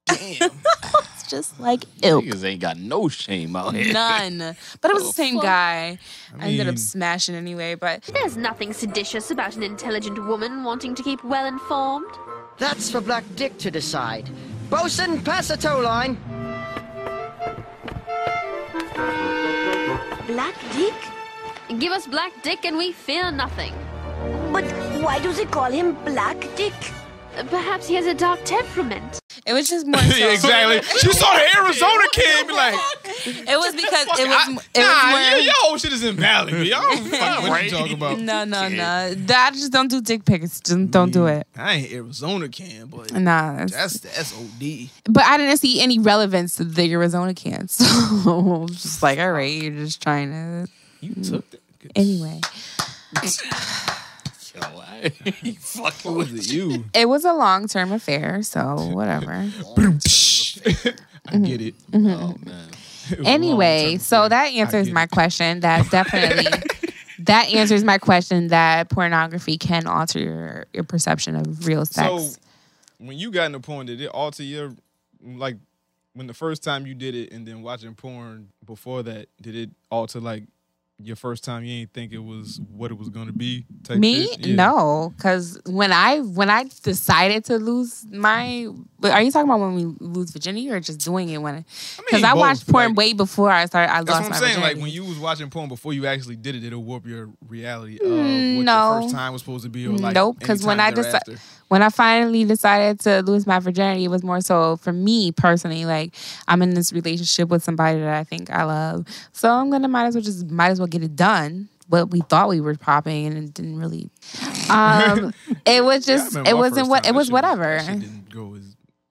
S6: damn. it's just like ew.
S5: Niggas ain't got no shame out here.
S6: None. But it was the same guy. I, ended
S5: mean-
S6: up smashing anyway, but
S16: There's nothing seditious about an intelligent woman wanting to keep well informed.
S18: That's for Black Dick to decide. Bosun, pass the tow line.
S16: Black Dick? Give us Black Dick and we feel nothing. But why do they call him Black Dick? Perhaps he has a dark temperament.
S6: It was just more.
S4: Yeah, exactly. She saw the Arizona kid and be like,
S6: It was because it was.
S4: nah,
S6: It was more,
S4: yeah, your whole shit is invalid. man. Y'all don't fuck what you
S6: Right.
S4: talking about.
S6: No, no, no. That I just don't do dick pics. Just don't do it.
S4: I ain't Arizona can, but
S6: Nah, that's-
S4: that's that's OD.
S6: But I didn't see any relevance to the Arizona can. So I was just like, all right, you're just trying to.
S4: You
S6: Mm.
S4: took that.
S6: Anyway,
S5: you fucking with you.
S6: it was a long term affair, so whatever.
S4: I get it. Oh,
S6: Mhm. Anyway, so that answers
S4: get
S6: my question. That definitely that answers my question that pornography can alter your, your perception of real sex.
S4: So when you got into porn, did it alter your like when the first time you did it and then watching porn before that, did it alter like your first time you ain't think it was what it was gonna be? type
S6: Me?
S4: shit? Yeah.
S6: No, because when I when I decided to lose my, but are you talking about when we lose virginity or just doing it when? Because I,
S4: both,
S6: watched porn way before I started. I
S4: That's
S6: lost
S4: what I'm
S6: my
S4: saying.
S6: virginity.
S4: Like when you was watching porn before you actually did it, it'll warp your reality of
S6: Mm,
S4: what
S6: no.
S4: your first time was supposed to be or like
S6: nope. Because when I
S4: just
S6: decided when I finally decided to lose my virginity, it was more so for me personally. Like I'm in this relationship with somebody that I think I love, so I'm gonna might as well just might as well get it done. What we thought we were popping and it didn't really. Um, it was
S4: Yeah, I
S6: just
S4: remember
S6: it
S4: my
S6: wasn't
S4: first
S6: what
S4: time.
S6: it
S4: That
S6: was
S4: shit-
S6: whatever.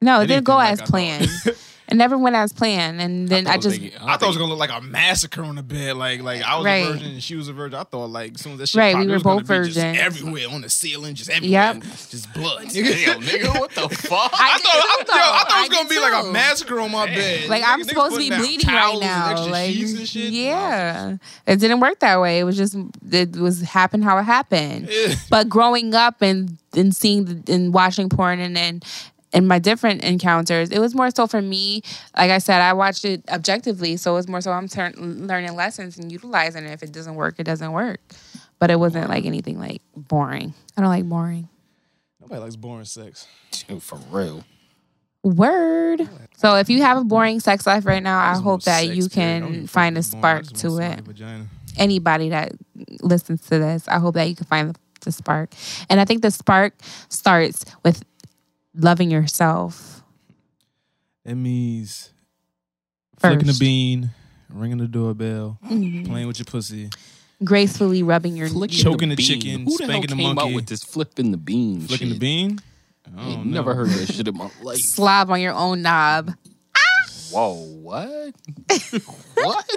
S6: no, it didn't go as planned. it never went as planned, and then I,
S4: I,
S6: just
S4: thought it was gonna look like a massacre on the bed. Like like I was
S6: Right.
S4: a virgin and she was a virgin. I thought like as soon as that shit
S6: Right,
S4: popped,
S6: we
S4: it
S6: were
S4: was gonna
S6: both
S4: be just
S6: virgins.
S4: everywhere on the ceiling, just everywhere, just blood. nigga.
S5: Damn, nigga, what the fuck?
S4: I, thought I,
S6: too,
S4: yo, I thought
S6: I
S4: it was gonna
S6: did
S4: be like
S6: too.
S4: a massacre on my bed.
S6: Like
S4: Nigga,
S6: I'm
S4: niggas
S6: supposed to be
S4: putting down
S6: bleeding right
S4: towels and
S6: now.
S4: extra
S6: Like,
S4: sheets and shit.
S6: yeah, it didn't work that way. It was just it was happened how it happened. but growing up and and seeing the, and watching porn and then. And my different encounters, it was more so for me. Like I said, I watched it objectively, so it was more so I'm turn learning lessons and utilizing it. If it doesn't work, it doesn't work. But it wasn't like anything like boring. I don't like boring.
S4: Nobody likes boring sex.
S5: Dude, for real.
S6: Word. So if you have a boring sex life right now, I hope that you
S4: I don't
S6: can find a spark to it. Anybody that listens to this, I hope that you can find the, the spark. And I think the spark starts with loving yourself.
S4: That means
S6: flicking
S4: flicking
S6: the
S4: the
S6: First.
S4: bean, ringing the doorbell,
S6: Mhm.
S4: playing with your pussy,
S6: Gracefully rubbing your
S4: choking the, chicken,
S5: Who the hell
S4: spanking the
S5: came out
S4: monkey.
S5: with this flipping the bean?
S4: Flicking the
S5: shit?
S4: bean?
S5: I ain't never heard that shit in my life.
S6: slob on your own knob.
S5: Whoa, what? what?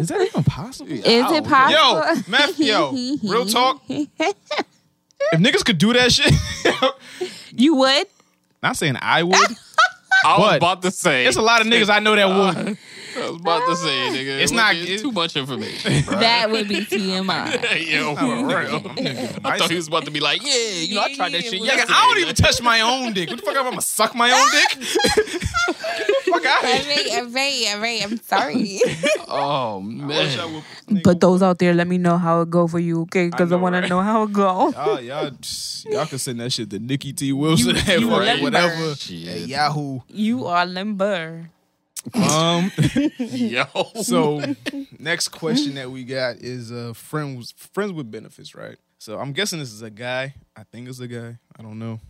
S5: Is
S4: that even possible?
S6: Is it possible?
S4: Yo, Math, yo, real talk. If niggas could do that shit,
S6: you would.
S4: Not saying I would.
S5: I was
S4: but
S5: about to say.
S4: It's a lot of niggas I know that would.
S5: I was about to say, nigga.
S4: It's
S5: it
S4: not-
S5: was- it's too much information. bro.
S6: That would be TMI.
S5: Yo, for real. I thought he was about to be like, yeah, you know, I tried that shit
S4: Yeah,
S5: yesterday.
S4: I don't even touch my own dick. What the fuck? I'm gonna suck my own dick? fuck out
S6: All right, all right, all right. I'm sorry.
S5: Oh man.
S6: But those out there, let me know how it go for you, okay? Because I, want to know how it go.
S4: Y'all, y'all, y'all can send that shit to Nikki T. Wilson
S6: You-
S4: at
S6: you
S4: right,
S6: remember.
S4: whatever. At Yahoo.
S6: You are limber.
S4: Um,
S5: yo.
S4: So, next question that we got is uh, friends friends with benefits, right? So I'm guessing this is a guy. I think it's a guy. I don't know.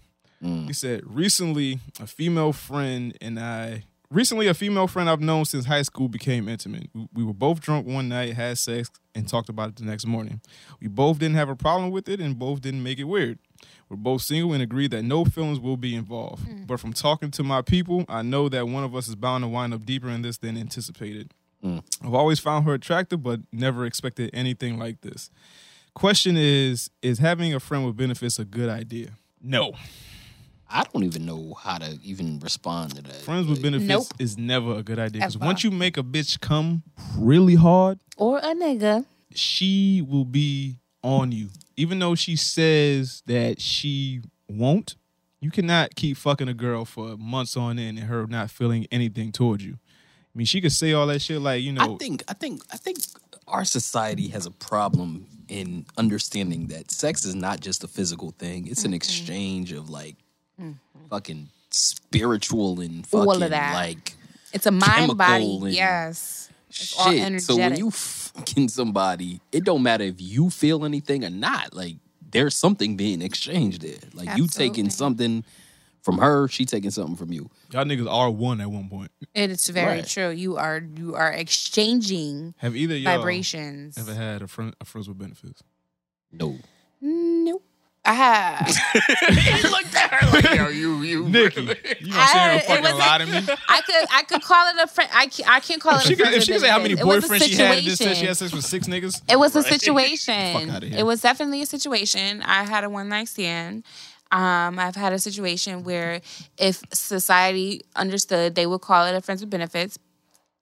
S4: He said recently a female friend and I recently a female friend I've known since high school became intimate. We- We were both drunk one night, had sex, and talked about it the next morning. We both didn't have a problem with it, and both didn't make it weird. We're both single and agree that no feelings will be involved. But from talking to my people, I know that one of us is bound to wind up deeper in this than anticipated. I've always found her attractive, but never expected anything like this. Question is Is having a friend with benefits a good idea? No.
S5: I don't even know how to even respond to that.
S4: Friends with benefits
S6: Nope.
S4: is never a good idea. Because
S6: Ever.
S4: once you make a bitch come really hard,
S6: Or a nigga.
S4: she will be on you. Even though she says that she won't, you cannot keep fucking a girl for months on end and her not feeling anything towards you. I mean, she could say all that shit like, you know,
S5: I think I think I think our society has a problem in
S6: Mm-hmm.
S5: understanding that sex is not just a physical thing. It's an exchange of like fucking spiritual and fucking
S6: All of that.
S5: like
S6: It's a mind body.
S5: chemical and
S6: Yes. It's all
S5: shit. So when
S6: energetic.
S5: you fucking somebody, it don't matter if you feel anything or not. Like there's something being exchanged there. Like you taking something from her, she taking something from you.
S4: Y'all niggas are one at one point.
S6: And it's very
S4: Right.
S6: true. You are you are exchanging
S4: Have either of y'all
S6: vibrations.
S4: ever had a friend a friends with benefits?
S5: No.
S6: Nope. I have.
S5: looked at her like, yo, you, you,
S4: Nikki. You gonna sit here
S6: I-
S4: and
S6: it
S4: fucking
S6: wasn't-
S4: lie to me?
S6: I could I could call it a friend. I can, I can call
S4: if
S6: it.
S4: she
S6: a friend
S4: could, if she could say how many
S6: benefit. It was a
S4: boyfriends she had and just said she
S6: situation.
S4: had sex with six niggas,
S6: It was a
S4: Right. Fuck
S6: situation.
S4: outta here.
S6: It was definitely a situation. I had a one night stand. Um, I've had a situation where if society understood, they would call it a friends with benefits.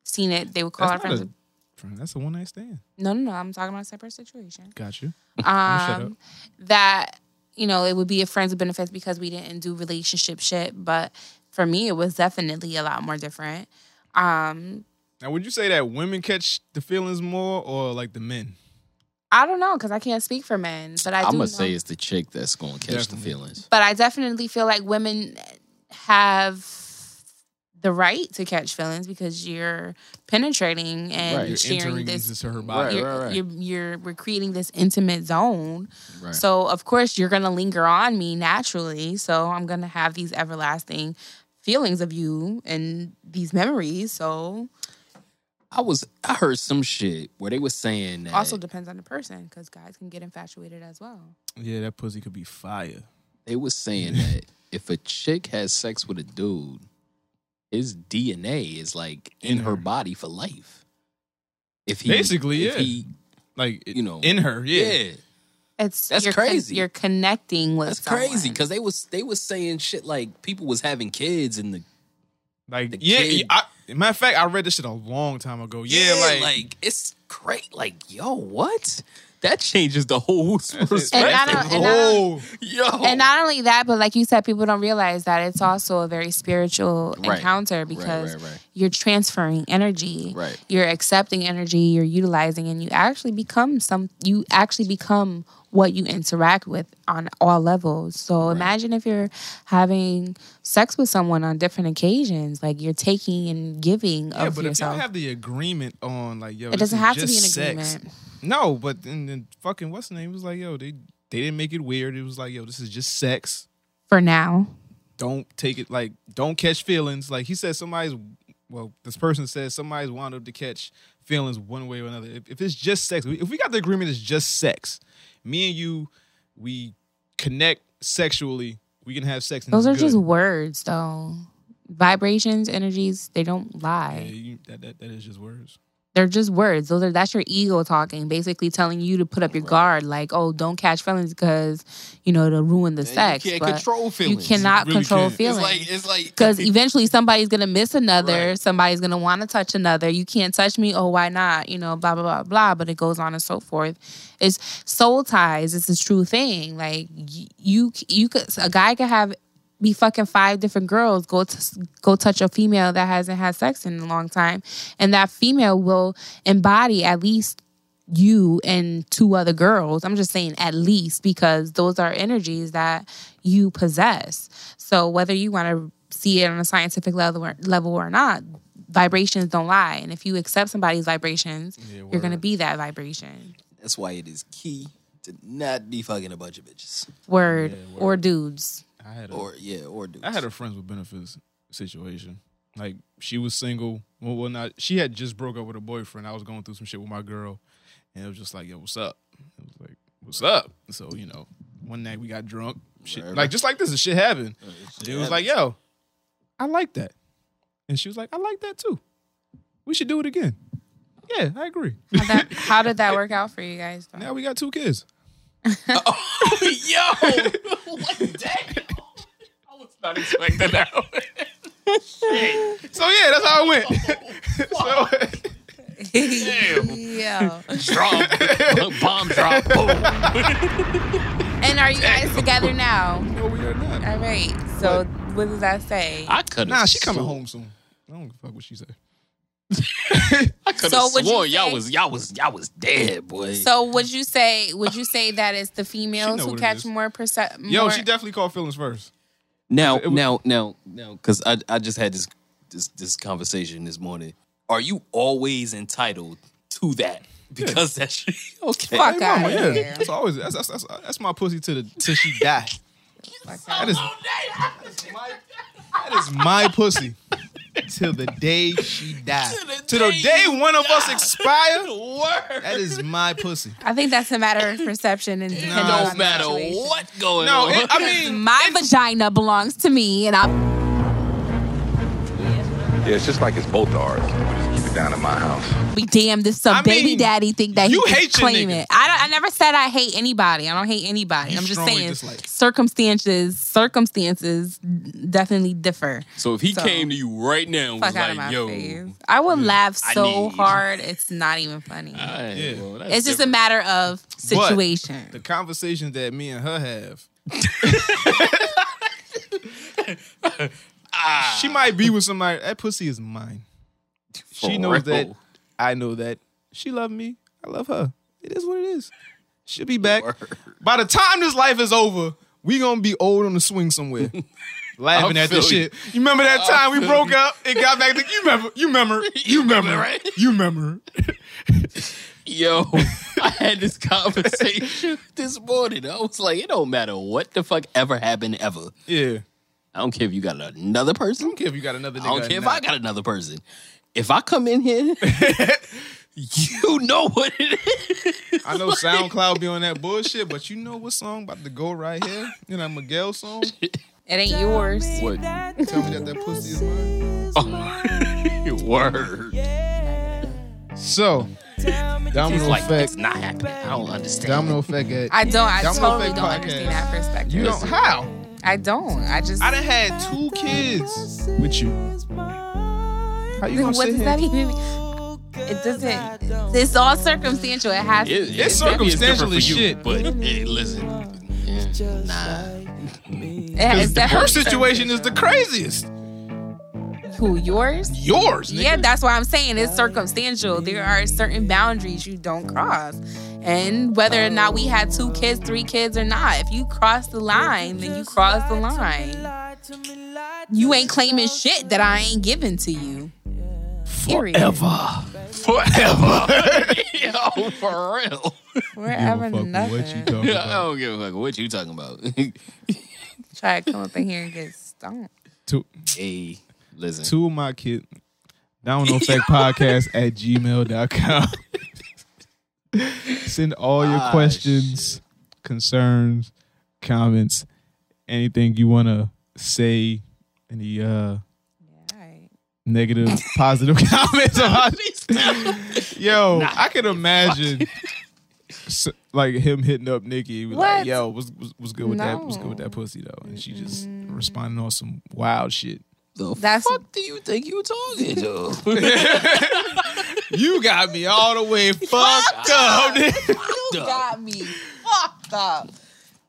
S6: Seen it, they would call
S4: That's not
S6: it friends.
S4: a-
S6: with,
S4: Friend, that's a one night stand.
S6: no, no, no. I'm talking about a separate situation.
S4: Got you. shut up.
S6: Um, that you know, it would be a friends with benefits because we didn't do relationship shit. But for me, it was definitely a lot more different. Um,
S4: Now, would you say that women catch the feelings more or like the men?
S6: I don't know because I can't speak for men, but I
S5: I'm
S6: do know.
S5: gonna say it's the chick that's gonna catch the feelings.
S6: But I definitely feel like women have the right to catch feelings because you're penetrating and
S4: Right. You're
S6: sharing
S4: entering
S6: this.
S4: into her body. Right,
S6: you're,
S4: right, right.
S6: You're, you're- we're creating this intimate zone.
S4: Right.
S6: So of course you're gonna linger on me naturally. So I'm gonna have these everlasting feelings of you and these memories. So
S5: I was I heard some shit where they were saying that
S6: also depends on the person because guys can get infatuated as well.
S5: Yeah, that pussy could be fire. They was saying that if a chick has sex with a dude, his DNA is like in her body for life. If he
S4: Basically,
S5: if
S4: yeah.
S5: he,
S4: like you
S5: know,
S4: in her, yeah.
S6: It's
S5: That's
S6: you're con-
S5: crazy.
S6: you're connecting with
S5: That's
S6: someone.
S5: crazy because they was they was saying shit like people was having kids and the
S4: like yeah.
S5: kid-
S4: I, matter of fact, I read this shit a long time ago. Yeah, like,
S5: it's great. Like yo, what? That changes the whole perspective.
S6: And I don't- and I don't-
S5: yo,
S6: And not only that, but like you said, people don't realize that it's also a very spiritual
S5: Right.
S6: encounter
S5: Right,
S6: because
S5: right, right.
S6: you're transferring energy.
S5: Right.
S6: You're accepting energy, you're utilizing, and you actually become some you actually become what you interact with on all levels. So imagine if you're having sex with someone on different occasions. Like you're taking and giving
S4: yeah.
S6: of
S4: But if
S6: yourself.
S4: y'all have the agreement on like yo,
S6: It
S4: this
S6: doesn't
S4: is
S6: have to
S4: just
S6: be an
S4: sex.
S6: agreement.
S4: No, but then, then fucking what's the name was like yo, they they didn't make it weird. It was like yo, this is just sex.
S6: for now.
S4: don't take it like don't catch feelings. Like he said, somebody's well, this person says somebody's wound up to catch feelings one way or another. If, if it's just sex, if we got the agreement, it's just sex. Me and you, we connect sexually. We can have sex. And
S6: Those
S4: it's
S6: are
S4: good.
S6: just words though. Vibrations, energies, they don't lie.
S4: Yeah, you, that, that that is just words.
S6: they're just words. Those are that's your ego talking, basically telling you to put up your guard. Like, oh, don't catch feelings because you know it'll ruin the sex.
S5: can't
S6: but
S5: control
S6: You
S5: feelings.
S6: cannot
S5: You really
S6: control
S5: can't. It's
S6: feelings.
S5: like- it's like-
S6: because eventually somebody's gonna miss another. Somebody's gonna want to touch another. You can't touch me. Oh, why not? You know, blah blah blah blah. But it goes on and so forth. It's soul ties. It's a true thing. Like y- you, you could a guy could have be fucking five different girls go to go touch a female that hasn't had sex in a long time and that female will embody at least you and two other girls i'm just saying at least because those are energies that you possess so whether you want to see it on a scientific level or, level or not vibrations don't lie and if you accept somebody's vibrations you're going to be that vibration
S5: That's why it is key to not be fucking a bunch of bitches.
S6: word, or dudes
S4: I had a,
S5: or yeah, or dudes.
S4: I had a friends with benefits situation. Like she was single. Well, well, not she had just broke up with a boyfriend. I was going through some shit with my girl, and it was just like, yo, what's up? It was like, what's up? So you know, one night we got drunk. Shit,
S5: Right.
S4: like just like this, the shit happened.
S5: shit
S4: it was like, yo, I like that, and she was like, I like that too. We should do it again. Yeah, I agree.
S6: how, that, how did that work out for you guys though?
S4: Now we got two kids.
S5: Not expecting that.
S4: So yeah, that's how it went.
S6: yeah
S5: drop, bomb drop, boom.
S6: and are you guys together now
S4: no we are not
S6: all right so what does that say
S5: I could.
S4: Nah, she coming home soon. I don't give a fuck what she said.
S5: I could
S6: So
S5: have
S6: would you
S5: sworn y'all
S6: say-
S5: was y'all was y'all was dead, boy.
S6: So would you say would you say that it's the
S4: She
S6: females
S4: know
S6: who
S4: what it
S6: catch
S4: is.
S6: more perception?
S4: Yo, she definitely caught feelings first.
S5: Now, now, now, now, because I, I just had this, this this conversation this morning. Are you always entitled to that? Because that shit. Okay.
S4: Hey, mama, yeah. That's always that's, that's, that's, that's my pussy to the till she die. that is that is my pussy till the day she die. Till the day one of us expire. That is my pussy.
S6: I think that's a matter of perception and depending
S4: No
S6: on the
S4: matter
S6: situation.
S4: what going No, on. Oh, it- I mean,
S6: my vagina belongs to me, and I'm
S19: Yeah, it's just like it's both ours. We just keep it down at my house.
S6: be damned if some baby daddy think that
S19: you
S6: he can
S19: hate your
S6: claim
S19: niggas.
S6: it. I don't, I never said I hate anybody. I don't hate anybody. I'm just
S5: strongly
S6: saying
S5: dislike.
S6: circumstances circumstances definitely differ.
S5: So if he came to you right now and was
S6: Fuck out of
S5: like,
S6: my
S5: "Yo,
S6: face. I would laugh
S5: I
S6: so
S5: need- Uh,
S6: hard. It's not even funny.
S5: Alright, Yeah. well, that's
S6: it's just a matter of
S4: But
S6: situation.
S4: the conversations that me and her have. She might be with somebody. That pussy is mine. she
S5: For
S4: knows that.
S5: real.
S4: I know that. She loved me. I love her. It is what it is. She'll be back. By the time this life is over, we gonna be old on the swing somewhere. Laughing
S5: I
S4: at this
S5: feel
S4: shit. You remember that
S5: I
S4: time we
S5: feel
S4: broke
S5: you.
S4: up? It got back to you remember, you remember, you remember, you remember.
S5: Yo, I had this conversation this morning. I was like, it don't matter what the fuck ever happened ever.
S4: Yeah.
S5: I don't care if you got another person. I don't
S4: care if you got another
S5: I don't
S4: nigga or
S5: care if
S4: not.
S5: I got another person. If I come in here, you know what it
S4: is. I know SoundCloud be on that bullshit, but you know what song about to go right here? You know that Miguel song? It
S6: ain't yours.
S4: What? Tell me that that pussy is mine.
S5: word.
S4: So,
S5: He's
S4: domino
S5: like,
S4: effect.
S5: it's not happening. I don't understand.
S4: Domino effect. At,
S6: I don't. I
S4: domino
S6: totally
S4: effect
S6: don't
S4: podcast.
S6: understand that perspective.
S4: You don't- how?
S6: I don't. I just.
S4: I done had two kids with you. How you gonna
S6: What
S4: sit
S6: does
S4: here?
S6: that even mean? It doesn't. It's all circumstantial. It has.
S5: It-
S6: to
S5: it
S6: be.
S5: maybe it's different for you, But hey, listen, yeah, nah.
S6: Yeah, it's
S4: Because
S6: that
S4: her
S6: hurts
S4: situation is the craziest.
S6: Who yours?
S4: Yours.
S6: Yeah, that's why I'm saying it's circumstantial. There are certain boundaries you don't cross, and whether or not we had two kids, three kids, or not, if you cross the line, then you cross the line. You ain't claiming shit that I ain't giving to you. Period.
S5: Forever. Forever. Yo, for real.
S6: Forever nothing.
S5: I don't give a fuck what you talking about.
S6: Try to come up in here and get stoned.
S4: Two.
S5: Hey, listen.
S4: Two of my kids. Domino effect podcast at gmail.com. Send all your
S5: Ah,
S4: questions, concerns, comments, anything you want to say, any uh, negative, positive comments. about- Yo, I can imagine s- like him hitting up Nikki, be
S5: What?
S4: like, "Yo, what's, what's, what's good with that? What's good with
S5: No.
S4: that pussy though?" And she just responding on some wild shit.
S5: The
S6: That's
S5: fuck do you think you talking to?
S4: you got me all the way fucked up.
S6: You got me fucked up.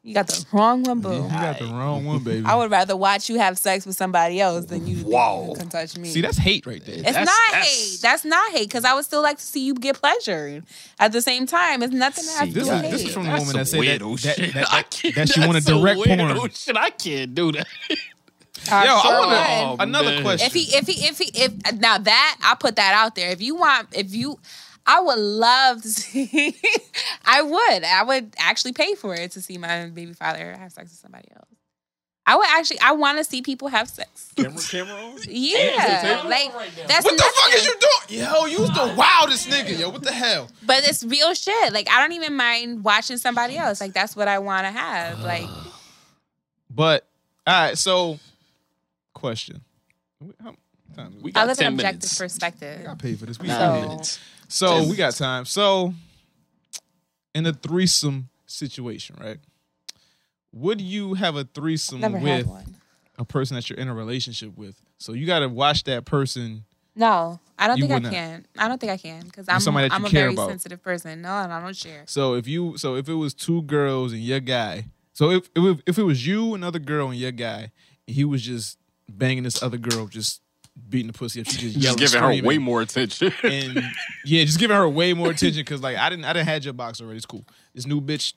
S6: You got the wrong one, boo.
S4: You got the wrong one, baby.
S6: Oh I would rather watch you have sex with somebody else than you,
S4: Wow.
S6: you can touch me.
S4: See, that's hate right there.
S6: It's not hate. That's not hate because I would still like to see you get pleasure. At the same time, it's nothing that has to
S4: This
S6: do with
S4: is, this is
S6: hate.
S4: from a
S5: That's
S4: woman
S5: some
S4: that said that,
S5: weirdo
S4: that,
S5: shit.
S4: that-
S5: I
S4: that-
S5: can't-
S4: that she
S5: that's
S4: want to
S5: some
S4: direct
S5: weirdo
S4: porn.
S5: shit. I can't do that.
S6: I
S4: Yo, I
S6: sure
S4: wanna-
S6: would.
S4: another Oh, question.
S6: If he, if he, if he, if now that I put that out there. If you want, if you, I would love to see. I would. I would actually pay for it to see my baby father have sex with somebody else. I would actually. I want to see people have sex.
S4: Camera, camera on?
S6: Yeah, like that's
S4: what the fuck
S6: nothing.
S4: is you doing? Yo, you was the wildest nigga. Yo, what the hell?
S6: But it's real shit. Like I don't even mind watching somebody else. Like that's what I want to have. Like
S4: But all right, so question. How time do we
S6: I live an objective perspective. I
S4: pay for this. We
S6: So-
S4: got it. So we got time. So in a threesome situation, right? Would you have a threesome
S6: Never had
S4: with
S6: one.
S4: a person that you're in a relationship with? So you got to watch that person.
S6: No, I don't
S4: You
S6: think I
S4: would not.
S6: can. I don't think I can because I'm
S4: somebody that you
S6: I'm a
S4: care
S6: very
S4: about.
S6: sensitive person. No, and I don't share.
S4: So if you, so if it was two girls and your guy, so if if, if it was you, another girl, and your guy, and he was just banging this other girl, just beating the pussy up, she just, yelling, screaming.
S5: more attention.
S4: and yeah, just giving her way more attention because like I didn't I didn't had your box already. It's cool. This new bitch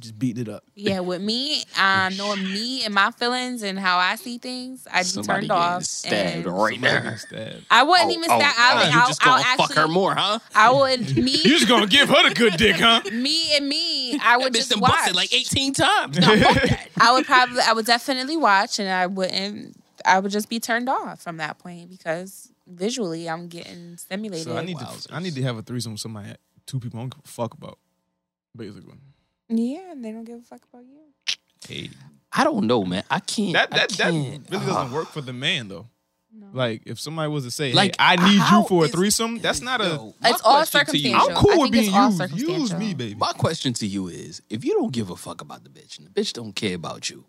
S20: just beating it up.
S6: Yeah, with me, uh, knowing me and my feelings and how I see things, I just
S5: Somebody
S6: turned off.
S5: getting stabbed
S6: and
S5: right now. Stabbed.
S6: I wouldn't even
S5: oh,
S6: stab.
S5: oh,
S6: I,
S5: you
S6: I,
S5: just
S6: I'll
S5: gonna fuck
S6: actually-
S5: her more, huh?
S6: I would me.
S5: You just gonna give her the good dick, huh?
S6: Me and me, I would just watch.
S5: busted like eighteen times.
S6: I would probably, I would definitely watch, and I wouldn't. I would just be turned off from that point because visually, I'm getting stimulated.
S4: So I need to I need to have a threesome with somebody two people I don't give a fuck about. Basically.
S6: Yeah, and they don't give a fuck about you.
S5: Hey. I don't know, man. I can't.
S4: That
S5: I
S4: that that really
S5: can't.
S4: doesn't
S5: Ah.
S4: work for the man though. Like if somebody was to say,
S5: Like,
S4: like, "I need
S5: how
S4: you for a
S5: is-
S4: threesome," that's not a.
S5: My
S6: It's all
S5: question to you-
S6: circumstantial. I'm cool I with think being it's all used.
S4: circumstantial. Use me, baby.
S5: My question to you is: If you don't give a fuck about the bitch and the bitch don't care about you,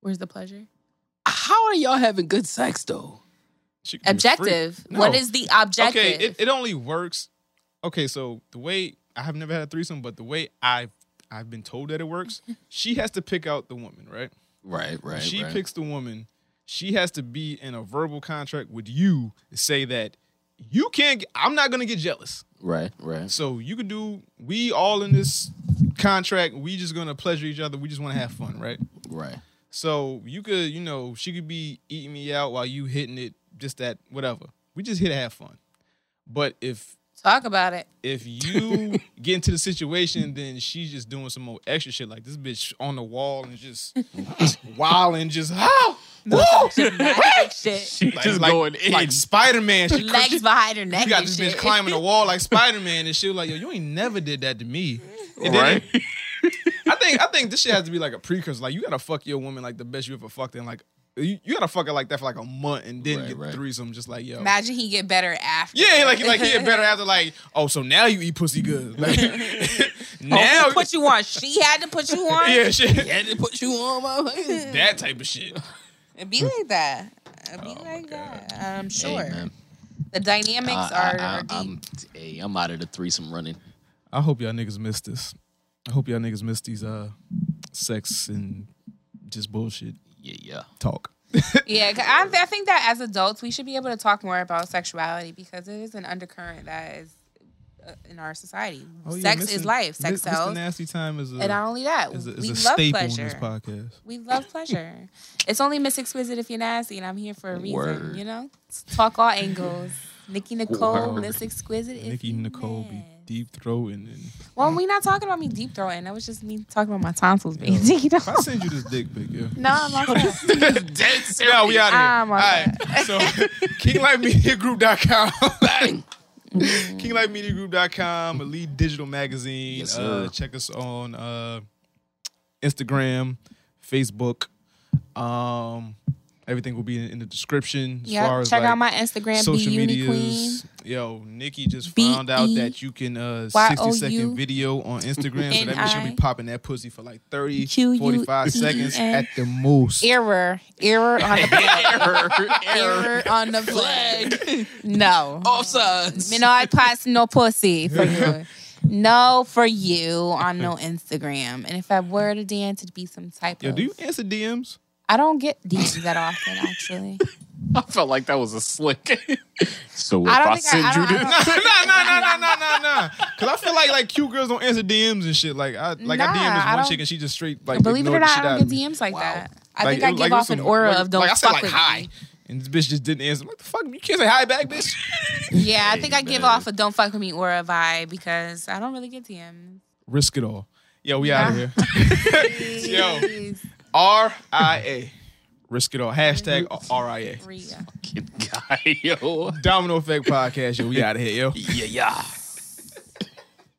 S6: Where's the pleasure?
S5: how are y'all having good sex though?
S6: be a freak. Objective. What is the objective?
S4: Okay, it, it only works. Okay, so the way I have never had a threesome, but the way I've I've been told that it works, she has to pick out the woman, right?
S5: Right,
S4: When
S5: right,
S4: She
S5: right.
S4: picks the woman. She has to be in a verbal contract with you to say that you can't. get- I'm not gonna get jealous.
S5: Right, right.
S4: So you can do. We all in this contract. We just gonna pleasure each other. We just want to have fun, right?
S5: Right.
S4: So you could, you know, she could be eating me out while you hitting it. Just that, whatever. We just here to have fun. But if
S6: Talk about it.
S4: if you get into the situation, then she's just doing some more extra shit like this bitch on the wall and just wilding, just oh, woo!
S6: She
S4: Like-
S5: just
S4: like,
S5: going in.
S4: like Spider Man. She
S6: Legs behind her neck.
S4: you got
S6: and
S4: this
S6: shit.
S4: bitch climbing the wall like Spider Man, and she was like, "Yo, you ain't never did that to me." And then- I think I think this shit has to be like a precursor. Like you gotta fuck your woman like the best you ever fucked, and like you, you gotta fuck her like that for like a month, and then get the threesome. Just like yo,
S6: Imagine he get better after.
S4: yeah, like like he get better after like oh, so now you eat pussy good. Like, Oh, now
S6: Now put you on. She had to put you on.
S4: Yeah, she
S5: had to put you on, motherfucker.
S4: that type of shit.
S6: It'd be like that. It'd
S4: Oh
S6: be like that. I'm sure.
S5: man.
S6: the dynamics
S4: Uh,
S5: I,
S6: are, are deep.
S4: um,
S5: am hey, I'm out of the threesome running.
S4: I hope y'all niggas missed this. I hope y'all niggas missed these uh sex and just bullshit.
S5: Yeah, yeah.
S4: Talk.
S6: yeah, 'cause I, I think that as adults, we should be able to talk more about sexuality because it is an undercurrent that is uh, in our society.
S4: Oh,
S6: Sex is life. Sex sells.
S4: Nasty time is a,
S6: and not only that,
S4: is a, is
S6: we
S4: a
S6: love
S4: staple
S6: pleasure.
S4: in this podcast.
S6: We love pleasure. it's only Miss Exquisite if you're nasty, and I'm here for a reason.
S4: Word.
S6: You know, talk all angles. Nikki Nicole,
S4: Word.
S6: Miss Exquisite. If
S4: Nikki Nicole be deep throating and
S6: Well, we not talking about me deep throwing. That was just me talking about my tonsils being taken
S4: If I
S6: out.
S4: send you this dick pic, yeah.
S6: No, I'm not.
S4: No, we out of here.
S6: I'm
S4: All right. So KingLifeMediaGroup.com. Bang. KingLifeMediaGroup.com, Elite Digital Magazine.
S5: Yes,
S4: Uh,
S5: sir.
S4: check us on uh, Instagram, Facebook. Um, everything will be in, in the description. As
S6: Yep,
S4: far as
S6: check
S4: like,
S6: out my Instagram,
S4: social
S6: Be Uni
S4: medias. Yo, Nikki just found out that you can uh, 60
S6: Y O U
S4: second video on Instagram. so that means she'll
S6: N I
S4: be popping that pussy for like 30,
S6: Q U
S4: 45
S6: E
S4: seconds
S6: N.
S4: at the most.
S6: Error, error on the flag.
S5: error.
S6: error on the flag. No,
S5: offsides.
S6: No, I pass no pussy for you. No, for you on no Instagram. And if I were to dance, it'd be some type
S4: Yo,
S6: of.
S4: do you answer DMs?
S6: I don't get DMs that often, actually.
S5: I felt like that was a slick. so if
S6: I don't
S5: I,
S6: think I-
S5: send
S6: I
S5: you
S6: don't-
S5: this,
S4: no, no, no, no, no, no, no, no. Cause I feel like like cute girls don't answer DMs and shit. Like I like
S6: Nah,
S4: I DM this
S6: I
S4: one
S6: don't-
S4: chick and she just straight like
S6: Believe it or
S4: ignored the
S6: not,
S4: shit
S6: I
S4: out
S6: don't
S4: of
S6: get
S4: me.
S6: DMs like that. I
S4: Like,
S6: think
S4: it
S6: I
S4: was-
S6: give
S4: like, it was
S6: off an
S4: some-
S6: aura
S4: like-
S6: of don't
S4: like, I said,
S6: fuck
S4: like,
S6: with
S4: hi.
S6: me.
S4: And this bitch just didn't answer. What the fuck? You can't say hi back, bitch.
S6: Yeah, I think I give off a don't fuck with me aura vibe because I don't really get DMs.
S4: Risk it all. Yo, we out of here. Yo,
S6: Jeez.
S4: R I A. Risk it all. Hashtag R I A.
S6: Rhea.
S4: Yo. Domino Effect Podcast. Yo, we out of here. Yo.
S5: Yeah, yeah.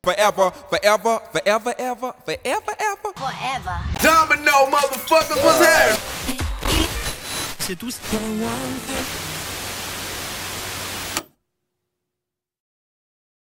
S21: Forever, forever, forever, ever, forever, ever.
S22: Forever.
S21: Domino, motherfuckers, what's happening?
S22: C'est tout.